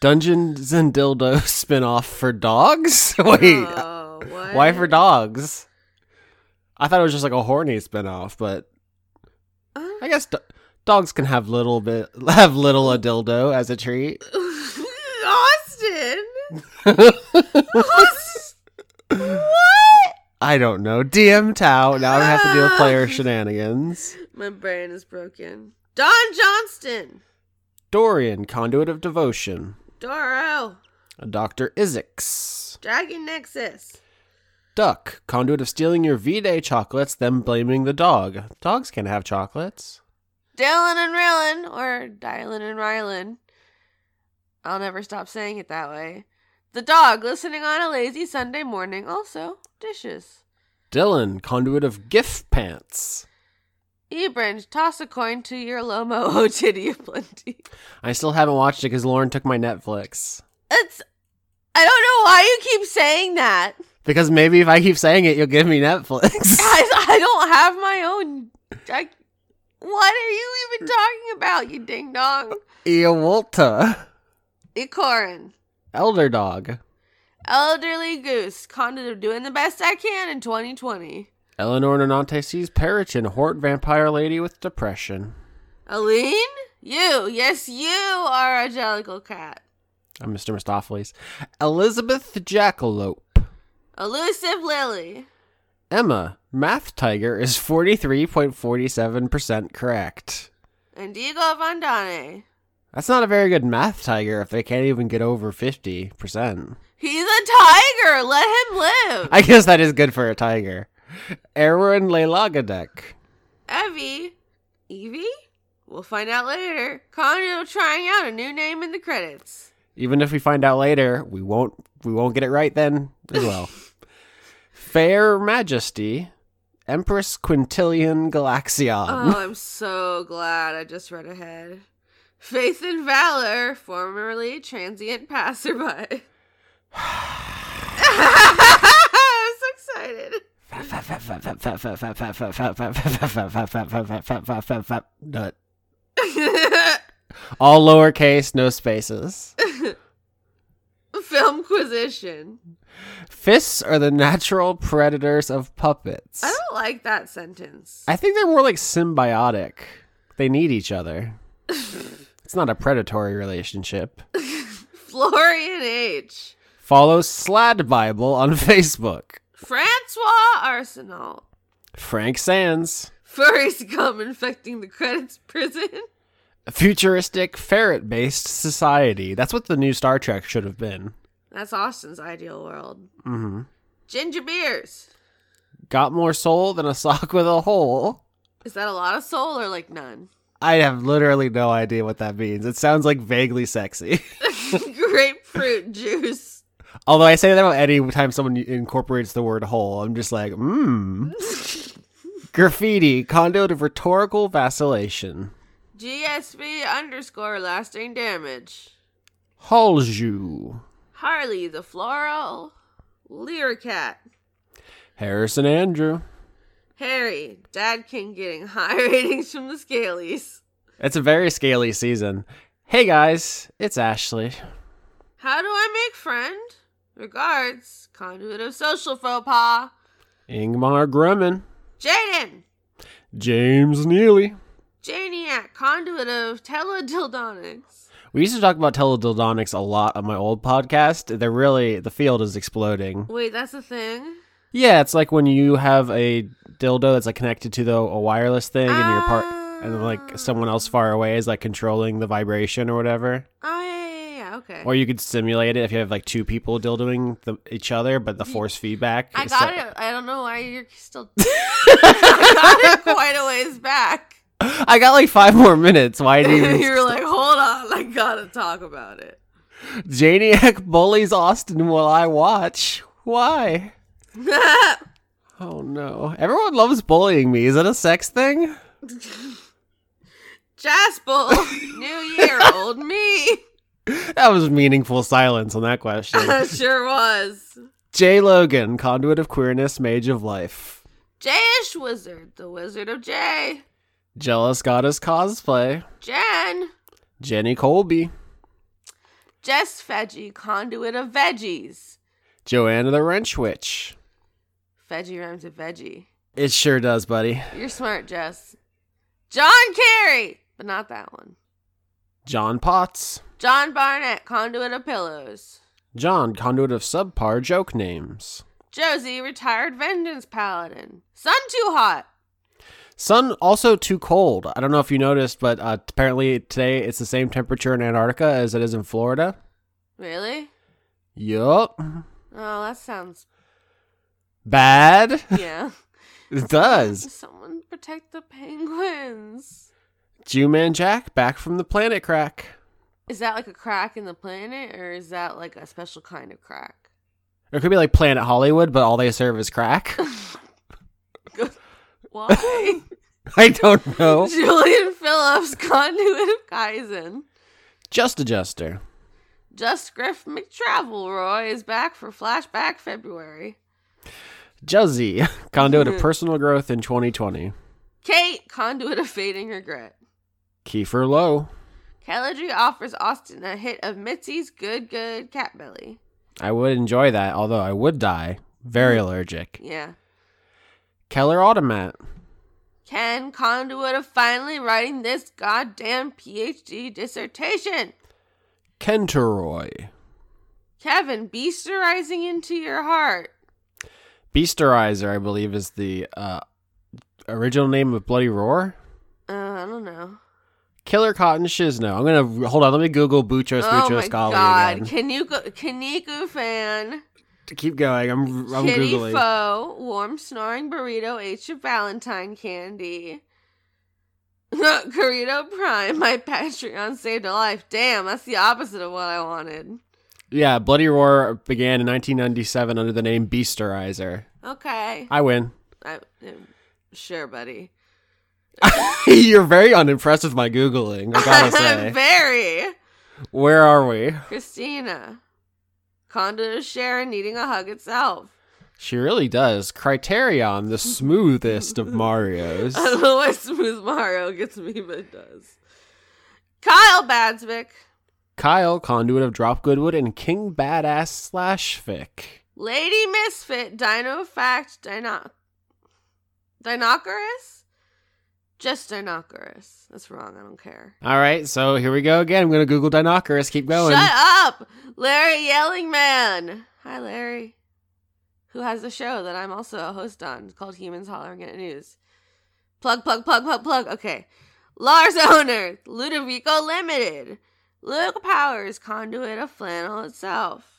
Speaker 2: Dungeons and Dildo spin-off for dogs? Wait.
Speaker 3: Uh, Oh,
Speaker 2: Why for dogs? I thought it was just like a horny spin-off, but I guess do- dogs can have little bit have little a dildo as a treat.
Speaker 3: Austin.
Speaker 2: I don't know. DM Tau. Now I don't have to deal with player shenanigans.
Speaker 3: My brain is broken. Don Johnston,
Speaker 2: Dorian, conduit of devotion.
Speaker 3: Doro,
Speaker 2: Doctor Isix.
Speaker 3: Dragon Nexus,
Speaker 2: Duck, conduit of stealing your V-Day chocolates, then blaming the dog. Dogs can have chocolates.
Speaker 3: Dylan and Rylan, or Dylan and Rylan. I'll never stop saying it that way. The dog listening on a lazy Sunday morning, also dishes.
Speaker 2: Dylan, conduit of GIF pants.
Speaker 3: Ebrin, toss a coin to your Lomo oh, O Titty of Plenty.
Speaker 2: I still haven't watched it because Lauren took my Netflix.
Speaker 3: It's. I don't know why you keep saying that.
Speaker 2: Because maybe if I keep saying it, you'll give me Netflix.
Speaker 3: I, I don't have my own. I, what are you even talking about, you ding dong?
Speaker 2: Eowulta,
Speaker 3: Ikorin,
Speaker 2: elder dog.
Speaker 3: elderly goose, conduit of doing the best I can in 2020.
Speaker 2: Eleanor Nonante sees Perichin, horde vampire lady with depression.
Speaker 3: Aline, you, yes, you are a jellicle cat.
Speaker 2: I'm Mr. Mistopheles. Elizabeth Jackalope.
Speaker 3: Elusive Lily,
Speaker 2: Emma, Math Tiger is 43.47% correct.
Speaker 3: and Diego Vandane.
Speaker 2: That's not a very good math tiger if they can't even get over 50%.
Speaker 3: He's a tiger. Let him live.
Speaker 2: I guess that is good for a tiger. Erwin Leilagadek.
Speaker 3: Evie? Evie? We'll find out later. Conduit of trying out a new name in the credits.
Speaker 2: Even if we find out later, we won't we won't get it right then as well. Fair Majesty, Empress Quintilian Galaxion.
Speaker 3: Oh, I'm so glad I just read ahead. Faith and Valor, formerly transient passerby. I'm so excited.
Speaker 2: Nut. All lowercase, no spaces.
Speaker 3: Filmquisition.
Speaker 2: Fists are the natural predators of puppets.
Speaker 3: I don't like that sentence.
Speaker 2: I think they're more like symbiotic. They need each other. it's not a predatory relationship.
Speaker 3: Florian H.
Speaker 2: Follow Slad Bible on Facebook.
Speaker 3: Francois Arsenal.
Speaker 2: Frank Sands.
Speaker 3: Furries come infecting the credits prison.
Speaker 2: Futuristic ferret based society. That's what the new Star Trek should have been.
Speaker 3: That's Austin's ideal world.
Speaker 2: Mm-hmm.
Speaker 3: Ginger beers.
Speaker 2: Got more soul than a sock with a hole.
Speaker 3: Is that a lot of soul or like none?
Speaker 2: I have literally no idea what that means. It sounds like vaguely sexy.
Speaker 3: Grapefruit juice.
Speaker 2: Although I say that about any time someone incorporates the word hole, I'm just like, mmm. Graffiti, conduit of rhetorical vacillation.
Speaker 3: GSV underscore lasting damage.
Speaker 2: Halju.
Speaker 3: Harley the floral. Lyricat.
Speaker 2: Harrison Andrew.
Speaker 3: Harry. Dad King getting high ratings from the Scalies.
Speaker 2: It's a very scaly season. Hey guys, it's Ashley.
Speaker 3: How do I make friend? Regards. Conduit of social faux pas.
Speaker 2: Ingmar Grumman.
Speaker 3: Jaden.
Speaker 2: James Neely.
Speaker 3: Janiac, conduit of teledildonics.
Speaker 2: We used to talk about teledildonics a lot on my old podcast. They're really the field is exploding.
Speaker 3: Wait, that's a thing?
Speaker 2: Yeah, it's like when you have a dildo that's like connected to the a wireless thing, and your part and
Speaker 3: Ah.
Speaker 2: like someone else far away is like controlling the vibration or whatever.
Speaker 3: Oh, yeah, yeah, Oh, yeah, yeah. Okay.
Speaker 2: Or you could simulate it if you have like two people dildoing the, each other, but the force feedback.
Speaker 3: I
Speaker 2: is
Speaker 3: got
Speaker 2: so-
Speaker 3: it. I don't know why you're still. I got it quite a ways back.
Speaker 2: I got like five more minutes. Why do you?
Speaker 3: you were like, hold on, I gotta talk about it.
Speaker 2: Janiac bullies Austin while I watch. Why? Oh no! Everyone loves bullying me. Is that a sex thing?
Speaker 3: Jasper, new year, old me.
Speaker 2: That was meaningful silence on that question.
Speaker 3: sure was.
Speaker 2: J. Logan, conduit of queerness, mage of life,
Speaker 3: Jayish wizard, the wizard of Jay.
Speaker 2: jealous goddess cosplay,
Speaker 3: Jen,
Speaker 2: Jenny Colby,
Speaker 3: Jess Veggie, conduit of veggies.
Speaker 2: Joanna the Wrench Witch.
Speaker 3: Veggie rhymes with veggie.
Speaker 2: It sure does, buddy.
Speaker 3: You're smart, Jess. John Kerry, but not that one.
Speaker 2: John Potts,
Speaker 3: John Barnett, conduit of pillows.
Speaker 2: John, conduit of subpar joke names,
Speaker 3: Josie, retired vengeance paladin. Sun too hot.
Speaker 2: Sun also too cold. I don't know if you noticed, but uh, apparently today it's the same temperature in Antarctica as it is in Florida.
Speaker 3: Really?
Speaker 2: Yup.
Speaker 3: Oh, that sounds
Speaker 2: Bad.
Speaker 3: yeah.
Speaker 2: it does.
Speaker 3: Someone protect the penguins.
Speaker 2: Jew Man Jack back from the planet crack.
Speaker 3: Is that like a crack in the planet, or is that like a special kind of crack?
Speaker 2: It could be like Planet Hollywood, but all they serve is crack.
Speaker 3: Why?
Speaker 2: I don't know.
Speaker 3: Julian Phillips, conduit of Kaizen.
Speaker 2: Just adjuster.
Speaker 3: Just Griff McTravelroy is back for Flashback February.
Speaker 2: Juzzy, conduit
Speaker 3: Mm-hmm.
Speaker 2: of personal growth in 2020.
Speaker 3: Kate, conduit of fading regret.
Speaker 2: Kiefer Lowe.
Speaker 3: Caladry offers Austin a hit of Mitzi's good, good cat belly.
Speaker 2: I would enjoy that, although I would die.
Speaker 3: Mm-hmm.
Speaker 2: Very allergic.
Speaker 3: Yeah.
Speaker 2: Keller Automat.
Speaker 3: Ken, conduit of finally writing this goddamn PhD dissertation.
Speaker 2: Kenteroy.
Speaker 3: Kevin, beasterizing into your heart.
Speaker 2: Beasterizer, I believe, is the uh, original name of Bloody Roar.
Speaker 3: Uh, I don't know.
Speaker 2: Killer Cotton Shizno. I'm gonna hold on. Let me Google Bucho
Speaker 3: oh
Speaker 2: Bucho
Speaker 3: my
Speaker 2: Scali
Speaker 3: god,
Speaker 2: again.
Speaker 3: Kanuko, Kaniku fan,
Speaker 2: Keep going. I'm I'm
Speaker 3: Kitty
Speaker 2: googling.
Speaker 3: Foe, warm snoring burrito ate your Valentine candy. Corito Prime, my Patreon saved a life. Damn, that's the opposite of what I wanted.
Speaker 2: Yeah, Bloody Roar began in 1997 under the name Beasterizer.
Speaker 3: Okay,
Speaker 2: I win.
Speaker 3: I, um, sure, buddy.
Speaker 2: You're very unimpressed with my googling. I gotta say.
Speaker 3: Very
Speaker 2: Where are we?
Speaker 3: Christina, Conda Sharon needing a hug itself.
Speaker 2: She really does. Criterion, the smoothest of Mario's.
Speaker 3: I don't know why Smooth Mario gets me, but it does. Kyle Badswick,
Speaker 2: Kyle, conduit of Drop Goodwood, and King Badass slash Fic.
Speaker 3: Lady Misfit, Dino Fact, Dino- Dinocorus? Just Dinocorus. That's wrong, I don't care.
Speaker 2: All right, so here we go again. I'm gonna Google Dinocorus. Keep going.
Speaker 3: Shut up! Larry Yelling Man! Hi, Larry. Who has a show that I'm also a host on It's called Humans Hollering at News. Plug, plug, plug, plug, plug. Okay. Lars Owner, Ludovico Limited. Luke Powers, conduit of flannel itself.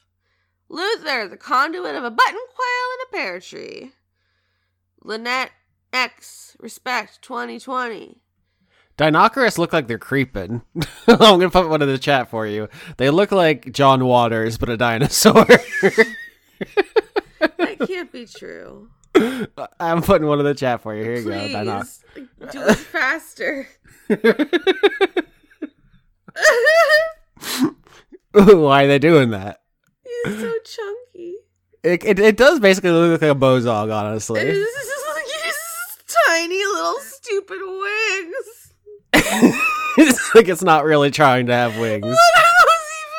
Speaker 3: Luther, the conduit of a button quail and a pear tree. Lynette X, respect 2020.
Speaker 2: Dinocorous look like they're creeping. I'm gonna put one in the chat for you. They look like John Waters, but a dinosaur.
Speaker 3: That can't be true.
Speaker 2: I'm putting one in the chat for you. Here you
Speaker 3: Please,
Speaker 2: go. Dinoc-
Speaker 3: do it faster.
Speaker 2: Why are they doing that?
Speaker 3: He's so chunky.
Speaker 2: It, it, it does basically look like a bozog, honestly.
Speaker 3: This is like his tiny little stupid wings.
Speaker 2: it's like it's not really trying to have wings.
Speaker 3: What are those even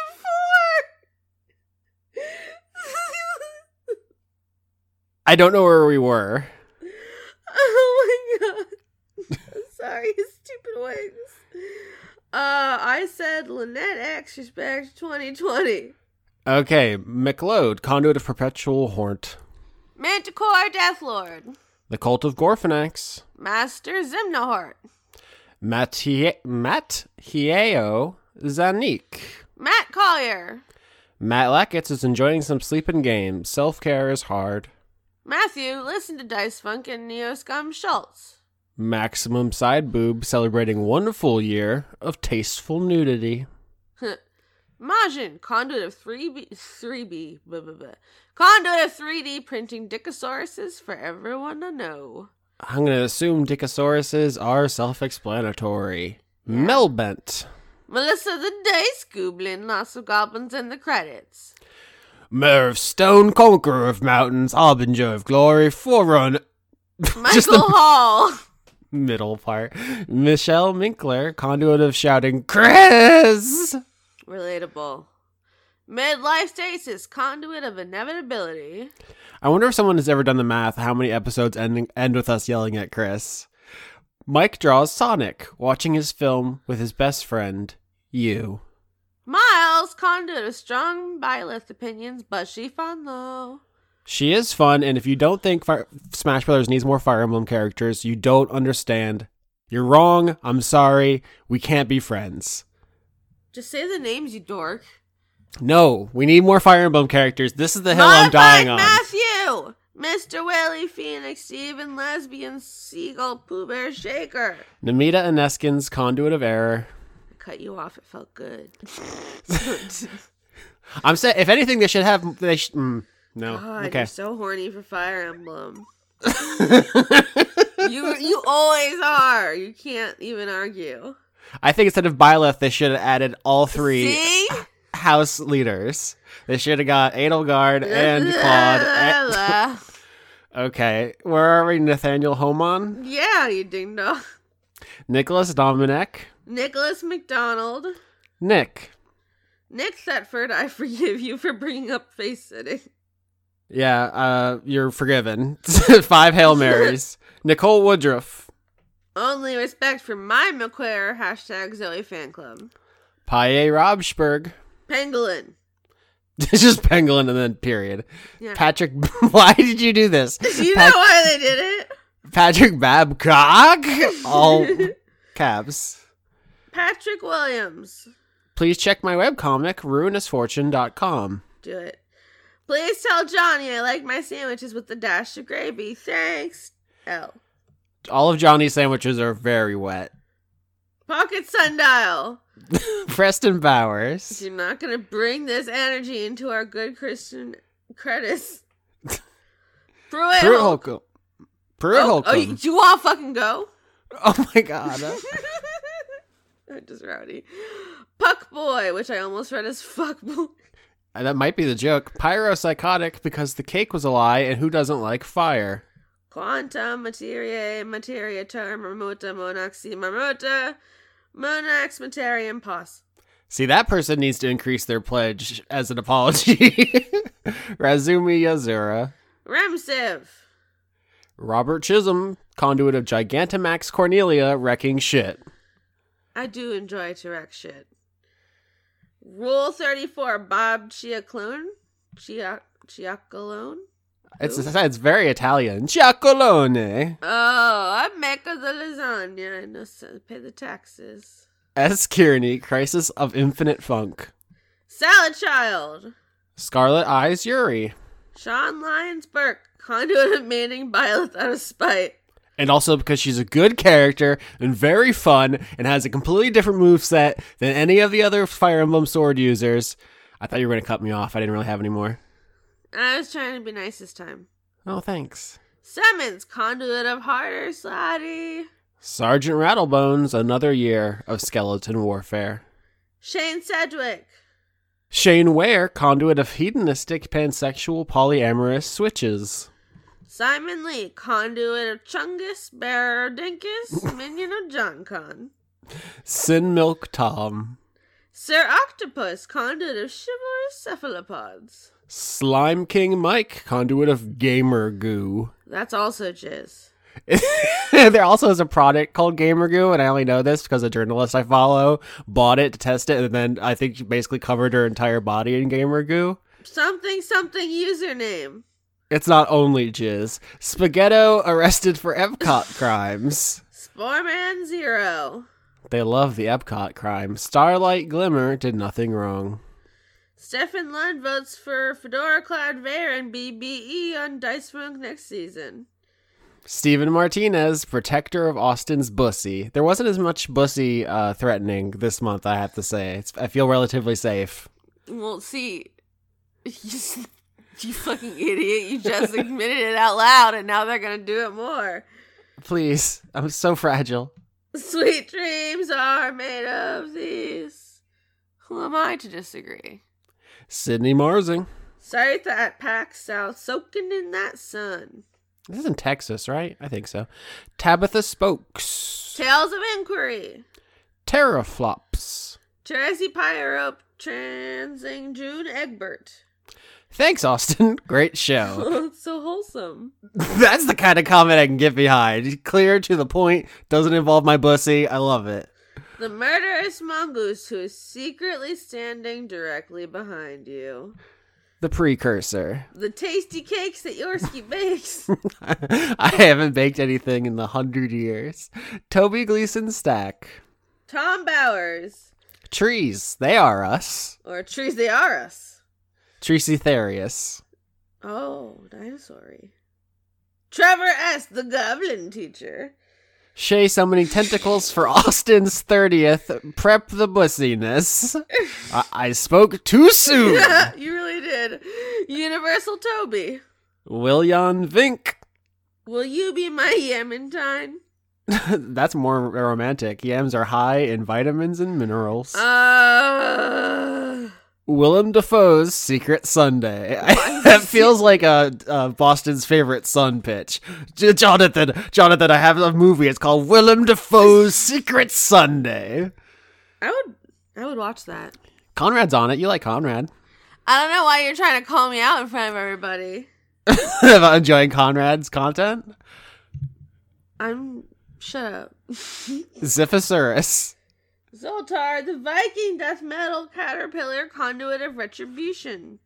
Speaker 3: for?
Speaker 2: I don't know where we were.
Speaker 3: oh my god. I'm sorry, his stupid wings. Uh, I said Lynette X. She's back to 2020.
Speaker 2: Okay, McLeod, Conduit of Perpetual Hort,
Speaker 3: Manticore Deathlord.
Speaker 2: The Cult of Gorfanax,
Speaker 3: Master Zimnahart.
Speaker 2: Mattie- Matt Hieo Zanik.
Speaker 3: Matt Collier.
Speaker 2: Matt Lackett is enjoying some sleep and games. Self care is hard.
Speaker 3: Matthew, listen to Dice Funk and Neo Scum Schultz.
Speaker 2: Maximum Side Boob celebrating one full year of tasteful nudity.
Speaker 3: Majin, conduit of 3B, 3B, blah, blah, blah. conduit of 3D printing dickosauruses for everyone to know.
Speaker 2: I'm going to assume dickosauruses are self explanatory. Melbent.
Speaker 3: Melissa the Dice Goblin, lots of goblins in the credits.
Speaker 2: Mare of Stone, Conqueror of Mountains, Harbinger of Glory, Forerunner.
Speaker 3: Michael Hall.
Speaker 2: Middle part. Michelle Minkler, conduit of shouting, Chris!
Speaker 3: Relatable. Midlife stasis, conduit of inevitability.
Speaker 2: I wonder if someone has ever done the math how many episodes end, end with us yelling at Chris. Mike draws Sonic watching his film with his best friend, you.
Speaker 3: Miles, conduit of strong bilith opinions, but she fun though.
Speaker 2: She is fun, and if you don't think Fire- Smash Brothers needs more Fire Emblem characters, you don't understand. You're wrong. I'm sorry. We can't be friends.
Speaker 3: Just say the names, you dork.
Speaker 2: No, we need more Fire Emblem characters. This is the hill I'm dying on.
Speaker 3: Matthew, Mr. Willie Phoenix, Steven Lesbian, Seagull, Pooh Bear Shaker.
Speaker 2: Namita Aneskins, Conduit of Error.
Speaker 3: I cut you off. It felt good.
Speaker 2: I'm saying, if anything, they should have. They sh- mm, no.
Speaker 3: God,
Speaker 2: okay.
Speaker 3: you're so horny for Fire Emblem. you you always are. You can't even argue.
Speaker 2: I think instead of Byleth, they should have added all three
Speaker 3: See?
Speaker 2: house leaders. They should have got Adelgard and Claude. eh. and- okay, where are we? Nathaniel Homon,
Speaker 3: yeah, you ding dong.
Speaker 2: Nicholas Dominic,
Speaker 3: Nicholas McDonald,
Speaker 2: Nick.
Speaker 3: Nick Setford. I forgive you for bringing up face sitting.
Speaker 2: Yeah, uh, you're forgiven. Five Hail Marys. Nicole Woodruff,
Speaker 3: Only respect for my McQuare hashtag Zoe fan club.
Speaker 2: Paye Robsberg.
Speaker 3: Pangolin.
Speaker 2: It's just Penguin and then period.
Speaker 3: Yeah.
Speaker 2: Patrick, why did you do this?
Speaker 3: You know
Speaker 2: Pat-
Speaker 3: why they did it?
Speaker 2: Patrick Babcock, all caps.
Speaker 3: Patrick Williams.
Speaker 2: Please check my webcomic, ruinousfortune.com.
Speaker 3: Do it. Please tell Johnny I like my sandwiches with a dash of gravy. Thanks. L.
Speaker 2: All of Johnny's sandwiches are very wet.
Speaker 3: Pocket sundial.
Speaker 2: Preston Bowers,
Speaker 3: You're not gonna bring this energy into our good Christian credits. Pruitt.
Speaker 2: Pruitt
Speaker 3: Hol-
Speaker 2: Holcomb. Pruitt
Speaker 3: Oh, oh, you,
Speaker 2: Holcomb.
Speaker 3: you all fucking go.
Speaker 2: Oh my god.
Speaker 3: I'm just rowdy. Puck boy, which I almost read as fuck boy.
Speaker 2: Uh, that might be the joke. Pyropsychotic because the cake was a lie and who doesn't like fire?
Speaker 3: Quantum materia materia term remota monoxy marmota monax materium pos.
Speaker 2: See, that person needs to increase their pledge as an apology. Razumi Yazura.
Speaker 3: Remsiv.
Speaker 2: Robert Chisholm, conduit of Gigantamax Cornelia wrecking shit.
Speaker 3: I do enjoy Turek shit. Rule 34 Bob Chiaclone. Chia Chiacalone?
Speaker 2: It's, it's very Italian. Giacolone.
Speaker 3: Oh, I make the lasagna. I know, so pay the taxes.
Speaker 2: S. Kearney, Crisis of Infinite Funk.
Speaker 3: Salad Child.
Speaker 2: Scarlet Eyes Yuri.
Speaker 3: Sean Lyons Burke. Conduit of Manning Byleth out of spite.
Speaker 2: And also because she's a good character and very fun and has a completely different moveset than any of the other Fire Emblem sword users. I thought you were going to cut me off. I didn't really have any more.
Speaker 3: I was trying to be nice this time.
Speaker 2: Oh, thanks.
Speaker 3: Simmons, conduit of harder slotty.
Speaker 2: Sergeant Rattlebones, another year of skeleton warfare.
Speaker 3: Shane Sedgwick.
Speaker 2: Shane Ware, conduit of hedonistic, pansexual, polyamorous switches.
Speaker 3: Simon Lee, conduit of Chungus Bearer Dinkus, minion of John Con.
Speaker 2: Sin Milk Tom.
Speaker 3: Sir Octopus, conduit of chivalrous cephalopods.
Speaker 2: Slime King Mike, conduit of gamer goo.
Speaker 3: That's also jizz.
Speaker 2: there also is a product called Gamer Goo, and I only know this because a journalist I follow bought it to test it, and then I think she basically covered her entire body in Gamer Goo.
Speaker 3: Something something username.
Speaker 2: It's not only jizz. Spaghetto arrested for Epcot crimes.
Speaker 3: Sporeman Zero.
Speaker 2: They love the Epcot crime. Starlight Glimmer did nothing wrong.
Speaker 3: Stefan Lund votes for Fedora Cloud Vare and BBE on Dice Funk next season.
Speaker 2: Stephen Martinez, protector of Austin's bussy. There wasn't as much bussy uh, threatening this month, I have to say. It's, I feel relatively safe.
Speaker 3: Well, see, you, s- you fucking idiot. You just admitted it out loud, and now they're going to do it more.
Speaker 2: Please, I'm so fragile.
Speaker 3: Sweet dreams are made of these. Who am I to disagree?
Speaker 2: Sydney Marsing.
Speaker 3: Sorry that pack south soaking in that sun.
Speaker 2: This is in Texas, right? I think so. Tabitha Spokes.
Speaker 3: Tales of Inquiry.
Speaker 2: Terraflops.
Speaker 3: Tracy Pyrope transing June Egbert.
Speaker 2: Thanks, Austin. Great show.
Speaker 3: it's so wholesome.
Speaker 2: That's the kind of comment I can get behind. Clear to the point. Doesn't involve my bussy. I love it.
Speaker 3: The murderous mongoose who is secretly standing directly behind you.
Speaker 2: The precursor.
Speaker 3: The tasty cakes that Yorski bakes.
Speaker 2: I haven't baked anything in the hundred years. Toby Gleason Stack.
Speaker 3: Tom Bowers.
Speaker 2: Trees. They are us.
Speaker 3: Or trees they are us.
Speaker 2: Tracy Therius.
Speaker 3: Oh, dinosaur Trevor S., the goblin teacher.
Speaker 2: Shay summoning tentacles for Austin's 30th. Prep the bussiness. I, I spoke too soon.
Speaker 3: Yeah, you really did. Universal Toby.
Speaker 2: William Vink.
Speaker 3: Will you be my Yementine?
Speaker 2: That's more romantic. Yams are high in vitamins and minerals.
Speaker 3: Uh,
Speaker 2: Willem Dafoe's Secret Sunday. that feels like a, uh Boston's favorite sun pitch. J- Jonathan, Jonathan, I have a movie. It's called Willem Dafoe's Secret Sunday.
Speaker 3: I would I would watch that.
Speaker 2: Conrad's on it. You like Conrad?
Speaker 3: I don't know why you're trying to call me out in front of everybody.
Speaker 2: About enjoying Conrad's content.
Speaker 3: I'm shut up.
Speaker 2: Ziphosaurus.
Speaker 3: Zoltar, the Viking death metal caterpillar conduit of retribution.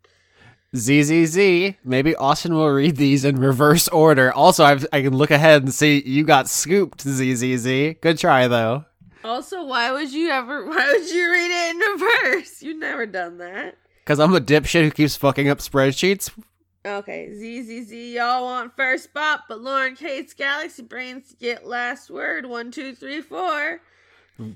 Speaker 2: ZZZ. Maybe Austin will read these in reverse order. Also, I've, I can look ahead and see you got scooped, ZZZ. Good try, though.
Speaker 3: Also, why would you ever why would you read it in reverse? You've never done that.
Speaker 2: Because I'm a dipshit who keeps fucking up spreadsheets.
Speaker 3: Okay, ZZZ, y'all want first spot, but Lauren Kate's Galaxy Brains to get last word. One, two, three, four.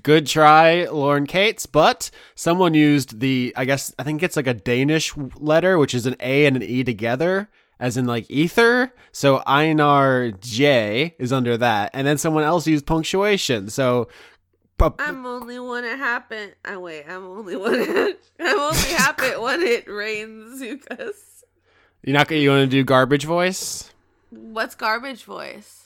Speaker 2: Good try, Lauren Cates, but someone used the, I guess, I think it's like a Danish letter, which is an A and an E together, as in like ether. So Einar J is under that. And then someone else used punctuation. So pu-
Speaker 3: I'm only one it happened. I wait. I'm only one. It, I'm only happen when it rains, Zukas.
Speaker 2: you're not going to, you want to do garbage voice?
Speaker 3: What's garbage voice?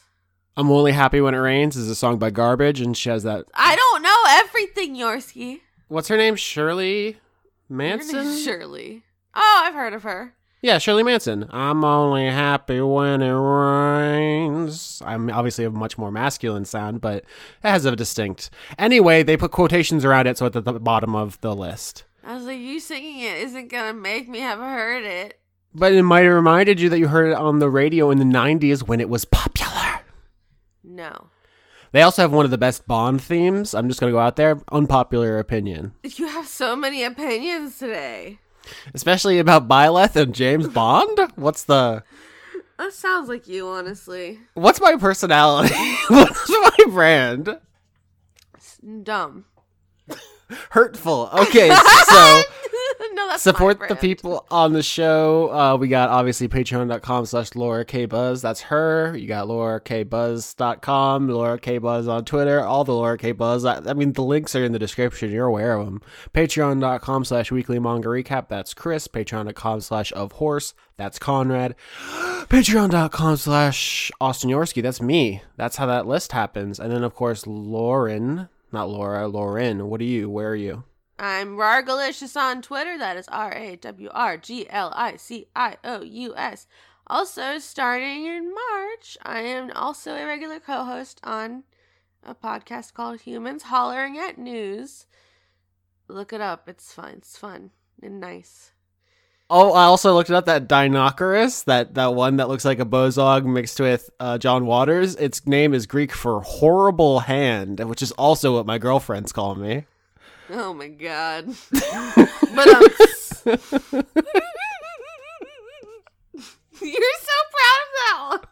Speaker 2: I'm only happy when it rains is a song by Garbage, and she has that.
Speaker 3: I don't know everything, Yorski.
Speaker 2: What's her name? Shirley Manson?
Speaker 3: Surely. Oh, I've heard of her.
Speaker 2: Yeah, Shirley Manson. I'm only happy when it rains. I'm obviously a much more masculine sound, but it has a distinct. Anyway, they put quotations around it, so it's at the bottom of the list.
Speaker 3: I was like, you singing it isn't gonna make me have heard it.
Speaker 2: But it might have reminded you that you heard it on the radio in the 90s when it was popular.
Speaker 3: No.
Speaker 2: They also have one of the best Bond themes. I'm just going to go out there. Unpopular opinion.
Speaker 3: You have so many opinions today.
Speaker 2: Especially about Byleth and James Bond? What's the.
Speaker 3: That sounds like you, honestly.
Speaker 2: What's my personality? What's my brand?
Speaker 3: It's dumb.
Speaker 2: Hurtful. Okay, so.
Speaker 3: no, that's
Speaker 2: support
Speaker 3: my
Speaker 2: the
Speaker 3: brand.
Speaker 2: people on the show uh, we got obviously patreon.com slash laura k buzz that's her you got laura k buzz.com laura k buzz on twitter all the laura k buzz I, I mean the links are in the description you're aware of them patreon.com slash weekly manga recap that's chris patreon.com slash of horse that's conrad patreon.com slash austin yorsky that's me that's how that list happens and then of course lauren not laura lauren what are you where are you
Speaker 3: I'm Rargalicious on Twitter. That is R A W R G L I C I O U S. Also, starting in March, I am also a regular co host on a podcast called Humans Hollering at News. Look it up. It's fun. It's fun and nice.
Speaker 2: Oh, I also looked it up. That Dinocorus, that that one that looks like a bozog mixed with uh, John Waters. Its name is Greek for horrible hand, which is also what my girlfriends call me.
Speaker 3: Oh my god. but um, You're so proud of that one.